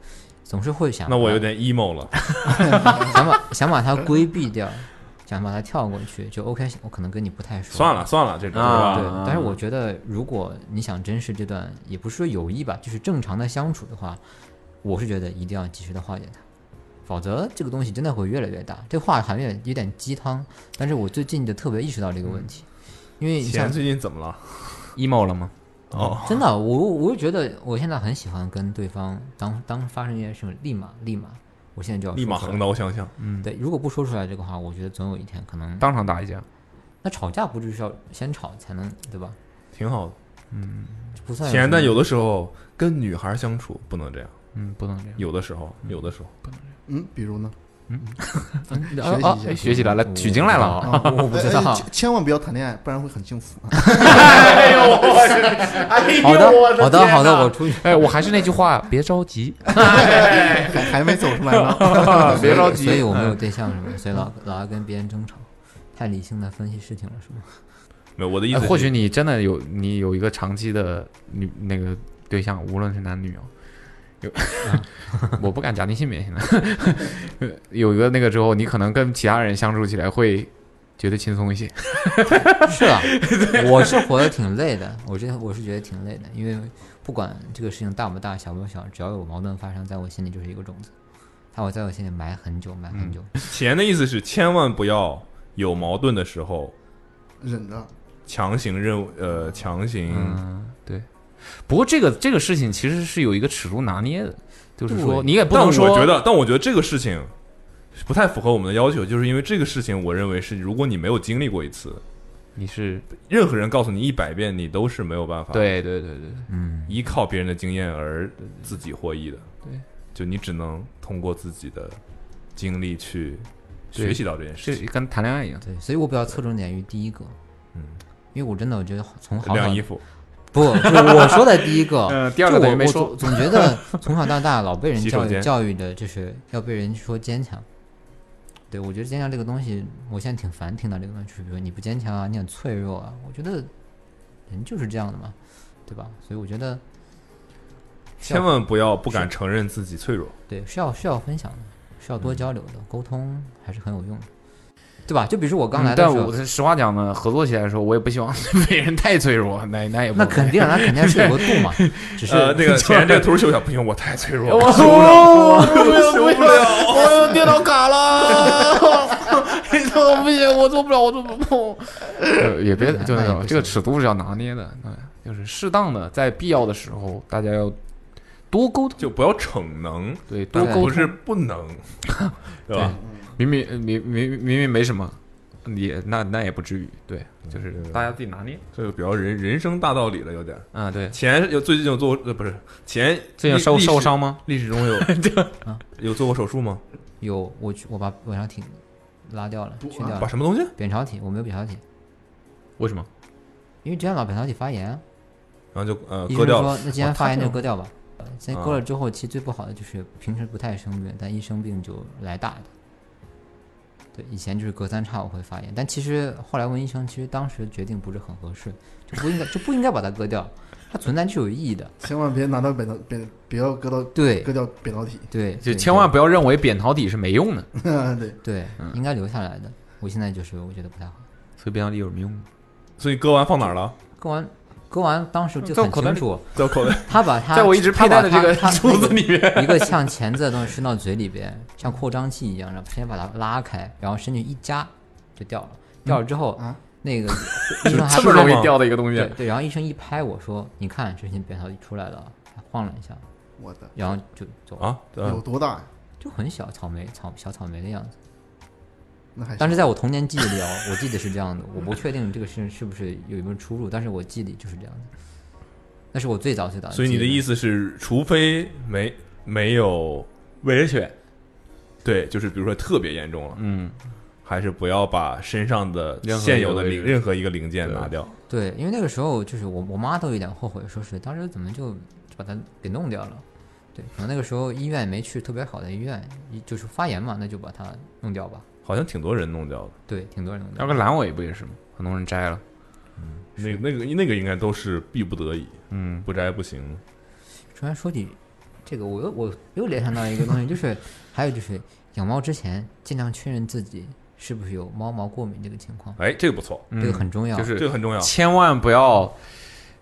Speaker 6: 总是会想。
Speaker 2: 那我 有点 emo 了。
Speaker 6: 想把想把它规避掉，想把它跳过去，就 OK。我可能跟你不太熟，
Speaker 2: 算了算了这种是吧
Speaker 6: 对
Speaker 2: 啊，
Speaker 6: 但是我觉得，如果你想珍视这段，也不是说友谊吧，就是正常的相处的话，我是觉得一定要及时的化解它，否则这个东西真的会越来越大。这话含有点有点鸡汤，但是我最近就特别意识到这个问题，因为你
Speaker 2: 钱
Speaker 6: 像
Speaker 2: 最近怎么了？
Speaker 13: emo 了吗？
Speaker 2: 哦，
Speaker 6: 真的，我我就觉得我现在很喜欢跟对方当当发生一件事情，立马立马，我现在就要
Speaker 2: 立马横刀相向。
Speaker 13: 嗯，
Speaker 6: 对，如果不说出来这个话，我觉得总有一天可能
Speaker 13: 当场打一架。
Speaker 6: 那吵架不就是要先吵才能对吧？
Speaker 2: 挺好的，
Speaker 13: 嗯，
Speaker 6: 不算
Speaker 2: 显然，
Speaker 6: 什么
Speaker 2: 但有的时候跟女孩相处不能这样，
Speaker 13: 嗯，不能这样。
Speaker 2: 有的时候，有的时候不能
Speaker 7: 嗯，比如呢？
Speaker 13: 嗯，
Speaker 7: 学习
Speaker 13: 啊
Speaker 7: 一
Speaker 13: 啊
Speaker 7: 下，
Speaker 13: 哎 学习来了
Speaker 7: 嗯
Speaker 13: 取经来了
Speaker 7: 啊
Speaker 13: 我不知道
Speaker 7: 哎哎千千万不要谈恋爱，不然会很幸福。
Speaker 13: 哎
Speaker 7: 呦我去
Speaker 13: 哎
Speaker 7: 呦好的我的好的天好的哪我
Speaker 6: 出去。
Speaker 13: 哎，我还是那句话，别着 急，
Speaker 7: 还还没走出来呢
Speaker 13: 别着急。嗯
Speaker 6: 所以我没有对象什么，所以老老要跟别人争吵，太理性的分析事情了是吗？
Speaker 2: 没有我的意思
Speaker 13: 哎或许
Speaker 2: 是
Speaker 13: 你真的有你有一个长期的女那个对象，无论是男女哦，有
Speaker 6: 啊
Speaker 13: 我不敢假定性别现在 有一个那个之后，你可能跟其他人相处起来会觉得轻松一些。 嗯
Speaker 6: 是啊，我是活得挺累的，我这我是觉得挺累的，因为不管这个事情大不大、小不小，只要有矛盾发生，在我心里就是一个种子，它会在我心里埋很久、埋很久。
Speaker 13: 嗯
Speaker 7: 嗯
Speaker 2: 显然的意思是，千万不要有矛盾的时候
Speaker 7: 忍着，
Speaker 2: 强行任务呃强行
Speaker 13: 嗯，对。不过这个这个事情其实是有一个尺度拿捏的，就是说
Speaker 2: 对
Speaker 13: 你也不能说，
Speaker 2: 但我觉得，但我觉得这个事情是不太符合我们的要求，就是因为这个事情，我认为是如果你没有经历过一次，
Speaker 13: 你是
Speaker 2: 任何人告诉你一百遍，你都是没有办法。
Speaker 13: 对对对对，
Speaker 6: 嗯，
Speaker 2: 依靠别人的经验而自己获益的。
Speaker 13: 对，
Speaker 2: 就你只能通过自己的经历去
Speaker 6: 对
Speaker 2: 学习到这件事情。
Speaker 13: 跟谈恋爱一样。
Speaker 6: 对，所以我比较侧重点于第一个，
Speaker 2: 嗯，
Speaker 6: 因为我真的我觉得从好
Speaker 2: 晾
Speaker 6: 好
Speaker 2: 衣服嗯
Speaker 6: 不，就是我说的第一 个，
Speaker 13: 呃第二个
Speaker 6: 就
Speaker 13: 等于
Speaker 6: 我
Speaker 13: 没
Speaker 6: 我
Speaker 13: 说
Speaker 6: 总总觉得从小到大老被人
Speaker 13: 洗手
Speaker 6: 教育
Speaker 13: 间
Speaker 6: 教育的，就是要被人说坚强，对我觉得坚强这个东西，我现在挺烦听到这个东西，就是比如说你不坚强啊，你很脆弱啊，我觉得人就是这样的嘛，对吧？所以我觉得
Speaker 2: 千万不要不敢承认自己脆弱。
Speaker 6: 对，是要是要分享的，是要多
Speaker 2: 嗯
Speaker 6: 交流的，沟通还是很有用的，对吧？就比如说我
Speaker 2: 嗯
Speaker 6: 刚来的
Speaker 8: 但
Speaker 6: 时候，
Speaker 8: 我实话讲呢，合作起来的时候，我也不 希望被人太脆弱，那那也不
Speaker 6: 那肯定啊那肯定是有个 度嘛只是
Speaker 2: 呃，那个前面这个图是修小，不行，我太脆弱
Speaker 8: 我
Speaker 2: 了，修不了，我修不了。
Speaker 13: 我电脑卡 了，
Speaker 8: 我不行，我做不了，我做不
Speaker 13: 了。
Speaker 8: 呃 也别
Speaker 13: 那
Speaker 8: 就 那
Speaker 13: 也
Speaker 8: 种
Speaker 13: 不
Speaker 8: 这个尺度是要拿捏的，嗯，就是适当的，在必要的时候，大家要多沟通，
Speaker 2: 就不要逞能，
Speaker 8: 对，多
Speaker 2: 但
Speaker 8: 沟通
Speaker 2: 不是不能，对吧？
Speaker 8: 明明明明明明没什么，也那那也不至于，对，
Speaker 2: 嗯
Speaker 8: 就是大家自己拿捏，
Speaker 2: 这个比较人人生大道理了，有点
Speaker 8: 啊，对。
Speaker 2: 前有最近有做呃不是前
Speaker 8: 最近受
Speaker 2: 历历史
Speaker 8: 受伤吗
Speaker 2: 历史 中有有做过手术吗？
Speaker 6: 啊有，我去，我把扁桃体拉掉了，去掉了。
Speaker 2: 把什么东西？
Speaker 6: 扁桃体，我没有扁桃体。
Speaker 8: 为什么？
Speaker 6: 因为之前老扁桃体发炎啊。
Speaker 2: 然后就呃
Speaker 6: 医
Speaker 2: 割
Speaker 6: 生
Speaker 2: 掉
Speaker 6: 说
Speaker 2: 了，
Speaker 6: 那既然
Speaker 2: 哇
Speaker 6: 发炎
Speaker 2: 他啊
Speaker 6: 就
Speaker 2: 这
Speaker 6: 割
Speaker 2: 种
Speaker 6: 掉吧。呃现在割了之后，其实最不好的就是平时不太生病，但一生病就来大的。对，以前就是隔三差五会发炎，但其实后来问医生，其实当时决定不是很合适，就不应该就不应该把它割掉，它存在就有意义的。
Speaker 7: 千万别拿到扁桃扁，不要割到
Speaker 6: 对
Speaker 7: 割掉扁桃体。
Speaker 6: 对，
Speaker 8: 就
Speaker 6: 对
Speaker 8: 千万不要认为扁桃体是没用的，
Speaker 7: 对
Speaker 6: 对，应该留下来的。我现在就是我觉得不太好。
Speaker 8: 所以扁桃体有什么用？
Speaker 2: 所以割完放哪儿了？
Speaker 6: 割完割完当时就
Speaker 8: 在我
Speaker 6: 很
Speaker 8: 口袋
Speaker 6: 清
Speaker 8: 里
Speaker 6: 楚，
Speaker 2: 在我口袋里
Speaker 6: 他 把他
Speaker 8: 在我一直佩戴的这个
Speaker 6: 竹
Speaker 8: 竹子里面
Speaker 6: 一个像钳子的东西伸到嘴里边，像扩张器一样，然后先把它拉开，然后伸进去一夹就掉了。掉了之后，
Speaker 7: 嗯啊
Speaker 6: 那 个医生还
Speaker 8: 这么容易掉的一个东西
Speaker 6: 对对，然后医生一拍我说：“你看，这些扁桃体出来了。”还晃了一下，
Speaker 7: 我的
Speaker 6: 然后就走了
Speaker 2: 啊呃有
Speaker 7: 多大呀？
Speaker 6: 就很小，草莓草小草莓的样子。
Speaker 7: 那还
Speaker 6: 但是在我童年记忆里啊，我记得是这样的，我不确定这个是是不是有没有出入，但是我记得就是这样的。那是我最早最早。
Speaker 2: 所以你的意思是，除非没没有
Speaker 8: 伪血，
Speaker 2: 对，就是比如说特别严重了，
Speaker 8: 嗯，
Speaker 2: 还是不要把身上的
Speaker 6: 任何
Speaker 2: 现有的
Speaker 6: 一个
Speaker 2: 零任何一个零件拿掉。
Speaker 6: 对，因为那个时候就是我我妈都有点后悔，说是当时怎么就把它给弄掉了。对，可能那个时候医院也没去特别好的医院，一就是发炎嘛，那就把它弄掉吧。
Speaker 2: 好像挺多人弄掉的，
Speaker 6: 对，挺多人弄掉
Speaker 8: 那
Speaker 6: 的。
Speaker 8: 个阑尾不也是吗？很多人摘了，
Speaker 2: 嗯那个那个那个应该都是必不得已，
Speaker 8: 嗯，
Speaker 2: 不摘不行。
Speaker 6: 突然说起这个，我又我又联想到一个东西，就是还有就是养猫之前尽量确认自己是不是有猫毛过敏这个情况。
Speaker 2: 哎，这个不错，
Speaker 6: 嗯这个很重要，
Speaker 8: 就是
Speaker 6: 千
Speaker 8: 千万不要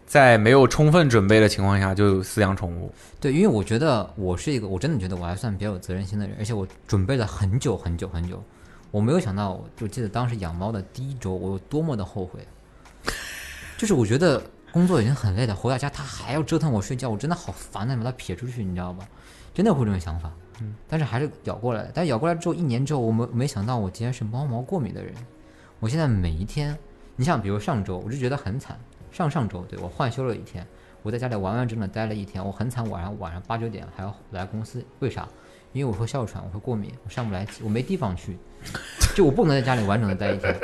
Speaker 8: 在没有充分准备的情况下就饲养宠物。
Speaker 6: 对，因为我觉得我是一个，我真的觉得我还算比较有责任心的人，而且我准备了很久很久很久。我没有想到，我就记得当时养猫的第一周，我有多么的后悔。就是我觉得工作已经很累了，回到家它还要折腾我睡觉，我真的好烦啊！把它撇出去，你知道吧？真的会有这种想法。
Speaker 8: 嗯，
Speaker 6: 但是还是咬过来了。但是咬过来之后，一年之后，我没没想到我竟然是猫毛过敏的人。我现在每一天，你像比如上周，我就觉得很惨。上上周对我换休了一天，我在家里完完整整待了一天，我很惨。晚上晚上八九点还要来公司，为啥？因为我会哮喘，我会过敏，我上不来气，我没地方去， 就我不能在家里完整的待一天。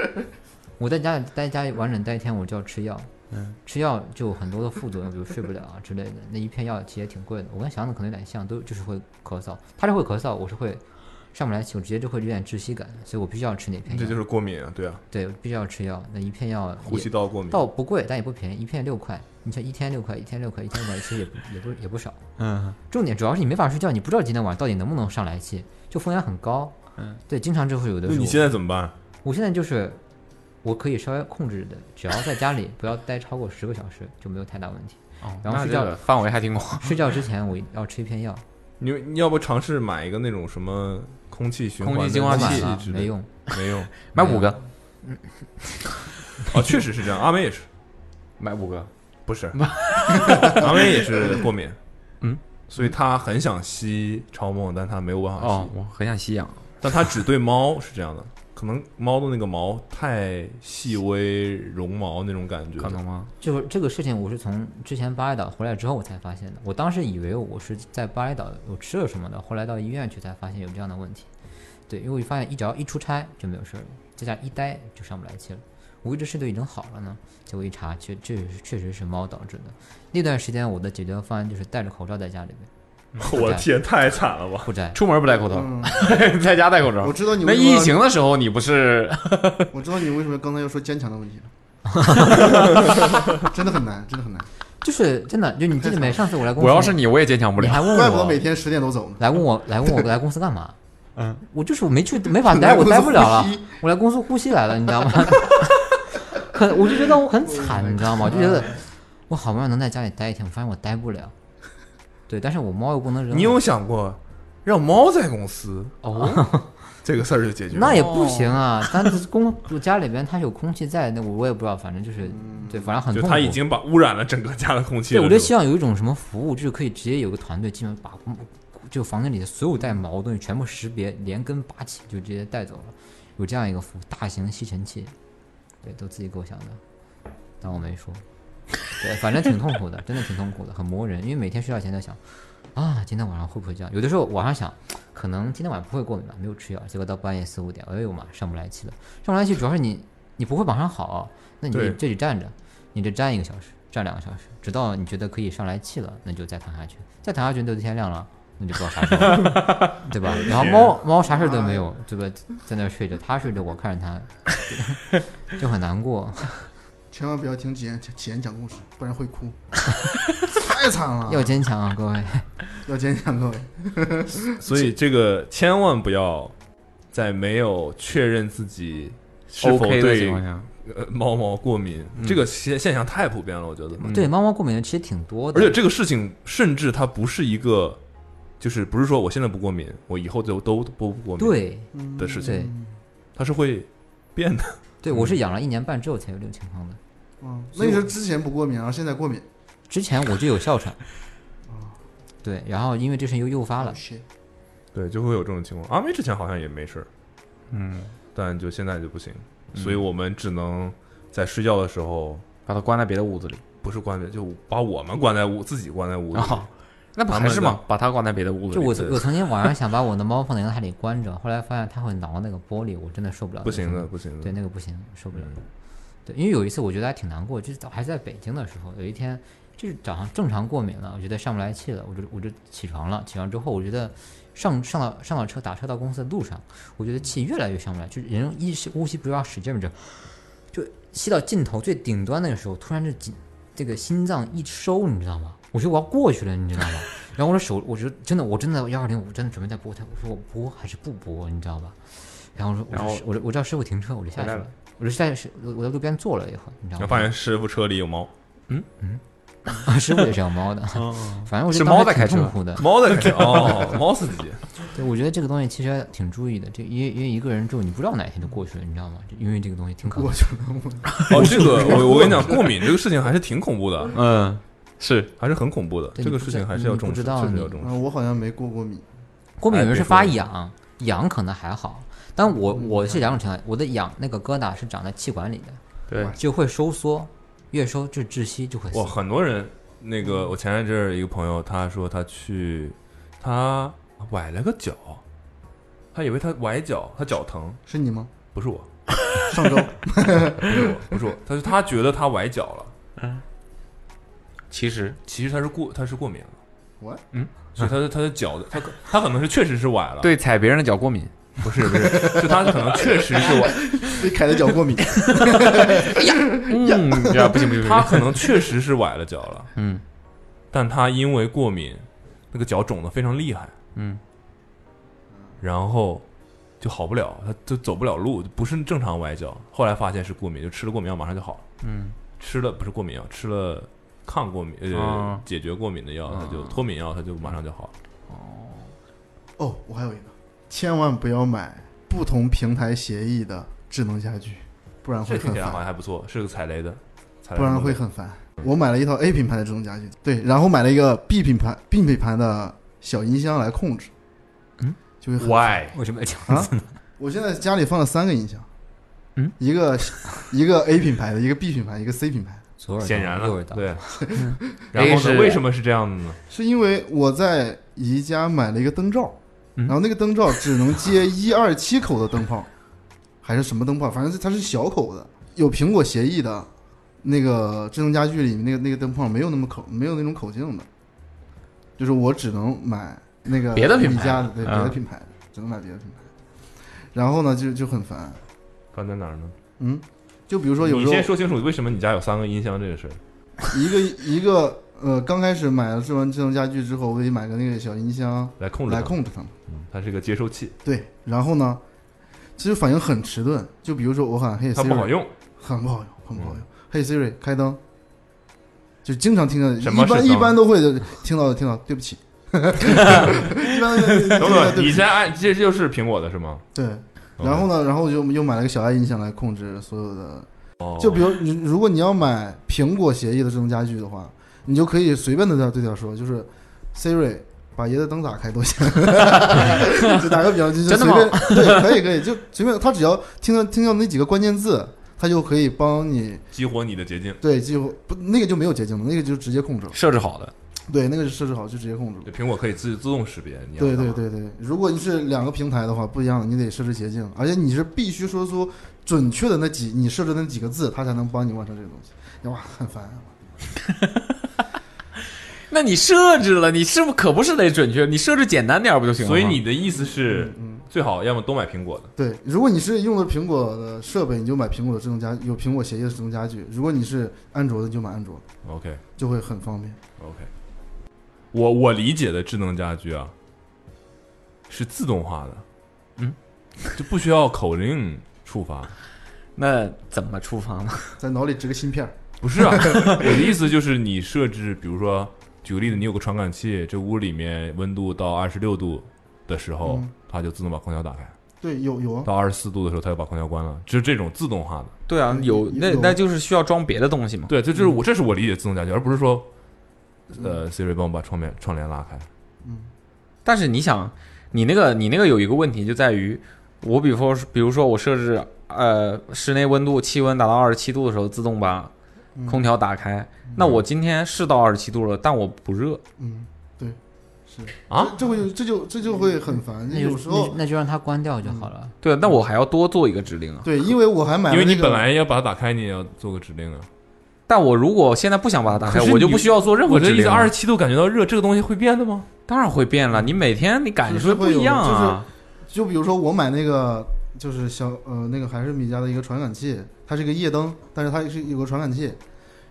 Speaker 6: 我在家里待家里完整待一天，我就要吃药。
Speaker 8: 嗯，
Speaker 6: 吃药就有很多的副作用，比如睡不了啊之类的。那一片药其实也挺贵的，我跟小子可能有点像，都就是会咳嗽，他是会咳嗽，我是会上不来气，我直接就会有点窒息感，所以我必须要吃那片药。
Speaker 2: 这就是过敏啊，对啊，
Speaker 6: 对，必须要吃药。那一片药也，
Speaker 2: 呼吸道过敏
Speaker 6: 倒不贵，但也不便宜，一片六块。你像一天六块，一天六块，一天六块，其实也不也不也不少。
Speaker 8: 嗯，
Speaker 6: 重点主要是你没法睡觉，你不知道今天晚上到底能不能上来气，就风险很高。
Speaker 8: 嗯，
Speaker 6: 对，经常就会有的
Speaker 2: 那
Speaker 6: 时候。
Speaker 2: 你现在怎么办？
Speaker 6: 我现在就是，我可以稍微控制的，只要在家里不要待超过十个小时，就没有太大问题。
Speaker 8: 哦
Speaker 6: 然后
Speaker 8: 那
Speaker 6: 睡
Speaker 8: 这
Speaker 6: 觉
Speaker 8: 个范围还挺广。
Speaker 6: 睡觉之前我要吃一片药，
Speaker 2: 你你要不尝试买一个那种什么空气循环的
Speaker 8: 空气净化器
Speaker 2: 机之类的
Speaker 6: 没用，
Speaker 2: 没用，
Speaker 8: 啊 买五个。
Speaker 2: 哦，确实是这样，阿梅也是，
Speaker 8: 买五个，
Speaker 2: 不 是，阿梅也是过敏，
Speaker 8: 嗯，
Speaker 2: 所以她很想吸超梦，但她没有办法吸。
Speaker 8: 哦我很想吸氧，
Speaker 2: 但她只对猫是这样的，可能猫的那个毛太细微，绒毛那种感觉，可能
Speaker 8: 吗？
Speaker 6: 就是这个事情，我是从之前巴厘岛回来之后我才发现的。我当时以为我是在巴厘岛有吃了什么的，后来到医院去才发现有这样的问题。对，因为我发现一只要一出差就没有事儿了，在家一待就上不来气了。我一直试都已经好了呢，结果一查，确确实确实是猫导致的。那段时间我的解决方案就是戴着口罩在家里边，
Speaker 2: 我天，太惨了吧！
Speaker 6: 不摘，
Speaker 13: 出门不戴口罩，
Speaker 2: 嗯
Speaker 13: 在家戴口罩。我
Speaker 7: 知道你
Speaker 13: 那
Speaker 7: 为什么
Speaker 13: 疫情的时候，你不是
Speaker 7: 我知道你为什么刚才要说坚强的问题了，真的很难，真的很难。
Speaker 6: 就是真的，就你记得没？上次我来公司，
Speaker 13: 我要是你，我也坚强不了。
Speaker 6: 你还问我，
Speaker 7: 怪不得每天十点都走呢。
Speaker 6: 来问我，来问我来公司干 嘛？
Speaker 13: 嗯，
Speaker 6: 我就是我没去，没法待，
Speaker 7: 来
Speaker 6: 我
Speaker 7: 公司
Speaker 6: 待不了了
Speaker 7: 呼吸，
Speaker 6: 我来公司呼吸来了，你知道吗？ 很，我就觉得我很惨，你知道吗？我就觉得我好不容易能在家里待一天，我发现我待不了。对，但是我猫又不能扔。
Speaker 2: 你有想过让猫在公司
Speaker 6: 哦，
Speaker 2: 这个事儿就解决了？
Speaker 6: 那也不行啊，但是公我家里边它有空气在，那我我也不知道，反正就是对，
Speaker 8: 啊
Speaker 6: 反正很
Speaker 2: 就
Speaker 6: 痛苦。
Speaker 2: 它已经把污染了整个家的空气
Speaker 6: 对，
Speaker 2: 了。
Speaker 6: 我就希
Speaker 2: 是吧
Speaker 6: 望有一种什么服务，就是可以直接有个团队，基本把就房间里的所有带毛的东西全部识别，连根拔起就直接带走了。有这样一个服务，大型吸尘器，对，都自己构想的，当我没说。对，反正挺痛苦的，真的挺痛苦的，很磨人，因为每天睡觉前在想，啊，今天晚上会不会这样？有的时候晚上想，可能今天晚上不会过敏吧，没有吃药，结果到半夜四五点，哎呦妈，上不来气了。上不来气主要是你，你不会马上好，那你
Speaker 2: 对
Speaker 6: 这里站着，你这站一个小时，站两个小时，直到你觉得可以上来气了，那就再躺下去，再躺下去都天亮了。那就不知道啥时候了， 对吧？然后猫猫啥事儿都没有，对吧？在那儿睡着，它睡着，我看着它， 就很难 过。
Speaker 7: 千万不要听简简讲故事，不然会哭， 太惨了。
Speaker 6: 要坚强啊，各位！
Speaker 7: 要坚强，各位。
Speaker 2: 所以这个千万不要在没有确认自己是否
Speaker 13: OK 的
Speaker 2: 对嗯
Speaker 13: 情况下
Speaker 2: 呃猫毛过敏，这个现现象太普遍了，我觉得。
Speaker 6: 对，猫猫过敏的其实挺多的，
Speaker 2: 嗯而且这个事情，甚至它不是一个，就是不是说我现在不过敏，我以后就都都不过敏
Speaker 6: 对
Speaker 2: 的事
Speaker 6: 对
Speaker 2: 情，它是会嗯变的。
Speaker 6: 对我是养了一年半之后才有这种情况的。
Speaker 7: 嗯，那你是之前不过敏，然后现在过敏，
Speaker 6: 之前我就有哮 喘，对，然后因为这事又诱发了，
Speaker 2: 对，就会有这种情况。阿妹之前好像也没事儿，
Speaker 13: 嗯，
Speaker 2: 但就现在就不行，
Speaker 13: 嗯
Speaker 2: 所以我们只能在睡觉的时候
Speaker 13: 把它关在别的屋子里，
Speaker 2: 不是关在，就把我们关在屋，自己关在屋子里
Speaker 13: 哦。那不
Speaker 2: 他
Speaker 13: 还
Speaker 2: 们
Speaker 13: 是
Speaker 2: 的
Speaker 13: 吗？把它关在别的屋子
Speaker 6: 就
Speaker 13: 里。
Speaker 6: 我
Speaker 13: 对
Speaker 6: 我曾经晚上想把我的猫放在阳台里关着，后来发现它会挠那个玻璃，我真的受不了。
Speaker 2: 不行的
Speaker 6: 那个
Speaker 2: 不行的嗯
Speaker 6: 对那个不行，受不了。对，因为有一次我觉得还挺难过，就是早还在北京的时候，有一天就是早上正常过敏了，我觉得上不来气了，我就我就起床了。起床之后，我觉得上上到上到车打车到公司的路上，我觉得气越来越上不来，就是人一是呼吸不是要使劲儿这，就吸到尽头最顶端那个时候，突然就紧这个心脏一收，你知道吗？我觉得我要过去了，你知道吗？ 然后我的手，我觉得真的，我真的幺二零五真的准备再拨它，我说我拨还是不拨，你知道吧？然后我说，我
Speaker 2: 然后
Speaker 6: 说我说我叫师傅停车，我就下去
Speaker 2: 回来
Speaker 6: 了
Speaker 2: 了，
Speaker 6: 我就下去，我我在路边坐了一会儿，你知道
Speaker 2: 然后
Speaker 6: 吗？
Speaker 2: 发现师傅车里有猫，嗯
Speaker 6: 嗯，师傅也是养猫的， 反正我觉得
Speaker 2: 啊是
Speaker 6: 当时
Speaker 2: 猫在
Speaker 6: 挺
Speaker 2: 开车
Speaker 6: 痛苦的，
Speaker 2: 猫在开车哦猫司 机。
Speaker 6: 对，我觉得这个东西其实挺注意的，这因为因为一个人之后，你不知道哪一天就过去了，你知道吗？就因为这个东西挺可怕的。
Speaker 7: 过去了
Speaker 2: 哦，这个我我跟你讲，过敏这个事情还是挺恐怖的，
Speaker 13: 嗯，是
Speaker 2: 还是很恐怖的，
Speaker 6: 对
Speaker 2: 这
Speaker 6: 你
Speaker 2: 个
Speaker 6: 不
Speaker 2: 事
Speaker 6: 知
Speaker 2: 情还是
Speaker 6: 你
Speaker 2: 要
Speaker 6: 不
Speaker 2: 重
Speaker 6: 知
Speaker 2: 视，
Speaker 6: 道
Speaker 2: 确实
Speaker 6: 你
Speaker 2: 要重视。
Speaker 7: 啊，我好像没过过敏。
Speaker 6: 过敏有人是发
Speaker 7: 哎别说了
Speaker 6: 痒，痒可能还好，但我我是两种情况，我的痒那个疙瘩是长在气管里的，
Speaker 13: 哎
Speaker 2: 对
Speaker 6: 就会收缩，越收就窒息就会死
Speaker 2: 哇，。很多人那个，我前一阵儿一个朋友，他说他去，他崴了个脚，他以为他崴脚，他脚疼，
Speaker 7: 是你吗？
Speaker 2: 不是我，
Speaker 7: 上周
Speaker 2: 不是我，不是我，他说他觉得他崴脚了，
Speaker 13: 嗯，其实
Speaker 2: 其实他是过他是过敏了，
Speaker 7: 我
Speaker 13: 嗯，
Speaker 2: 所以他的他的脚的他可他可能是确实是崴了，
Speaker 13: 对踩别人的脚过敏，
Speaker 2: 不是不是， 就他可能确实是 崴，
Speaker 7: 对凯的脚过敏
Speaker 2: 哎呀
Speaker 13: 嗯 呀不行不行不行
Speaker 2: 他可能确实是崴了脚了，
Speaker 13: 嗯，
Speaker 2: 但他因为过敏，那个脚肿得非常厉害，
Speaker 13: 嗯，
Speaker 2: 然后就好不了，他就走不了路，不是正常崴脚，后来发现是过敏，就吃了过敏药马上就好了，
Speaker 13: 嗯，
Speaker 2: 吃了不是过敏药，吃了抗过敏
Speaker 8: 啊
Speaker 2: 呃
Speaker 13: 哦
Speaker 2: 解决过敏的药，他就脱敏药，他就马上就好了。
Speaker 7: 哦，我还有一个，千万不要买不同平台协议的智能家居，不然
Speaker 2: 这
Speaker 7: 会
Speaker 2: 听
Speaker 7: 很
Speaker 2: 起来好
Speaker 7: 烦，
Speaker 2: 像还不错，是个踩雷的，踩雷
Speaker 7: 不然
Speaker 2: 的
Speaker 7: 会很烦。我买了一套 A 品牌的智能家居，对，然后买了一个 B 品牌 B 品牌的小音箱来控制，嗯，就会很烦
Speaker 13: Why？
Speaker 6: 为什么要这
Speaker 7: 啊？ 我现在家里放了三个音箱，
Speaker 13: 嗯，
Speaker 7: 一个一个 A 品牌的，一个 B 品牌，一个 C 品牌的。。
Speaker 6: 左耳
Speaker 2: 显然
Speaker 6: 右耳，
Speaker 2: 了
Speaker 6: 道
Speaker 2: 对 然
Speaker 7: A
Speaker 2: 后
Speaker 7: 是
Speaker 2: 呢？为什么是这样的呢？
Speaker 7: 是因为我在宜家买了一个灯罩，
Speaker 2: 嗯
Speaker 7: 然后那个灯罩只能接一二七口的灯泡， 还是什么灯泡，反正它是小口的，有苹果协议的。那个智能家居里面那个那个灯泡没有那么口，没有那种口径的，就是我只能买那个
Speaker 8: 别的品牌
Speaker 7: 米家的，对别
Speaker 8: 嗯
Speaker 7: 的品牌的，只能买别的品牌的。然后呢，就就很烦。
Speaker 2: 烦在哪儿呢？
Speaker 7: 嗯，就比如说有时
Speaker 2: 你
Speaker 7: 候
Speaker 2: 先说清楚为什么你家有三个音箱这个事儿。
Speaker 7: 一个一个呃，刚开始买了智能智能家居之后，我得买个那个小音箱
Speaker 2: 来控制
Speaker 7: 来
Speaker 2: 它
Speaker 7: 控制它们。
Speaker 2: 嗯，它是一个接收器，
Speaker 7: 对，然后呢，其实反应很迟钝。就比如说我喊 Hey Siri，
Speaker 2: 它不好用，
Speaker 7: 很不好用，很
Speaker 2: 嗯
Speaker 7: 不好 用。Hey Siri，开灯，就经常听到，
Speaker 2: 什么
Speaker 7: 一
Speaker 2: 啊是
Speaker 7: 般
Speaker 2: 灯
Speaker 7: 一般都会的听到的听到，对不起。 一般都会听到对
Speaker 2: 等
Speaker 7: 不
Speaker 2: 等，
Speaker 7: 起
Speaker 2: 你先按，这就是苹果的是吗？
Speaker 7: 对，然后呢，然后就又买了个小爱音箱来控制所有的。
Speaker 2: 哦
Speaker 7: 就比如你，如果你要买苹果协议的智能家居的话，你就可以随便的对它对它说，就是 Siri 把爷的灯打开都行。 就打个比方，就是随
Speaker 8: 真的吗
Speaker 7: 便，对，可以可以，就随便，他只要听到听到那几个关键字，他就可以帮你
Speaker 2: 激活你的捷径。
Speaker 7: 对，几乎不那个就没有捷径了，那个就直接控制了。
Speaker 2: 设置好的，
Speaker 7: 对，那个是设置好就直接控制了。
Speaker 2: 苹果可以自自动识别。你要
Speaker 7: 对
Speaker 2: 干
Speaker 7: 对
Speaker 2: 嘛
Speaker 7: 对对，如果你是两个平台的话，不一样的，你得设置捷径，而且你是必须说出准确的那几你设置的那几个字，它才能帮你完成这个东西。哇，很烦、啊
Speaker 8: 那你设置了，你是不可不是得准确？你设置简单点儿不就行了吗？嗯
Speaker 2: 所以你的意思是，最好要么都买苹果的。
Speaker 7: 对，如果你是用的苹果的设备，你就买苹果的智能家，有苹果协议的智能家居；如果你是安卓的，你就买安卓，
Speaker 2: OK
Speaker 7: 就会很方便。
Speaker 2: OK，我我理解的智能家居啊，是自动化的，嗯，就不需要口令触发。
Speaker 8: 那怎么触发呢？
Speaker 7: 在脑里植个芯片儿。
Speaker 2: 不是啊， 我的意思就是你设置，比如说，举个例子，你有个传感器，这屋里面温度到二十六度的时候，
Speaker 7: 嗯
Speaker 2: 它就自动把空调打开；
Speaker 7: 对，有有啊，
Speaker 2: 到二十四度的时候，它就把空调关了。就是这种自动化的。
Speaker 8: 对啊，有那那就是需要装别的东西嘛。
Speaker 2: 对，这
Speaker 7: 嗯
Speaker 2: 就是我这是我理解自动家居，而不是说，
Speaker 8: 嗯
Speaker 2: 呃，Siri 帮我把窗帘窗帘拉开。
Speaker 8: 但是你想，你那个你那个有一个问题就在于，我比方说比如说我设置呃室内温度气温达到二十七度的时候，自动把
Speaker 7: 嗯
Speaker 8: 空调打开。那我今天是到二十七度了，但我不热。
Speaker 7: 嗯，对，是
Speaker 8: 啊
Speaker 7: 这这会这就这就会很烦。
Speaker 6: 那就
Speaker 7: 有时候嗯
Speaker 6: 那那就让它关掉就好了。
Speaker 8: 对，那我还要多做一个指令啊。
Speaker 7: 对，因为我还买了
Speaker 2: 因为你
Speaker 7: 那个
Speaker 2: 本来要把它打开，你也要做个指令啊。
Speaker 8: 但我如果现在不想把它打开，
Speaker 2: 可是
Speaker 8: 我就
Speaker 2: 你
Speaker 8: 不需要做任何
Speaker 2: 我这
Speaker 8: 指
Speaker 2: 意
Speaker 8: 令啊
Speaker 2: 思
Speaker 8: 了。
Speaker 2: 27度感觉到热，这个东西会变的吗？
Speaker 8: 当然会变了，你每天你感
Speaker 7: 是
Speaker 8: 受
Speaker 7: 是
Speaker 8: 不
Speaker 7: 会有
Speaker 8: 一样
Speaker 7: 的
Speaker 8: 啊。
Speaker 7: 就是就比如说我买那个就是小呃那个还是米家的一个传感器，它是一个夜灯，但是它是有个传感器，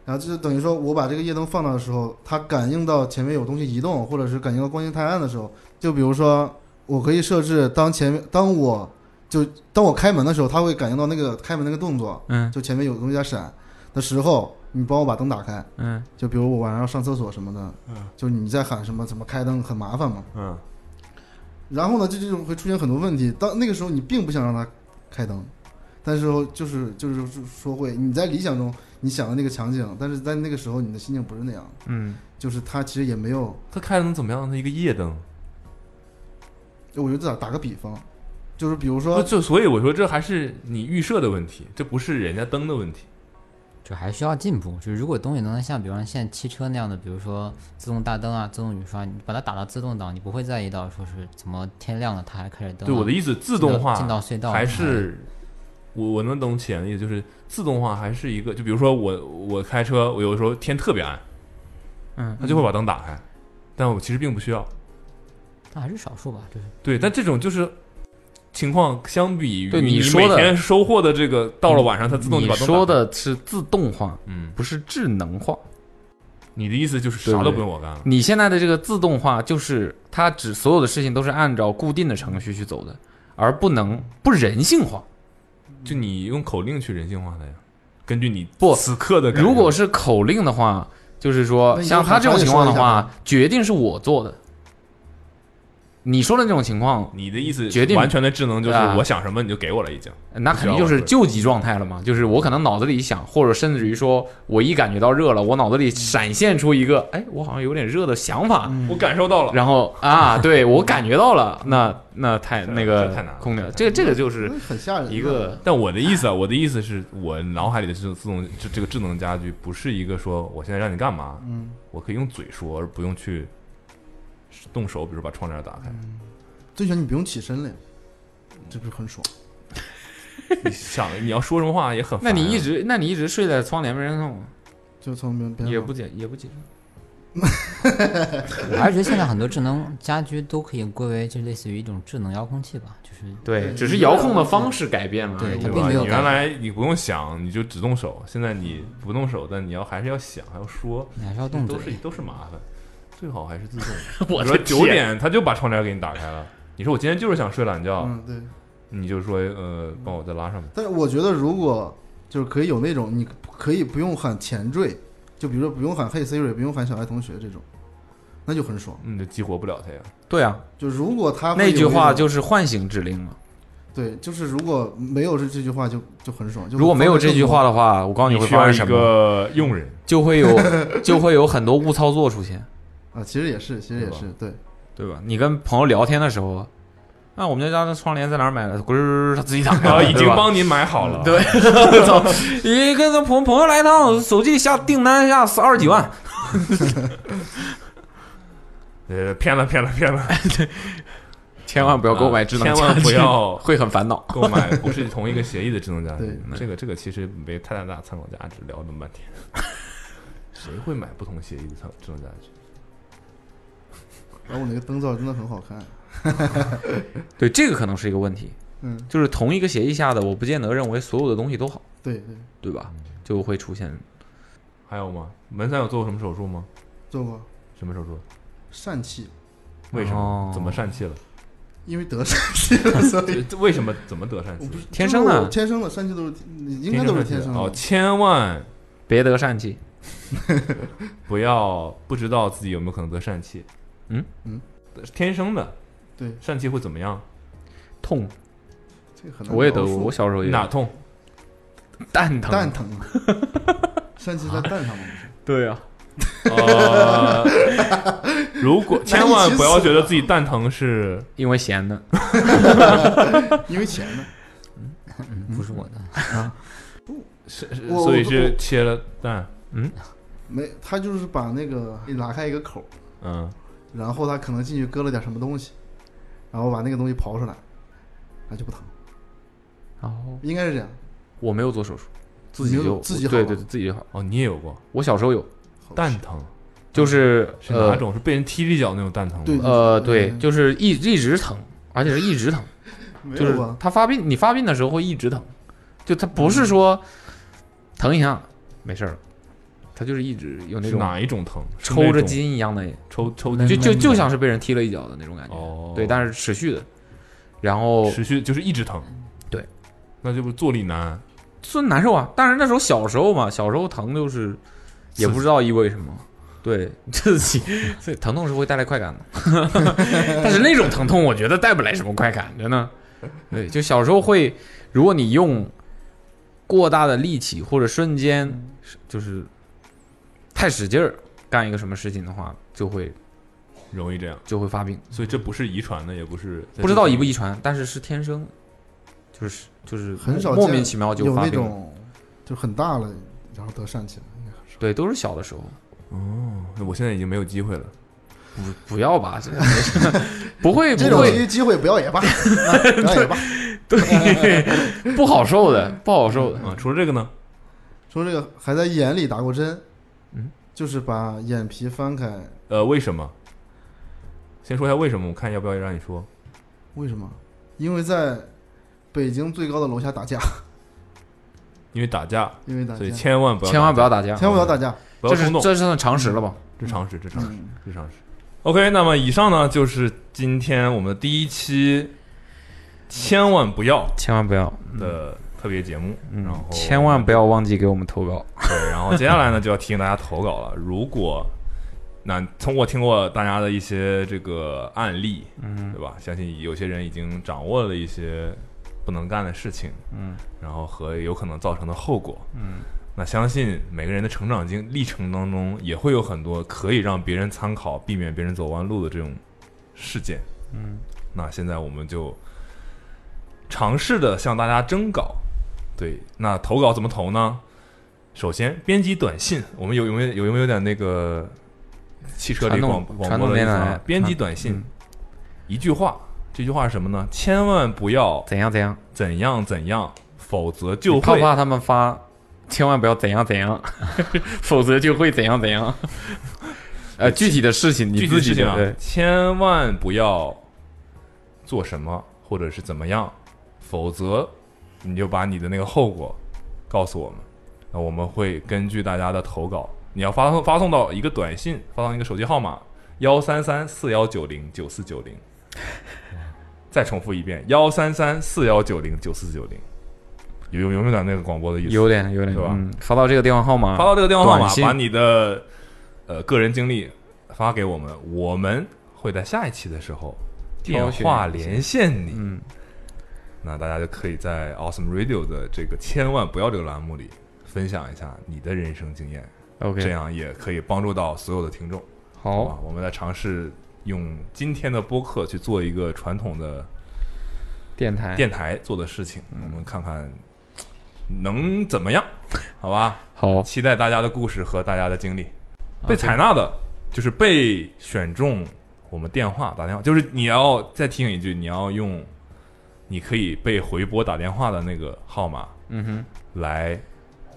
Speaker 7: 然后就是等于说我把这个夜灯放到的时候，它感应到前面有东西移动，或者是感应到光线太暗的时候，就比如说我可以设置当前面当我就当我开门的时候，它会感应到那个开门那个动作，
Speaker 8: 嗯
Speaker 7: 就前面有东西在闪的时候，你帮我把灯打开，
Speaker 8: 嗯，
Speaker 7: 就比如我晚上要上厕所什么的，
Speaker 16: 嗯，
Speaker 7: 就是你在喊什么怎么开灯很麻烦嘛，
Speaker 2: 嗯，
Speaker 7: 然后呢，这这种会出现很多问题。当那个时候你并不想让它开灯，但是就是就是说会你在理想中你想的那个场景，但是在那个时候你的心情不是那样，
Speaker 8: 嗯，
Speaker 7: 就是它其实也没有。
Speaker 2: 它开灯怎么样？它一个夜灯。
Speaker 7: 我就打打个比方，就是比如说
Speaker 2: 不就所以我说这还是你预设的问题，这不是人家灯的问题。
Speaker 6: 就还需要进步。就是如果东西能像，比方说现在汽车那样的，比如说自动大灯啊、自动雨刷，你把它打到自动档，你不会在意到说是怎么天亮了它还开着灯啊、
Speaker 2: 对我的意思，自动化
Speaker 6: 进到进到隧道啊
Speaker 2: 还是我我能懂浅的意思，就是自动化还是一个，就比如说我我开车，我有的时候天特别暗，
Speaker 8: 嗯
Speaker 2: 它就会把灯打开，但我其实并不需要。
Speaker 6: 那还是少数吧，就是
Speaker 2: 对，但这种就是情况相比于
Speaker 8: 对你说
Speaker 2: 每
Speaker 8: 的
Speaker 2: 天收获的这个，到了晚上它自动就
Speaker 8: 你
Speaker 2: 把灯打
Speaker 8: 说
Speaker 2: 开。
Speaker 8: 的是自动化，
Speaker 2: 嗯，
Speaker 8: 不是智能化。
Speaker 2: 你的意思就是
Speaker 8: 对对
Speaker 2: 啥
Speaker 8: 嗯
Speaker 2: 都不用我干了。
Speaker 8: 你现在的这个自动化，就是它只所有的事情都是按照固定的程序去走的，而不能不人性化。
Speaker 2: 就你用口令去人性化的呀，根据你
Speaker 8: 不
Speaker 2: 此刻的感
Speaker 8: 如
Speaker 2: 觉
Speaker 8: 果是口令的话，就是
Speaker 2: 那
Speaker 8: 说
Speaker 2: 你就
Speaker 8: 像他这种情况的
Speaker 2: 好好地
Speaker 8: 话，决定是我做的。你说的那种情况，
Speaker 2: 你的意思
Speaker 8: 决定
Speaker 2: 完全的智能就是
Speaker 8: 啊
Speaker 2: 我想什么你就给我了，已经。
Speaker 8: 那肯定就是救急状态了嘛，就是我可能脑子里想，或者甚至于说我一感觉到热了，我脑子里闪现出一个，哎，我好像有点热的想法，
Speaker 6: 嗯
Speaker 2: 我感受到了，
Speaker 8: 然后啊，对我感觉到了， 那那太那个
Speaker 2: 啊这太难了
Speaker 8: 空调，这个这个就是
Speaker 7: 很吓人
Speaker 8: 一个
Speaker 6: 嗯
Speaker 2: 但我的意思啊，我的意思是我脑海里的这种自动这这个智能家居，不是一个说我现在让你干嘛，
Speaker 7: 嗯，
Speaker 2: 我可以用嘴说，而不用去动手，比如把窗帘打 开。
Speaker 7: 最起码你不用起身了呀，这不是很爽？
Speaker 2: 你想你要说什么话也很烦
Speaker 8: 那
Speaker 2: 啊、
Speaker 8: 你一直那你一直睡在窗帘边上吗？
Speaker 7: 就从别
Speaker 8: 也不解也不解
Speaker 6: 我还是觉得现在很多智能家居都可以归为就类似于一种智能遥控器吧，就是
Speaker 13: 对只是遥控的方式改变了
Speaker 6: 对，它
Speaker 2: 对
Speaker 6: 并
Speaker 2: 吧？
Speaker 6: 没有
Speaker 2: 你
Speaker 6: 改
Speaker 2: 原
Speaker 6: 变
Speaker 2: 来你不用想，你就只动手。现在你不动手，但你要还是要想，还要说，
Speaker 6: 你还是要动
Speaker 2: 都
Speaker 6: 嘴
Speaker 2: 是都是麻烦。最好还是自
Speaker 6: 。
Speaker 2: 动
Speaker 6: 我
Speaker 2: 你
Speaker 6: 的
Speaker 2: 说九
Speaker 6: 天
Speaker 2: 点他就把窗帘给你打开了，你说我今天就是想睡懒觉，
Speaker 7: 嗯对，
Speaker 2: 你就说呃帮我再拉上吧。
Speaker 7: 但是我觉得，如果就是可以有那种，你可以不用喊前缀，就比如说不用喊 Hey Siri，不用喊小爱同学这种，那就很爽。
Speaker 2: 嗯，就激活不了它呀。
Speaker 8: 对啊，
Speaker 7: 就如果他会有
Speaker 8: 那句
Speaker 7: 那
Speaker 8: 话
Speaker 7: 种
Speaker 8: 就是唤醒指令嘛。
Speaker 7: 对，就是如果没有这这句话就，就很爽。就
Speaker 8: 如果没有这句话的话，我告诉你会发生什么。
Speaker 2: 你需要一个佣人
Speaker 8: 就会有就会有很多误操作出现，
Speaker 7: 啊，其实也是，其实也是，对
Speaker 8: 对吧？你跟朋友聊天的时候，啊，我们家家的窗帘在哪儿买的？ 咕噜噜噜，他自己打开了，
Speaker 2: 啊已经
Speaker 8: 对吧
Speaker 2: 帮您买好了
Speaker 8: 对， 操！你跟朋友朋友来一趟，手机下订单下二十几万，
Speaker 2: 呃，骗了骗了骗了，
Speaker 8: 千万不要购买智能家
Speaker 2: 啊
Speaker 8: 居，
Speaker 2: 千万不要
Speaker 8: 会很烦恼。
Speaker 2: 购买不是同一个协议的智能家居
Speaker 8: 对，
Speaker 2: 这个这个其实没太大参考价值，聊了那么半天，谁会买不同协议的智能智能家居？
Speaker 7: 然后我那个灯罩真的很好看。
Speaker 8: 对，这个可能是一个问题。
Speaker 7: 嗯，
Speaker 8: 就是同一个协议下的，我不见得认为所有的东西都好。
Speaker 7: 对对，
Speaker 8: 对吧？就会出现。
Speaker 2: 嗯还有吗？门三有做过什么手术吗？
Speaker 7: 做过
Speaker 2: 什么手术？
Speaker 7: 疝气，
Speaker 2: 为什么？
Speaker 8: 哦
Speaker 2: 怎么疝气了？
Speaker 7: 因为得疝气了，所以
Speaker 2: 这为什么怎么得疝气
Speaker 7: 我不是？
Speaker 2: 的。啊
Speaker 7: 天生的疝气都是应该都是天生的。
Speaker 2: 哦，千万
Speaker 8: 别得疝 气，
Speaker 2: 不要不知道自己有没有可能得疝气。
Speaker 8: 嗯
Speaker 7: 嗯，
Speaker 2: 天生的。
Speaker 7: 对，
Speaker 2: 疝气会怎么样？
Speaker 8: 痛。
Speaker 7: 这个很难
Speaker 8: 我也得
Speaker 7: 描
Speaker 8: 过，
Speaker 7: 述
Speaker 8: 我小时候也有
Speaker 2: 哪痛？
Speaker 8: 蛋疼，
Speaker 7: 蛋疼， 疝气在蛋上吗？
Speaker 8: 对啊呀、
Speaker 2: 呃， 如果
Speaker 7: 难以
Speaker 2: 千万不要
Speaker 7: 启齿
Speaker 2: 觉得自己蛋疼是
Speaker 8: 因为咸 的，
Speaker 2: 啊
Speaker 7: 啊因为 钱呢？
Speaker 6: 不是我的
Speaker 2: 嗯
Speaker 7: 啊，
Speaker 2: 是
Speaker 7: 我
Speaker 2: 所以
Speaker 7: 我
Speaker 2: 是
Speaker 7: 我
Speaker 2: 切了蛋。嗯
Speaker 7: 没，他就是把那个拉开一个口，
Speaker 2: 嗯，
Speaker 7: 然后他可能进去搁了点什么东西，然后把那个东西刨出来，那就不
Speaker 8: 嗯
Speaker 7: 疼，
Speaker 8: 然 后
Speaker 7: 应该是这样。
Speaker 8: 我没有做手术，自己
Speaker 7: 你有
Speaker 8: 就
Speaker 7: 自己好
Speaker 8: 对
Speaker 7: 了
Speaker 8: 对对，自己就好。
Speaker 2: 哦，你也有过？
Speaker 8: 我小时候有
Speaker 2: 蛋疼，
Speaker 8: 就是
Speaker 2: 是哪
Speaker 8: 呃
Speaker 2: 种？是被人踢了一脚那种蛋疼吗？
Speaker 8: 呃，对，就是一一直疼，而且是一直疼，
Speaker 7: 没
Speaker 8: 就是
Speaker 7: 有啊吧
Speaker 8: 他发病，你发病的时候会一直疼，就他不是说疼一下没事儿了，他就是一直有那
Speaker 2: 是
Speaker 8: 种
Speaker 2: 哪一种疼是那
Speaker 8: 抽着
Speaker 2: 种
Speaker 8: 筋一样的，
Speaker 2: 抽抽
Speaker 8: 就
Speaker 2: 筋
Speaker 8: 就
Speaker 2: 嗯的哦
Speaker 8: 就像是被人踢了一脚的那种感觉，对，但是持续的，然后
Speaker 2: 持续就是一直疼，
Speaker 8: 对，
Speaker 2: 那就不是坐立难。
Speaker 8: 就难受啊。但是那时候小时候嘛，小时候疼就是也不知道意味什么，对 自己，所以疼痛是会带来快感的，
Speaker 2: 哎
Speaker 8: 但是那种疼痛我觉得带不来什么快感，真的。对，就小时候会，如果你用过大的力气或者瞬
Speaker 2: 嗯
Speaker 8: 间就是太使劲儿干一个什么事情的话，就会
Speaker 2: 容易这样，
Speaker 8: 就会发病。
Speaker 2: 所以这不是遗传的，也不是
Speaker 8: 不知道遗不遗传，但是是天生的，就是就是
Speaker 7: 很少
Speaker 8: 莫
Speaker 7: 见
Speaker 8: 名其妙就
Speaker 7: 有
Speaker 8: 发
Speaker 7: 那
Speaker 8: 病了。
Speaker 7: 种就很大了，然后得疝气了。
Speaker 8: 对，都是小的时候。
Speaker 2: 哦，那我现在已经没有机会了。
Speaker 8: 不不要吧， 这不会
Speaker 7: 这
Speaker 8: 不
Speaker 7: 种
Speaker 8: 会，
Speaker 7: 机会不要也罢， 啊不要也罢。
Speaker 8: 对， 不好受的，不好受的
Speaker 2: 啊。除了这个呢，
Speaker 7: 说这个还在眼里打过针，嗯，就是把眼皮翻开，
Speaker 2: 呃，为什么？先说一下为什么，我看要不要让你说。
Speaker 7: 为什么？因为在北京最高的楼下打架，
Speaker 2: 因为打架，
Speaker 7: 因为打架
Speaker 2: 所以千万不要，
Speaker 8: 千万不要打架
Speaker 7: 千万不要打架，
Speaker 2: 不要
Speaker 8: 这是
Speaker 2: 冲动，
Speaker 8: 这是算常识了吧？
Speaker 2: 这常识，这常识
Speaker 7: 嗯，
Speaker 2: 这常识。OK，那么以上呢就是今天我们的第一期，千万不要
Speaker 8: 千万不要，
Speaker 2: 的特别节目，然后
Speaker 8: 嗯千万不要忘记给我们投稿。
Speaker 2: 对，然后接下来呢，就要 提醒大家投稿了。 如果那通过听过大家的一些这个案例，
Speaker 8: 嗯
Speaker 2: 对吧？相信有些人已经掌握了一些不能干的事情，
Speaker 8: 嗯，
Speaker 2: 然后和有可能造成的后果，
Speaker 8: 嗯。
Speaker 2: 那相信每个人的成长经历程当中，也会有很多可以让别人参考、避免别人走弯路的这种事件。
Speaker 8: 嗯，
Speaker 2: 那现在我们就尝试的向大家征稿。对，那投稿怎么投呢？首先，编辑短信，我们有有没有有没有点那个汽车里
Speaker 8: 传统
Speaker 2: 广广
Speaker 8: 传嗯
Speaker 2: 播
Speaker 8: 统
Speaker 2: 的意
Speaker 8: 电
Speaker 2: 思
Speaker 8: 台
Speaker 2: 啊？编辑短信，一句话，这句话是什么呢？千万不要
Speaker 8: 怎样怎样
Speaker 2: 怎样怎样，否则就
Speaker 8: 你怕
Speaker 2: 会
Speaker 8: 不怕他们 发？千万不要怎样怎样，否则就会怎样怎样。
Speaker 13: 呃，具体的事情你
Speaker 2: 具体的
Speaker 13: 自己
Speaker 2: 事情啊
Speaker 13: 对，
Speaker 2: 千万不要做什么或者是怎么样，否则你就把你的那个后果告诉我们，那我们会根据大家的投稿，你要发送发送到一个短信，发送一个手机号码幺三三四幺九零九四九零，再重复一遍幺三三四幺九零九四九零。有有有没有点那个广播的意思？
Speaker 8: 有点有点
Speaker 2: 对吧？
Speaker 8: 嗯发到这个电话号码，
Speaker 2: 发到这个电话号码
Speaker 8: 短，信
Speaker 2: 把你的呃个人经历发给我们，我们会在下一期的时候电
Speaker 8: 挑选
Speaker 2: 话连线你。嗯，那大家就可以在 Awesome Radio 的这个“千万不要”这个栏目里分享一下你的人生经验。
Speaker 8: OK
Speaker 2: 这样也可以帮助到所有的听众。
Speaker 8: 好
Speaker 2: 吧我们来尝试用今天的播客去做一个传统的
Speaker 8: 电台
Speaker 2: 电台做的事情，我们看看能怎么样，好吧？
Speaker 8: 好，
Speaker 2: 期待大家的故事和大家的经历。
Speaker 8: 啊
Speaker 2: 被采纳的就是被选中，我们电话打电话，就是你要再提醒一句，你要用你可以被回拨打电话的那个号码
Speaker 8: 嗯哼，
Speaker 2: 来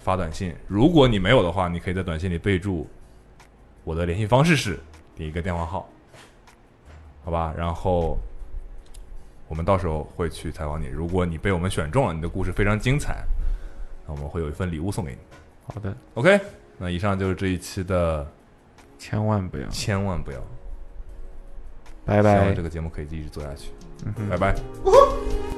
Speaker 2: 发短信。如果你没有的话，你可以在短信里备注我的联系方式是第一个电话号，好吧？然后我们到时候会去采访你。如果你被我们选中了，你的故事非常精彩，那我们会有一份礼物送给你。
Speaker 8: 好的
Speaker 2: ，OK。那以上就是这一期的，
Speaker 8: 千万不要，
Speaker 2: 千万不要，
Speaker 8: 拜
Speaker 2: 希望
Speaker 8: 拜
Speaker 2: 这。个节目可以一直做下去
Speaker 8: 嗯。哼
Speaker 2: 拜拜。
Speaker 14: 哦